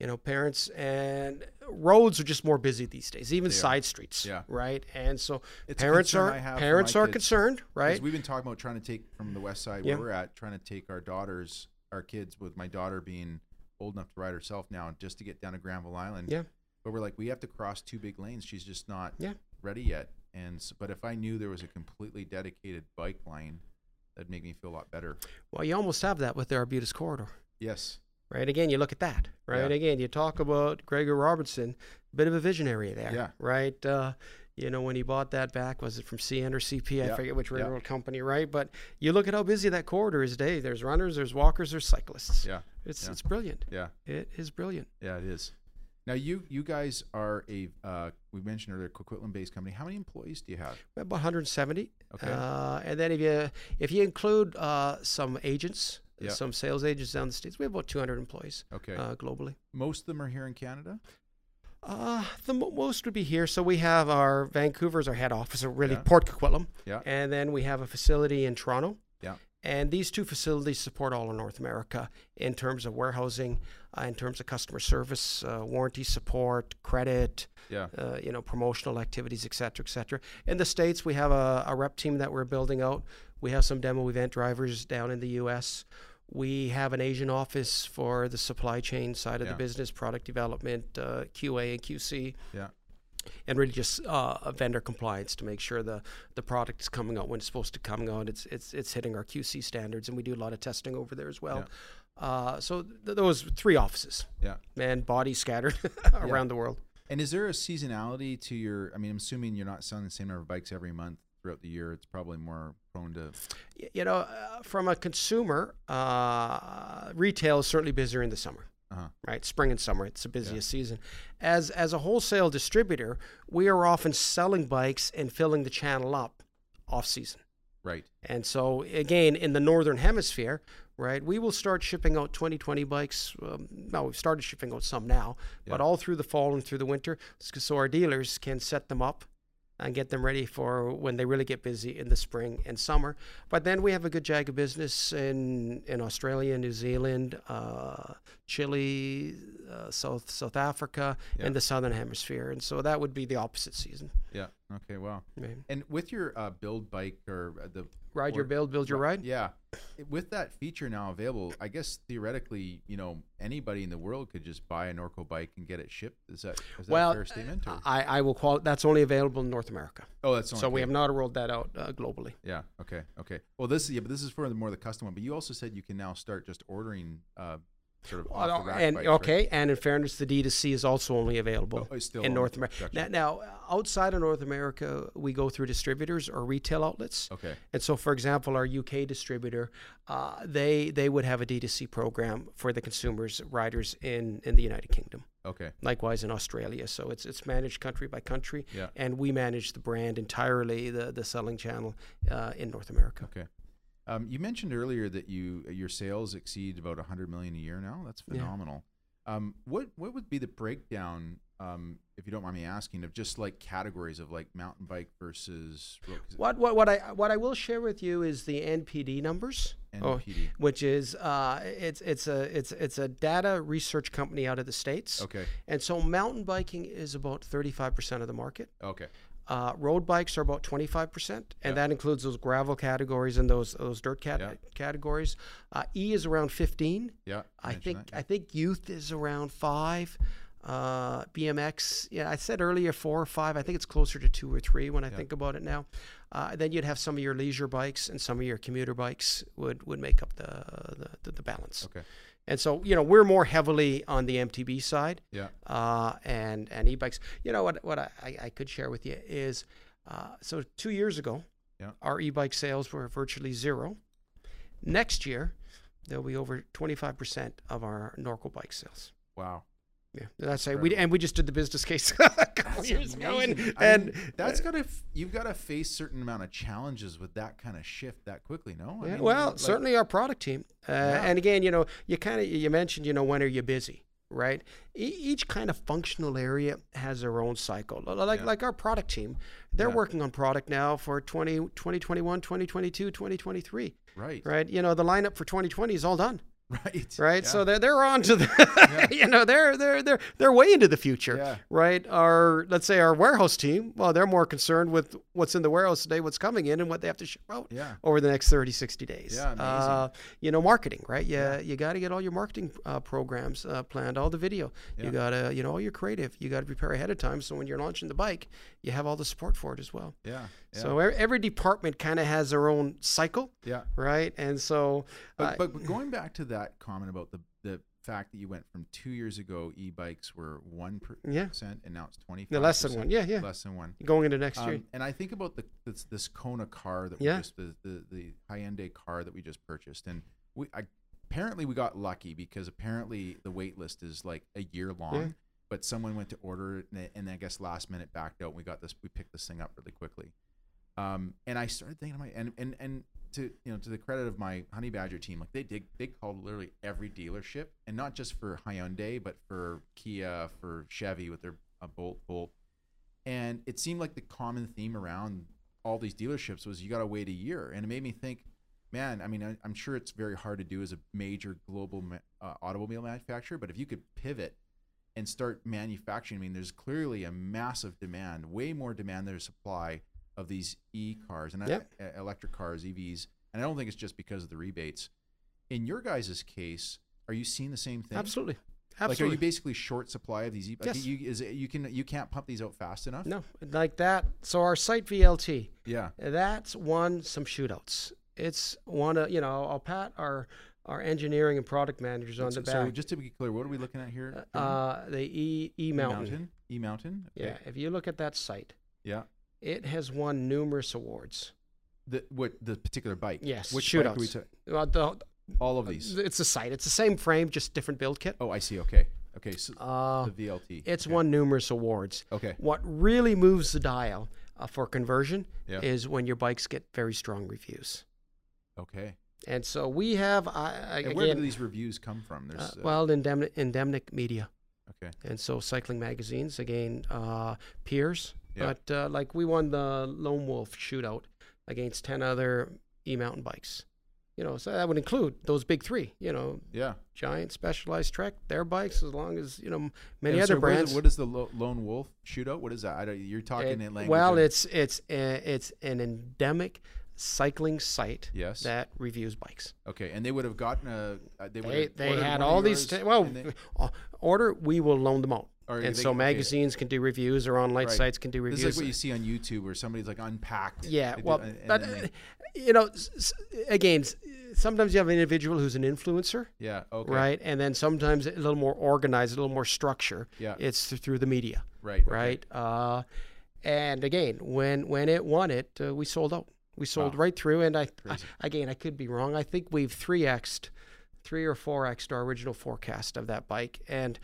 Speaker 5: You know, parents and roads are just more busy these days, even side streets,
Speaker 2: Yeah.
Speaker 5: right? And so
Speaker 2: It's a
Speaker 5: parents
Speaker 2: concern
Speaker 5: are
Speaker 2: I have for
Speaker 5: parents
Speaker 2: my
Speaker 5: are
Speaker 2: kids,
Speaker 5: concerned, right?
Speaker 2: Because we've been talking about trying to take from the west side
Speaker 5: Yeah.
Speaker 2: where we're at, trying to take our daughters, our kids, with my daughter being old enough to ride herself now, just to get down to Granville Island.
Speaker 5: Yeah.
Speaker 2: But we're like, we have to cross two big lanes. She's just not
Speaker 5: Yeah.
Speaker 2: ready yet. And s but if I knew there was a completely dedicated bike lane, that'd make me feel a lot better.
Speaker 5: well, you almost have that with the Arbutus corridor.
Speaker 2: Yes.
Speaker 5: Right. Again, you look at that. Right.
Speaker 2: Yeah.
Speaker 5: Again, you talk about Gregor Robertson, bit of a visionary there.
Speaker 2: Yeah.
Speaker 5: Right. Uh, you know, when he bought that back, was it from CN or CP? I
Speaker 2: Yeah,
Speaker 5: forget which
Speaker 2: yeah.
Speaker 5: railroad company, right? But you look at how busy that corridor is today. There's runners, there's walkers, there's cyclists.
Speaker 2: Yeah.
Speaker 5: It's
Speaker 2: yeah.
Speaker 5: it's brilliant.
Speaker 2: Yeah.
Speaker 5: It is brilliant.
Speaker 2: Yeah, it is. Now you you guys are a uh, we mentioned earlier Coquitlam based company. How many employees do you have?
Speaker 5: About 170.
Speaker 2: Okay.
Speaker 5: Uh, and then if you if you include uh, some agents,
Speaker 2: Yeah.
Speaker 5: some sales agents down the states, we have about 200 employees
Speaker 2: Okay.
Speaker 5: uh, globally.
Speaker 2: Most of them are here in Canada.
Speaker 5: Uh, the mo- most would be here. So we have our Vancouver's our head office, or really
Speaker 2: Yeah.
Speaker 5: Port Coquitlam,
Speaker 2: Yeah.
Speaker 5: and then we have a facility in Toronto.
Speaker 2: Yeah.
Speaker 5: And these two facilities support all of North America in terms of warehousing, uh, in terms of customer service, uh, warranty support, credit,
Speaker 2: Yeah.
Speaker 5: uh, you know, promotional activities, et cetera, et cetera. In the States, we have a, a rep team that we're building out. We have some demo event drivers down in the U.S. We have an Asian office for the supply chain side of
Speaker 2: Yeah.
Speaker 5: the business, product development, uh, QA and QC,
Speaker 2: Yeah.
Speaker 5: and really just uh, a vendor compliance to make sure the, the product is coming out when it's supposed to coming out. It's it's it's hitting our QC standards, and we do a lot of testing over there as well. Uh, so th- those three offices
Speaker 2: Yeah.
Speaker 5: and bodies scattered (laughs) around the world.
Speaker 2: And is there a seasonality to your? I mean, I'm assuming you're not selling the same number of bikes every month throughout the year. It's probably more prone to.
Speaker 5: Y- You know, uh, from a consumer, uh, retail is certainly busier in the summer.
Speaker 2: Uh-huh.
Speaker 5: right? Spring and summer, it's the busiest season. As as a wholesale distributor, we are often selling bikes and filling the channel up off season.
Speaker 2: Right.
Speaker 5: And so again, in the northern hemisphere, right, we will start shipping out 2020 bikes. Um, no, we've started shipping out some now, but all through the fall and through the winter, s- so our dealers can set them up and get them ready for when they really get busy in the spring and summer. But then we have a good jag of business in in Australia, New Zealand, uh, Chile, uh, South South Africa, and the southern hemisphere. And so that would be the opposite season.
Speaker 2: Yeah. Okay. Wow.
Speaker 5: Right.
Speaker 2: And with your uh, build bike or uh, the
Speaker 5: Ride your
Speaker 2: or-
Speaker 5: build, build your ride.
Speaker 2: Yeah. It- With that feature now available, I guess theoretically, you know, anybody in the world could just buy an Orco bike and get it shipped. Is that, is that
Speaker 5: Well,
Speaker 2: a fair statement? Or?
Speaker 5: I, I will qual. That's only available in North America.
Speaker 2: oh, that's
Speaker 5: So we
Speaker 2: okay.
Speaker 5: have not rolled that out uh, globally.
Speaker 2: Yeah. Okay. Okay. Well, this yeah, but this is for the more the custom one. But you also said you can now start just ordering uh, sort of off the rack
Speaker 5: and
Speaker 2: bikes, right?
Speaker 5: okay, and in fairness, the D2C is also only available
Speaker 2: Oh, it's still
Speaker 5: in
Speaker 2: on-
Speaker 5: North America.
Speaker 2: gotcha.
Speaker 5: Now, now, outside of North America, we go through distributors or retail outlets.
Speaker 2: Okay.
Speaker 5: And so, for example, our UK distributor, uh, they they would have a D2C program for the consumers, riders in in the United Kingdom.
Speaker 2: Okay.
Speaker 5: likewise in Australia. So it's it's managed country by country,
Speaker 2: Yeah.
Speaker 5: and we manage the brand entirely, the the selling channel uh, in North America.
Speaker 2: Okay. Um, you mentioned earlier that you your sales exceed about 100 million a year now. That's
Speaker 5: Yeah.
Speaker 2: phenomenal. Um, what what would be the breakdown, um, if you don't mind me asking, of just like categories of like mountain bike versus road? 'Cause
Speaker 5: What what what I what I will share with you is the NPD numbers.
Speaker 2: NPD.
Speaker 5: which is uh, it's it's a it's it's a data research company out of the states.
Speaker 2: Okay.
Speaker 5: And so mountain biking is about 35% of the market.
Speaker 2: Okay.
Speaker 5: Uh, road bikes are about 25%, and that includes those gravel categories and those those dirt cat-
Speaker 2: Yeah.
Speaker 5: categories. Uh, e is around 15,
Speaker 2: Yeah.
Speaker 5: I
Speaker 2: mentioned
Speaker 5: think
Speaker 2: that,
Speaker 5: I think youth is around five. Uh, BMX, yeah, I said earlier four or five. I think it's closer to two or three when I think about it now. Uh, then you'd have some of your leisure bikes and some of your commuter bikes would would make up the the, the, the balance.
Speaker 2: Okay.
Speaker 5: And so you know we're more heavily on the MTB side
Speaker 2: Yeah.
Speaker 5: uh, and and e-bikes. You know what what I, I I could share with you is uh, so two years ago,
Speaker 2: Yeah.
Speaker 5: our e-bike sales were virtually zero. Next year, there'll be over 25% of our Norco bike sales.
Speaker 2: Wow.
Speaker 5: Yeah, that's it. we and we just did the business case (laughs) a couple years ago, and,
Speaker 2: I mean,
Speaker 5: and
Speaker 2: that's gotta f- you've got to face certain amount of challenges with that kind of shift that quickly. No. I
Speaker 5: Yeah,
Speaker 2: mean,
Speaker 5: well,
Speaker 2: like-
Speaker 5: certainly our product team. Uh,
Speaker 2: Yeah.
Speaker 5: And again, you know, you kind of you mentioned, you know, when are you busy, right? E- each kind of functional area has their own cycle. L- Like
Speaker 2: Yeah.
Speaker 5: like our product team, they're
Speaker 2: Yeah.
Speaker 5: working on product now for 20, 2021, 2022, 2023,
Speaker 2: Right. Right.
Speaker 5: right? You know, the lineup for 2020 is all done,
Speaker 2: (laughs) Right.
Speaker 5: right?
Speaker 2: Yeah.
Speaker 5: So they're they're on to the (laughs) you know, they're they're they're they're way into the future,
Speaker 2: Yeah.
Speaker 5: right? Our let's say our warehouse team, well, they're more concerned with what's in the warehouse today, what's coming in and what they have to ship out
Speaker 2: Yeah.
Speaker 5: over the next 30 60 days
Speaker 2: Yeah, amazing.
Speaker 5: Uh, you know marketing right you, you got to get all your marketing uh, programs uh, planned all the video
Speaker 2: Yeah.
Speaker 5: you got to you know all your creative you got to prepare ahead of time so when you're launching the bike you have all the support for it as well
Speaker 2: Yeah. Yeah.
Speaker 5: so e- every department kind of has their own cycle
Speaker 2: yeah.
Speaker 5: right and so
Speaker 2: But,
Speaker 5: uh,
Speaker 2: but but going back to that comment about the the fact that you went from two years ago, e-bikes were one
Speaker 5: Mm, Yeah.
Speaker 2: percent, and now it's twenty.
Speaker 5: No, less than one. Yeah, yeah.
Speaker 2: Less than one.
Speaker 5: going into next year
Speaker 2: Um, and I think about the this, this Kona car that
Speaker 5: Yeah.
Speaker 2: we just the, the the Hyundai car that we just purchased, and we I, apparently we got lucky because apparently the wait list is like a year long. But someone went to order it, and, they- and I guess last minute backed out. And we got this. We picked this thing up really quickly. Um, and I started thinking, my and and and to you know to the credit of my Honey Badger team, like they did, they called literally every dealership, and not just for Hyundai, but for Kia, for Chevy with their uh, Bolt Bolt. And it seemed like the common theme around all these dealerships was you got to wait a year, and it made me think, man. I mean, I, I'm sure it's very hard to do as a major global ma- uh, automobile manufacturer, but if you could pivot and start manufacturing. I mean, there's clearly a massive demand, way more demand than there's supply of these e cars and uh,
Speaker 5: Yep.
Speaker 2: e- electric cars, EVs. And I don't think it's just because of the rebates. in your guys' case, are you seeing the same thing?
Speaker 5: Absolutely.
Speaker 2: Like, are
Speaker 5: Absolutely.
Speaker 2: you basically short supply of these? E- like,
Speaker 5: Yes.
Speaker 2: you, is it, you can you can't pump these out fast enough.
Speaker 5: no, like that. So our site VLT,
Speaker 2: Yeah.
Speaker 5: that's won some shootouts. It's one of, you know, I'll pat our, our engineering and product managers on
Speaker 2: So,
Speaker 5: the
Speaker 2: so
Speaker 5: back.
Speaker 2: just Mm-hmm. to be clear, what are we looking at here?
Speaker 5: uh, the E, e Mountain.
Speaker 2: E Mountain. Okay.
Speaker 5: Yeah. If you look at that site,
Speaker 2: Yeah.
Speaker 5: it has won numerous awards.
Speaker 2: The what the particular bike?
Speaker 5: Yes.
Speaker 2: Which
Speaker 5: shootouts.
Speaker 2: bike are we ta-
Speaker 5: Well, the-
Speaker 2: All of these.
Speaker 5: It's the site. It's the same frame, just different build kit.
Speaker 2: Oh, I see. Okay. Okay. So
Speaker 5: Uh,
Speaker 2: Oh. the VLT.
Speaker 5: It's
Speaker 2: okay.
Speaker 5: won numerous awards.
Speaker 2: Okay.
Speaker 5: What really moves the dial uh, for conversion
Speaker 2: Yeah.
Speaker 5: is when your bikes get very strong reviews.
Speaker 2: Okay.
Speaker 5: And so we have, I I-
Speaker 2: And
Speaker 5: again,
Speaker 2: where do these reviews come from?
Speaker 5: uh,
Speaker 2: There's uh,
Speaker 5: well, Indemnic, Indemnic Media.
Speaker 2: okay.
Speaker 5: And so cycling magazines, again, uh, peers.
Speaker 2: Yeah.
Speaker 5: But uh, like we won the Lone Wolf shootout against 10 other e mountain bikes. You know, so that would include those big three, you know,
Speaker 2: Yeah.
Speaker 5: Giant, Specialized, Trek, their bikes, as long as, you know, m- many
Speaker 2: And
Speaker 5: other
Speaker 2: so what is-
Speaker 5: brands.
Speaker 2: What is the lo- lone wolf shootout? What is that? I don't, you're talking
Speaker 5: It-
Speaker 2: in language.
Speaker 5: well,
Speaker 2: of-
Speaker 5: it's it's uh, it's an endemic cycling site
Speaker 2: Yes.
Speaker 5: that reviews bikes.
Speaker 2: okay, and they would have gotten a. uh, They would
Speaker 5: They
Speaker 2: have
Speaker 5: they
Speaker 2: ordered
Speaker 5: had
Speaker 2: one of
Speaker 5: all these
Speaker 2: yours
Speaker 5: t- well
Speaker 2: and they-
Speaker 5: uh, order we will loan them out,
Speaker 2: Or
Speaker 5: and
Speaker 2: they-
Speaker 5: so
Speaker 2: okay.
Speaker 5: magazines can do reviews or online
Speaker 2: Right.
Speaker 5: sites can do
Speaker 2: this
Speaker 5: reviews.
Speaker 2: is like what you see on YouTube where somebody's like unpacked.
Speaker 5: yeah,
Speaker 2: They do-
Speaker 5: well,
Speaker 2: and- and
Speaker 5: but
Speaker 2: then
Speaker 5: (laughs)
Speaker 2: they-
Speaker 5: uh, you know, s- s- again, s- sometimes you have an individual who's an influencer,
Speaker 2: yeah, okay,
Speaker 5: right, and then sometimes a little more organized, a little more structure.
Speaker 2: Yeah.
Speaker 5: it's th- through the media,
Speaker 2: right, okay.
Speaker 5: right? Uh, and again, when when it won it, uh, we sold out. We sold right through, and I, I again I could be wrong. I think we've three xed, three or four xed our original forecast of that bike, and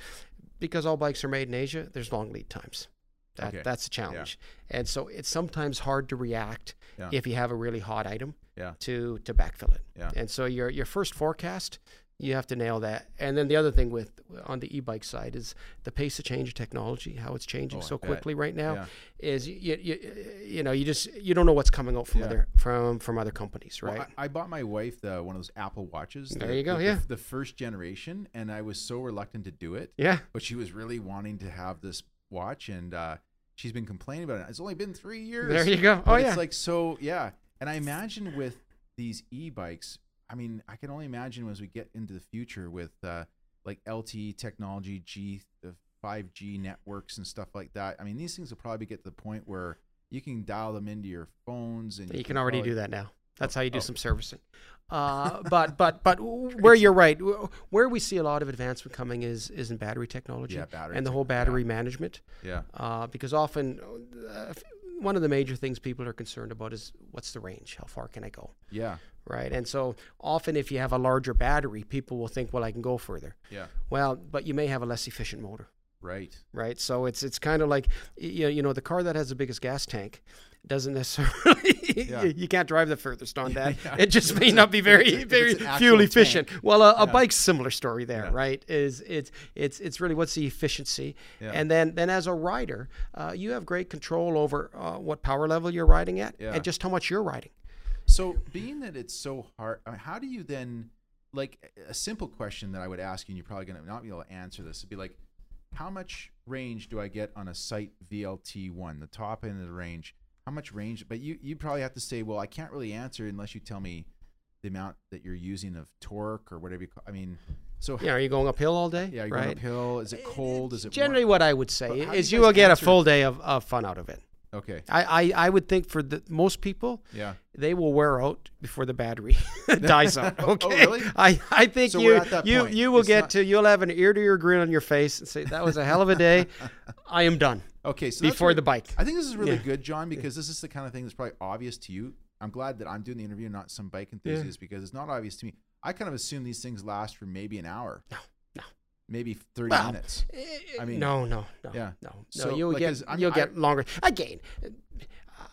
Speaker 5: because all bikes are made in Asia, there's long lead times. That
Speaker 2: Okay.
Speaker 5: that's a challenge, and so it's sometimes hard to react
Speaker 2: Yeah.
Speaker 5: if you have a really hot item
Speaker 2: Yeah.
Speaker 5: to to backfill it.
Speaker 2: Yeah.
Speaker 5: And so your your first forecast, you have to nail that. And then the other thing with on the e-bike side is the pace of change of technology, how it's changing
Speaker 2: Oh, I
Speaker 5: so
Speaker 2: bet.
Speaker 5: quickly right now,
Speaker 2: Yeah.
Speaker 5: is you, you you know you just you don't know what's coming out from
Speaker 2: Yeah.
Speaker 5: other from from other companies,
Speaker 2: Well,
Speaker 5: right?
Speaker 2: I, I bought my wife the one of those Apple watches.
Speaker 5: There
Speaker 2: the-
Speaker 5: you go,
Speaker 2: the- the-
Speaker 5: yeah.
Speaker 2: the first generation, and I was so reluctant to do it.
Speaker 5: yeah.
Speaker 2: but she was really wanting to have this watch and uh, she's been complaining about it. It's only been three years.
Speaker 5: There you go.
Speaker 2: But
Speaker 5: Oh, yeah.
Speaker 2: It's like so yeah. And I imagine with these e bikes, I mean, I can only imagine as we get into the future with uh, like LTE technology, G the five G networks and stuff like that. I mean, these things will probably get to the point where you can dial them into your phones and
Speaker 5: You can already
Speaker 2: probably-
Speaker 5: do that now. That's how you do
Speaker 2: oh.
Speaker 5: some servicing.
Speaker 2: (laughs)
Speaker 5: Uh, but but but where you're right, w- where we see a lot of advancement coming is is in battery technology
Speaker 2: Yeah, battery
Speaker 5: and the whole
Speaker 2: techno- yeah.
Speaker 5: battery management.
Speaker 2: Yeah.
Speaker 5: uh, because often uh, f- one of the major things people are concerned about is what's the range? How far can I go?
Speaker 2: Yeah.
Speaker 5: Right. And so often, if you have a larger battery, people will think, well, I can go further.
Speaker 2: Yeah.
Speaker 5: Well, but you may have a less efficient motor.
Speaker 2: Right.
Speaker 5: Right. So it's it's kind of like y- you know, you know the car that has the biggest gas tank doesn't (laughs) necessarily
Speaker 2: Yeah.
Speaker 5: you can't drive the
Speaker 2: (laughs)
Speaker 5: furthest on that.
Speaker 2: yeah.
Speaker 5: It just may not be
Speaker 2: it's a-
Speaker 5: very
Speaker 2: if
Speaker 5: very
Speaker 2: it's an actual
Speaker 5: fuel
Speaker 2: tank.
Speaker 5: efficient. Well, a, a
Speaker 2: Yeah.
Speaker 5: bike's similar story there,
Speaker 2: Yeah.
Speaker 5: right? Is it's it's it's really what's the efficiency,
Speaker 2: Yeah.
Speaker 5: and then then as a rider, uh, you have great control over uh, what power level you're riding at,
Speaker 2: Yeah.
Speaker 5: and just how much you're riding.
Speaker 2: So, being that it's so hard, I mean, how do you then, like, a simple question that I would ask you, and you're probably going to not be able to answer this, would be like, how much range do I get on a site VLT one, the top end of the range? How much range? But you you probably have to say, well, I can't really answer unless you tell me the amount that you're using of torque or whatever. you call, I mean, so
Speaker 5: You know, are you going uphill all day?
Speaker 2: yeah, you're
Speaker 5: right.
Speaker 2: going uphill. Is it cold? Is it warm?
Speaker 5: Generally, what I would say
Speaker 2: But how do
Speaker 5: is
Speaker 2: you
Speaker 5: you
Speaker 2: guys
Speaker 5: will get a
Speaker 2: answer-
Speaker 5: full day of, of fun out of it.
Speaker 2: Okay,
Speaker 5: I, I, I would think for the, most people,
Speaker 2: yeah.
Speaker 5: they will wear out before the battery (laughs)
Speaker 2: (laughs)
Speaker 5: dies out. Okay.
Speaker 2: Oh, really?
Speaker 5: I, I think
Speaker 2: So we're
Speaker 5: you
Speaker 2: at that
Speaker 5: you
Speaker 2: point.
Speaker 5: you will
Speaker 2: It's
Speaker 5: get
Speaker 2: not-
Speaker 5: to you'll have an ear to ear grin on your face and say that was a hell of a
Speaker 2: (laughs)
Speaker 5: day. I am done.
Speaker 2: Okay, so that's
Speaker 5: Before
Speaker 2: really-
Speaker 5: the bike.
Speaker 2: I think this is really
Speaker 5: Yeah.
Speaker 2: good, John, because this is the kind of thing that's probably obvious to you. I'm glad that I'm doing the interview, not some bike enthusiast, because it's not obvious to me. I kind of assume these things last for maybe an hour. No,
Speaker 5: no.
Speaker 2: Maybe 30
Speaker 5: Well,
Speaker 2: minutes. I mean,
Speaker 5: Uh, no, no, no,
Speaker 2: yeah.
Speaker 5: no, no.
Speaker 2: So,
Speaker 5: you'll
Speaker 2: like,
Speaker 5: get
Speaker 2: 'cause, I mean,
Speaker 5: you'll
Speaker 2: I-
Speaker 5: get longer again.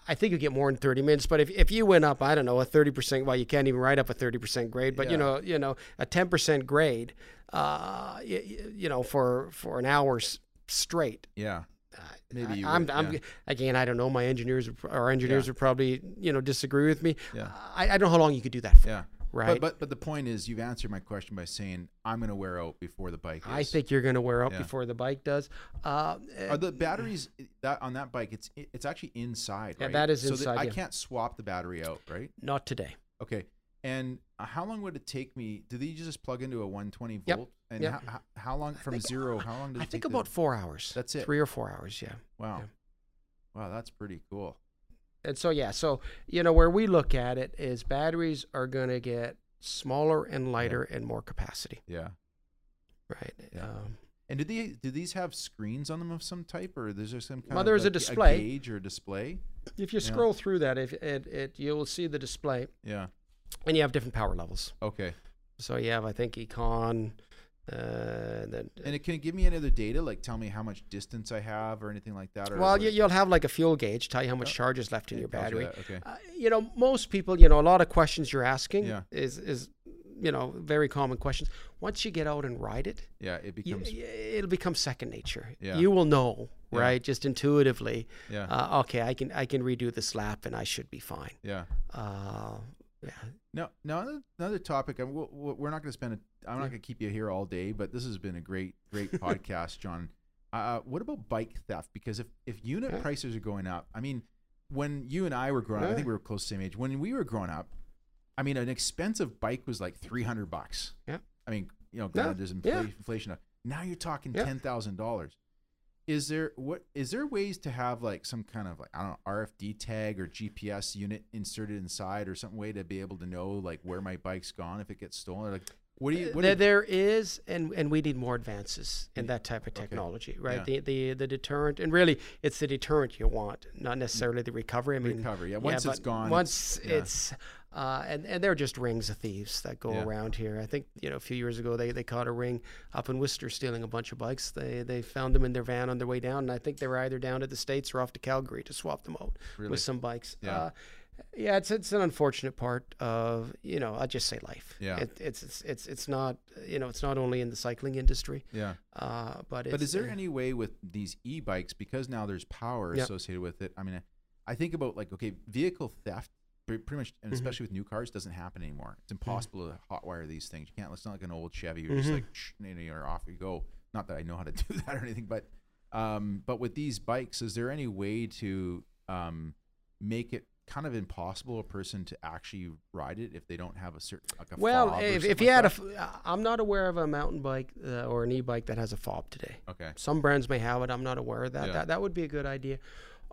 Speaker 5: I think you get more than thirty minutes, but if, if you went up, I don't know, a thirty percent. Well, you can't even write up a thirty percent grade, but
Speaker 2: Yeah.
Speaker 5: you know, you know, a ten percent grade, uh, you, you know, for for an hour s- straight.
Speaker 2: Yeah. Maybe
Speaker 5: I-
Speaker 2: you
Speaker 5: I'm,
Speaker 2: would,
Speaker 5: I'm
Speaker 2: yeah.
Speaker 5: again. I don't know. My engineers, would pr- our engineers, would probably you know disagree with me.
Speaker 2: Yeah.
Speaker 5: I, I don't know how long you could do that for.
Speaker 2: Yeah.
Speaker 5: Right.
Speaker 2: But, but but the point is, you've answered my question by saying I'm going to wear out before the bike. Is.
Speaker 5: I think you're going to wear out
Speaker 2: Yeah.
Speaker 5: before the bike does. Uh,
Speaker 2: are the batteries that on that bike? It's it's actually inside.
Speaker 5: Yeah,
Speaker 2: right?
Speaker 5: that is
Speaker 2: so
Speaker 5: inside,
Speaker 2: I
Speaker 5: yeah.
Speaker 2: can't swap the battery out, right?
Speaker 5: not today.
Speaker 2: Okay. And uh, how long would it take me? Do they just plug into a 120
Speaker 5: Yep,
Speaker 2: volt? And
Speaker 5: yep.
Speaker 2: How, how, how long from
Speaker 5: (sighs)
Speaker 2: zero? How long does
Speaker 5: I
Speaker 2: it
Speaker 5: think
Speaker 2: take to-
Speaker 5: about four hours.
Speaker 2: That's it.
Speaker 5: Three or four hours, yeah.
Speaker 2: wow,
Speaker 5: yeah.
Speaker 2: wow, that's pretty cool.
Speaker 5: And so yeah, so you know where we look at it is batteries are going to get smaller and lighter and more capacity,
Speaker 2: Yeah.
Speaker 5: right?
Speaker 2: Yeah.
Speaker 5: Um,
Speaker 2: And do they do these have screens on them of some type, or is there some kind
Speaker 5: Well,
Speaker 2: of
Speaker 5: there's a
Speaker 2: like,
Speaker 5: display.
Speaker 2: gauge or display?
Speaker 5: if you
Speaker 2: Yeah.
Speaker 5: scroll through that, if it, it you'll see the display,
Speaker 2: Yeah.
Speaker 5: and you have different power levels.
Speaker 2: Okay.
Speaker 5: So you have, I think, econ, uh, and then
Speaker 2: And it can it give me any other data, like tell me how much distance I have or anything like that. Or
Speaker 5: Well,
Speaker 2: would
Speaker 5: you,
Speaker 2: it-
Speaker 5: you'll have like a fuel gauge, tell you how much
Speaker 2: Oh,
Speaker 5: charge is left in
Speaker 2: it
Speaker 5: your
Speaker 2: tells you
Speaker 5: battery.
Speaker 2: that, okay.
Speaker 5: Uh, you know, most people, you know, a lot of questions you're asking
Speaker 2: Yeah.
Speaker 5: is is you know very common questions. Once you get out and ride it,
Speaker 2: yeah, it
Speaker 5: you,
Speaker 2: becomes
Speaker 5: y- it'll become second nature.
Speaker 2: Yeah.
Speaker 5: You will know,
Speaker 2: Yeah. Uh-huh.
Speaker 5: right? Just intuitively.
Speaker 2: yeah,
Speaker 5: Uh, okay, I can I can redo this lap and I should be fine.
Speaker 2: yeah.
Speaker 5: Uh, yeah.
Speaker 2: No, no. another- Another topic. I'm, we'll- we'll- we're not going to spend. A, I'm not
Speaker 5: Yeah.
Speaker 2: going to keep you here all day, but this has been a great,
Speaker 5: (laughs)
Speaker 2: great podcast, John. Uh, what about bike theft? Because if if unit
Speaker 5: Yeah.
Speaker 2: prices are going up, I mean, when you and I were growing up, I
Speaker 5: Yeah.
Speaker 2: think we were close to the same age. When we were growing up, I mean, an expensive bike was like 300 bucks.
Speaker 5: Yeah.
Speaker 2: I mean, you know,
Speaker 5: Yeah,
Speaker 2: granted, there's infla-
Speaker 5: yeah.
Speaker 2: inflation. Now you're talking
Speaker 5: Yeah.
Speaker 2: ten thousand dollars. Is there what is there ways to have like some kind of like I don't know RFD tag or GPS unit inserted inside or some way to be able to know like where my bike's gone if it gets stolen? Like what do you what
Speaker 5: there,
Speaker 2: do you-
Speaker 5: there is, and and we need more advances in that type of
Speaker 2: Okay.
Speaker 5: technology, right?
Speaker 2: Yeah.
Speaker 5: The, the the deterrent, and really, it's the deterrent you want, not necessarily the recovery. I mean,
Speaker 2: Recovery, yeah, once it's
Speaker 5: but
Speaker 2: gone,
Speaker 5: once
Speaker 2: it's- yeah.
Speaker 5: it's, uh, and and they're just rings of thieves that go
Speaker 2: Yeah.
Speaker 5: around here. I think you know a few years ago they, they caught a ring up in Worcester stealing a bunch of bikes. They they found them in their van on their way down, and I think they were either down to the states or off to Calgary to swap them out
Speaker 2: Really?
Speaker 5: with some bikes.
Speaker 2: Yeah.
Speaker 5: Uh, yeah, it's it's an unfortunate part of you know I just say life.
Speaker 2: Yeah.
Speaker 5: It, it's it's it's it's not you know it's not only in the cycling industry,
Speaker 2: yeah.
Speaker 5: uh, but it's,
Speaker 2: But is there
Speaker 5: uh,
Speaker 2: any way with these e-bikes because now there's power
Speaker 5: Yeah.
Speaker 2: associated with it? I mean, I, I think about like okay, vehicle theft pre- pretty much,
Speaker 5: Mm-hmm.
Speaker 2: and especially with new cars, doesn't happen anymore. It's impossible to hotwire these things. You can't. It's not like an old Chevy. You're just
Speaker 5: Mhm.
Speaker 2: like "Shh, you know, you're off you go. Not that I know how to (laughs) do that or anything, but um, but with these bikes, is there any way to um, make it kind of impossible a person to actually ride it if they don't have a certain like a
Speaker 5: well
Speaker 2: fob or
Speaker 5: if,
Speaker 2: something
Speaker 5: if you
Speaker 2: like
Speaker 5: had a
Speaker 2: that?
Speaker 5: f- I'm not aware of a mountain bike uh, or an e-bike that has a fob today.
Speaker 2: okay
Speaker 5: Some brands may have it. I'm not aware of that.
Speaker 2: Yeah.
Speaker 5: That, that would be a good idea.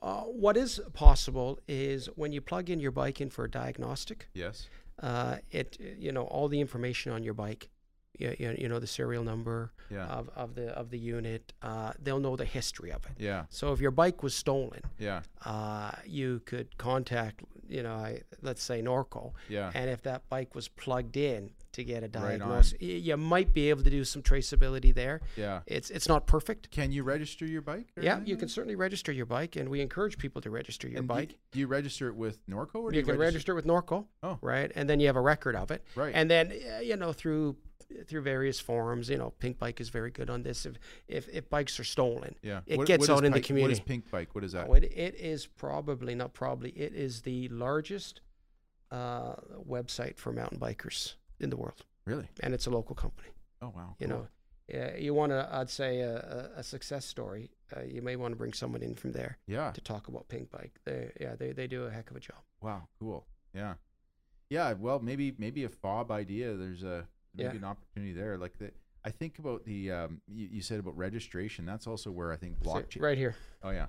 Speaker 5: Uh, what is possible is when you plug in your bike in for a diagnostic,
Speaker 2: yes
Speaker 5: uh, it you know all the information on your bike, you, you, you know the serial number
Speaker 2: Yeah.
Speaker 5: of, of the of the unit. Uh, they'll know the history of it.
Speaker 2: yeah
Speaker 5: So if your bike was stolen,
Speaker 2: yeah
Speaker 5: uh, you could contact you know I, let's say Norco,
Speaker 2: yeah
Speaker 5: and if that bike was plugged in to get a
Speaker 2: Right on.
Speaker 5: diagnosis, y- you might be able to do some traceability there.
Speaker 2: yeah.
Speaker 5: It's it's not perfect.
Speaker 2: Can you register your bike? or
Speaker 5: Yeah,
Speaker 2: anything
Speaker 5: you
Speaker 2: like
Speaker 5: can certainly register your bike, and we encourage people to register your
Speaker 2: And do you-
Speaker 5: bike.
Speaker 2: Do you, register it with Norco or
Speaker 5: You,
Speaker 2: do you
Speaker 5: can register, with Norco,
Speaker 2: Oh.
Speaker 5: right? And then you have a record of it,
Speaker 2: Right.
Speaker 5: And then uh, you know through through various forums, you know, Pink Bike is very good on this. If if, if bikes are stolen,
Speaker 2: Yeah.
Speaker 5: it
Speaker 2: What-
Speaker 5: gets
Speaker 2: what is
Speaker 5: out in the
Speaker 2: Pike-
Speaker 5: community.
Speaker 2: What is Pink Bike? What is that?
Speaker 5: Oh, it, it is probably not probably it is the largest uh, website for mountain bikers in the world,
Speaker 2: really?
Speaker 5: and it's a local company.
Speaker 2: Oh wow.
Speaker 5: You
Speaker 2: cool.
Speaker 5: know, yeah, you want to I'd say a, a, a success story. Uh, you may want to bring someone in from there
Speaker 2: Yeah.
Speaker 5: to talk about Pink Bike. They yeah they, they do a heck of a job.
Speaker 2: Wow. Cool. Yeah. Yeah. Well, maybe maybe a fob idea. There's a maybe
Speaker 5: Yeah.
Speaker 2: an opportunity there. Like the, I think about the um, you, you said about registration. That's also where I think
Speaker 5: So,
Speaker 2: blockchain.
Speaker 5: right here.
Speaker 2: Oh yeah,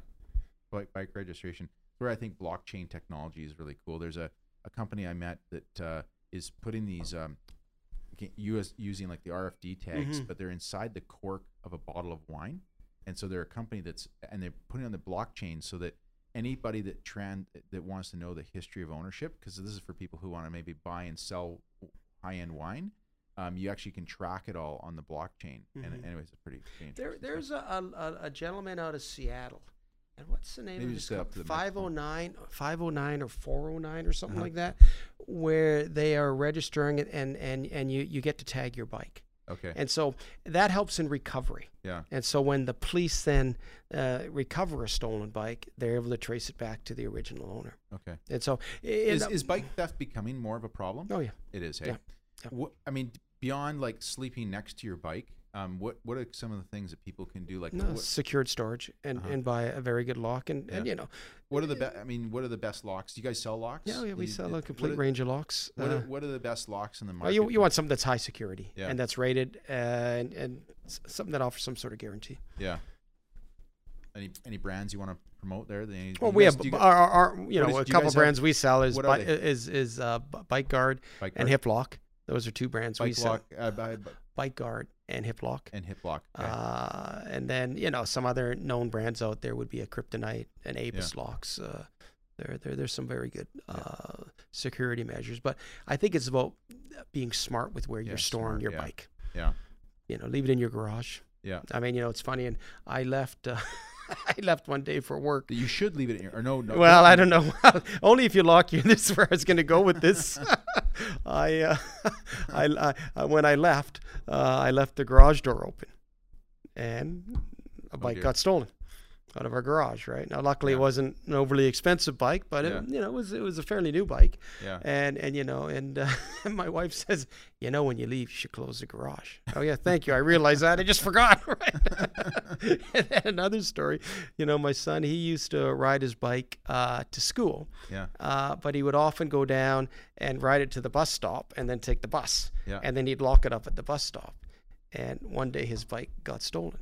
Speaker 2: bike, bike registration. Where I think blockchain technology is really cool. There's a, a company I met that uh, is putting these um, ga- US using like the RFD tags,
Speaker 5: Mhm.
Speaker 2: but they're inside the cork of a bottle of wine, and so they're a company that's and they're putting it on the blockchain so that anybody that trend that wants to know the history of ownership, because this is for people who want to maybe buy and sell high end wine. Um, you actually can track it all on the blockchain, and
Speaker 5: Mhm.
Speaker 2: anyways, it's pretty. pretty interesting
Speaker 5: There,
Speaker 2: stuff.
Speaker 5: there's a, a, a- a gentleman out of Seattle. And what's the name
Speaker 2: Maybe
Speaker 5: of
Speaker 2: just
Speaker 5: his
Speaker 2: sit up
Speaker 5: company?
Speaker 2: to the microphone. Uh-huh.
Speaker 5: 509, 509 or 409 or something like that, where they are registering it and, and, and you, you get to tag your bike.
Speaker 2: okay,
Speaker 5: And so that helps in recovery.
Speaker 2: yeah.
Speaker 5: And so when the police then uh, recover a stolen bike, they're able to trace it back to the original owner.
Speaker 2: Okay.
Speaker 5: And so, i- in
Speaker 2: Is,
Speaker 5: the-
Speaker 2: is bike theft becoming more of a problem?
Speaker 5: oh, yeah.
Speaker 2: It is. Hey,
Speaker 5: Yeah. Yeah.
Speaker 2: Wha- I mean, beyond like sleeping next to your bike, um, what what are some of the things that people can do? Like,
Speaker 5: No,
Speaker 2: what,
Speaker 5: secured storage and,
Speaker 2: Uh-huh.
Speaker 5: and buy a very good lock and, and
Speaker 2: Yeah.
Speaker 5: you know
Speaker 2: what are the be- I mean, what are the best locks? Do you guys sell locks?
Speaker 5: yeah, yeah we
Speaker 2: Do you-
Speaker 5: sell
Speaker 2: what
Speaker 5: a complete
Speaker 2: are-
Speaker 5: range of locks.
Speaker 2: What are,
Speaker 5: uh,
Speaker 2: what are the best locks in the
Speaker 5: well,
Speaker 2: market?
Speaker 5: you, you want something that's high security
Speaker 2: Yeah.
Speaker 5: and that's rated uh, and, and s- something that offers some sort of guarantee.
Speaker 2: yeah. Any any brands you want to promote there? That any,
Speaker 5: Well,
Speaker 2: you
Speaker 5: we
Speaker 2: guys-
Speaker 5: have
Speaker 2: do you
Speaker 5: b-
Speaker 2: guys-
Speaker 5: our, our, our you
Speaker 2: what
Speaker 5: know
Speaker 2: is-
Speaker 5: a
Speaker 2: do you
Speaker 5: couple
Speaker 2: guys have-
Speaker 5: brands we sell is
Speaker 2: what are
Speaker 5: bi-
Speaker 2: they?
Speaker 5: is is uh, B- Bike Guard
Speaker 2: bike
Speaker 5: and
Speaker 2: guard-
Speaker 5: Hip Lock. Those are two brands we
Speaker 2: bike
Speaker 5: sell.
Speaker 2: lock, uh, bi- bi-
Speaker 5: Bike Guard and Hip Lock.
Speaker 2: and hip lock. Okay.
Speaker 5: Uh, and then you know some other known brands out there would be a Kryptonite and Apis locks. Uh, there, there, there's some very good
Speaker 2: Yeah.
Speaker 5: uh, security measures, but I think it's about being smart with where
Speaker 2: Yeah,
Speaker 5: you're storing
Speaker 2: smart,
Speaker 5: your
Speaker 2: yeah.
Speaker 5: bike.
Speaker 2: Yeah.
Speaker 5: You know, leave it in your garage.
Speaker 2: yeah.
Speaker 5: I mean, you know, it's funny, and I left. Uh, (laughs) I left one day for work.
Speaker 2: You should leave it in your, or no, no.
Speaker 5: Well, I don't know. Only if you lock you. (laughs) This is where I was going to go with this. (laughs) I, uh, (laughs) I, I, when I left, uh, I left the garage door open, and a bike
Speaker 2: dear.
Speaker 5: got stolen out of our garage. Right now, luckily,
Speaker 2: Yeah.
Speaker 5: it wasn't an overly expensive bike, but
Speaker 2: Yeah.
Speaker 5: it, you know, it was it was a fairly new bike.
Speaker 2: Yeah.
Speaker 5: And and you know, and uh, (laughs) my wife says, you know, when you leave, you should close the garage. Oh yeah, thank you. I realized that. I just (laughs) forgot. Right. (laughs) and then another story. You know, my son, he used to ride his bike uh, to school,
Speaker 2: Yeah.
Speaker 5: uh, but he would often go down and ride it to the bus stop and then take the bus.
Speaker 2: Yeah.
Speaker 5: And then he'd lock it up at the bus stop. And one day his bike got stolen.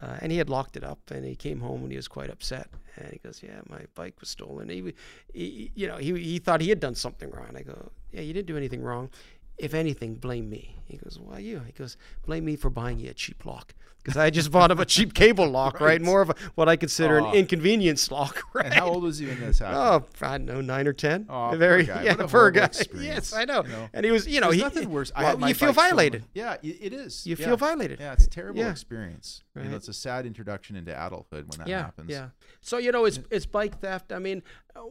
Speaker 5: Uh, and he had locked it up, and he came home and he was quite upset. And he goes, "Yeah, my bike was stolen." He, w- he you know, he he thought he had done something wrong. I go, "Yeah, you didn't do anything wrong. If anything, blame me." He goes, "Why you?" He goes, "Blame me for buying you a cheap lock because I just bought him a cheap cable lock,
Speaker 2: (laughs)
Speaker 5: right? More of a, what I consider
Speaker 2: Aw.
Speaker 5: an inconvenience lock, (laughs) right?"
Speaker 2: And how old was he when this happened?
Speaker 5: (laughs) Oh, I don't know, nine or ten.
Speaker 2: Aw,
Speaker 5: Oh,
Speaker 2: poor
Speaker 5: very, (laughs)
Speaker 2: guy.
Speaker 5: yeah,
Speaker 2: What a
Speaker 5: poor
Speaker 2: horrible
Speaker 5: guy.
Speaker 2: experience,
Speaker 5: Yes, I know.
Speaker 2: you know?
Speaker 5: And he was, you know,
Speaker 2: There's
Speaker 5: Oh, he,
Speaker 2: nothing worse. I
Speaker 5: well,
Speaker 2: had my
Speaker 5: you feel
Speaker 2: bike stolen.
Speaker 5: violated.
Speaker 2: Yeah, i- it is.
Speaker 5: You feel
Speaker 2: Yeah.
Speaker 5: violated.
Speaker 2: Yeah, it's a terrible
Speaker 5: Yeah.
Speaker 2: experience. You know,
Speaker 5: Right.
Speaker 2: it's a sad introduction into adulthood when that
Speaker 5: yeah,
Speaker 2: happens.
Speaker 5: yeah. So you know, it's it's bike theft. I mean, uh,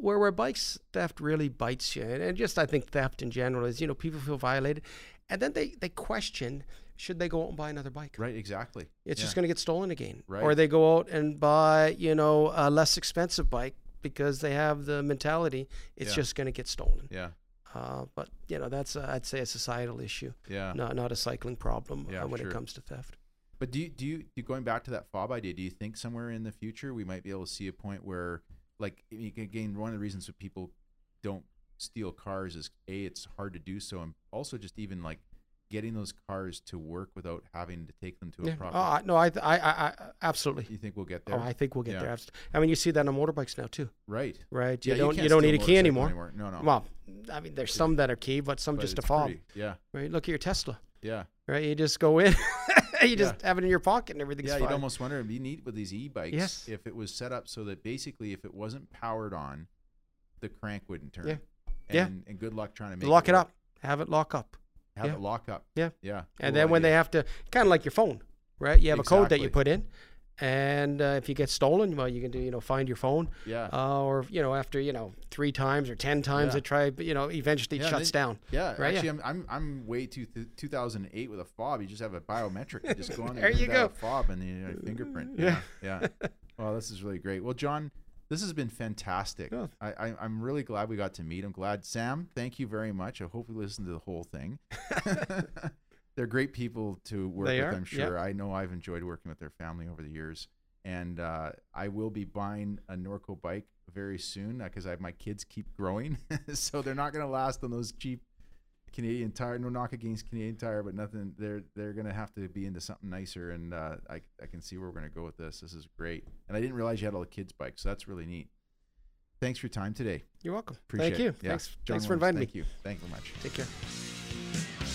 Speaker 5: where where bikes theft really bites you, and, and just I think theft in general is you know people feel violated, and then they they question should they go out and buy another bike.
Speaker 2: Right. Exactly.
Speaker 5: It's
Speaker 2: Yeah.
Speaker 5: just going to get stolen again, or
Speaker 2: Right.
Speaker 5: they go out and buy you know a less expensive bike because they have the mentality it's
Speaker 2: Yeah.
Speaker 5: just going to get stolen.
Speaker 2: Yeah.
Speaker 5: Uh, but you know that's a, I'd say a societal issue,
Speaker 2: Yeah.
Speaker 5: not not a cycling problem
Speaker 2: Yeah,
Speaker 5: uh, when
Speaker 2: sure.
Speaker 5: it comes to theft.
Speaker 2: But do you, do you do- going back to that fob idea? Do you think somewhere in the future we might be able to see a point where, like, I mean, again, one of the reasons that people don't steal cars is a it's hard to do so, and also just even like getting those cars to work without having to take them to a
Speaker 5: Yeah.
Speaker 2: proper.
Speaker 5: Oh, I- no, I, th- I, I, I absolutely.
Speaker 2: you think we'll get there?
Speaker 5: Oh, I think we'll get
Speaker 2: Yeah.
Speaker 5: there. Abs- I mean, you see that on motorbikes now too,
Speaker 2: right.
Speaker 5: right?
Speaker 2: Yeah,
Speaker 5: You don't you,
Speaker 2: can't
Speaker 5: don't
Speaker 2: steal
Speaker 5: need a key
Speaker 2: motorcycle
Speaker 5: anymore.
Speaker 2: No, no.
Speaker 5: Well, I mean, there's some that are key, but some
Speaker 2: but
Speaker 5: just a
Speaker 2: it's
Speaker 5: fob,
Speaker 2: pretty- Yeah,
Speaker 5: right? Look at your Tesla,
Speaker 2: yeah,
Speaker 5: right? You just go in, (laughs) you just have it in your pocket, and everything's
Speaker 2: yeah.
Speaker 5: fine.
Speaker 2: You'd almost wonder it'd be neat with these e-bikes
Speaker 5: Yes.
Speaker 2: if it was set up so that basically if it wasn't powered on, the crank wouldn't turn.
Speaker 5: Yeah.
Speaker 2: And,
Speaker 5: Yeah.
Speaker 2: And good luck trying to make
Speaker 5: Lock it
Speaker 2: work.
Speaker 5: up, have it lock up,
Speaker 2: Have
Speaker 5: Yeah.
Speaker 2: it lock up.
Speaker 5: Yeah.
Speaker 2: Yeah.
Speaker 5: and
Speaker 2: cool
Speaker 5: then when they
Speaker 2: idea.
Speaker 5: have to, kind of like your phone, right? You have a code that you
Speaker 2: Exactly.
Speaker 5: put in, and uh, if you get stolen, well, you can do you know find your phone.
Speaker 2: yeah
Speaker 5: uh, or you know after you know three times or ten times
Speaker 2: Yeah.
Speaker 5: they try you know eventually it
Speaker 2: Yeah,
Speaker 5: shuts
Speaker 2: they-
Speaker 5: down
Speaker 2: yeah,
Speaker 5: right,
Speaker 2: actually,
Speaker 5: yeah.
Speaker 2: I'm, I'm I'm way too th- 2008 with a fob. You just have a biometric. You just go
Speaker 5: (laughs)
Speaker 2: on there,
Speaker 5: There
Speaker 2: and
Speaker 5: you
Speaker 2: print out
Speaker 5: go.
Speaker 2: a fob, and then you fingerprint. Yeah,
Speaker 5: Yeah.
Speaker 2: yeah.
Speaker 5: (laughs)
Speaker 2: Well, this is really great. Well, John, this has been fantastic.
Speaker 5: Yeah.
Speaker 2: I, I I'm really glad we got to meet. I'm glad, Sam. Thank you very much. I hope we listened to the whole thing. (laughs) They're great people to work
Speaker 5: They
Speaker 2: with.
Speaker 5: are,
Speaker 2: I'm
Speaker 5: yeah.
Speaker 2: sure. I know I've enjoyed working with their family over the years, and uh, I will be buying a Norco bike very soon because I my kids keep growing, (laughs) so they're not going to last on those cheap Canadian Tire. No knock against Canadian Tire, but nothing. They're they're gonna have to be into something nicer, and uh, I I can see where we're gonna go with this. This is great, and I didn't realize you had all the kids' bikes, so that's really neat. Thanks for your time today.
Speaker 5: you're welcome
Speaker 2: Appreciate
Speaker 5: thank you
Speaker 2: it. Yeah.
Speaker 5: thanks
Speaker 2: John
Speaker 5: thanks for
Speaker 2: Williams,
Speaker 5: inviting me
Speaker 2: Thank you. Thank you very much.
Speaker 5: take care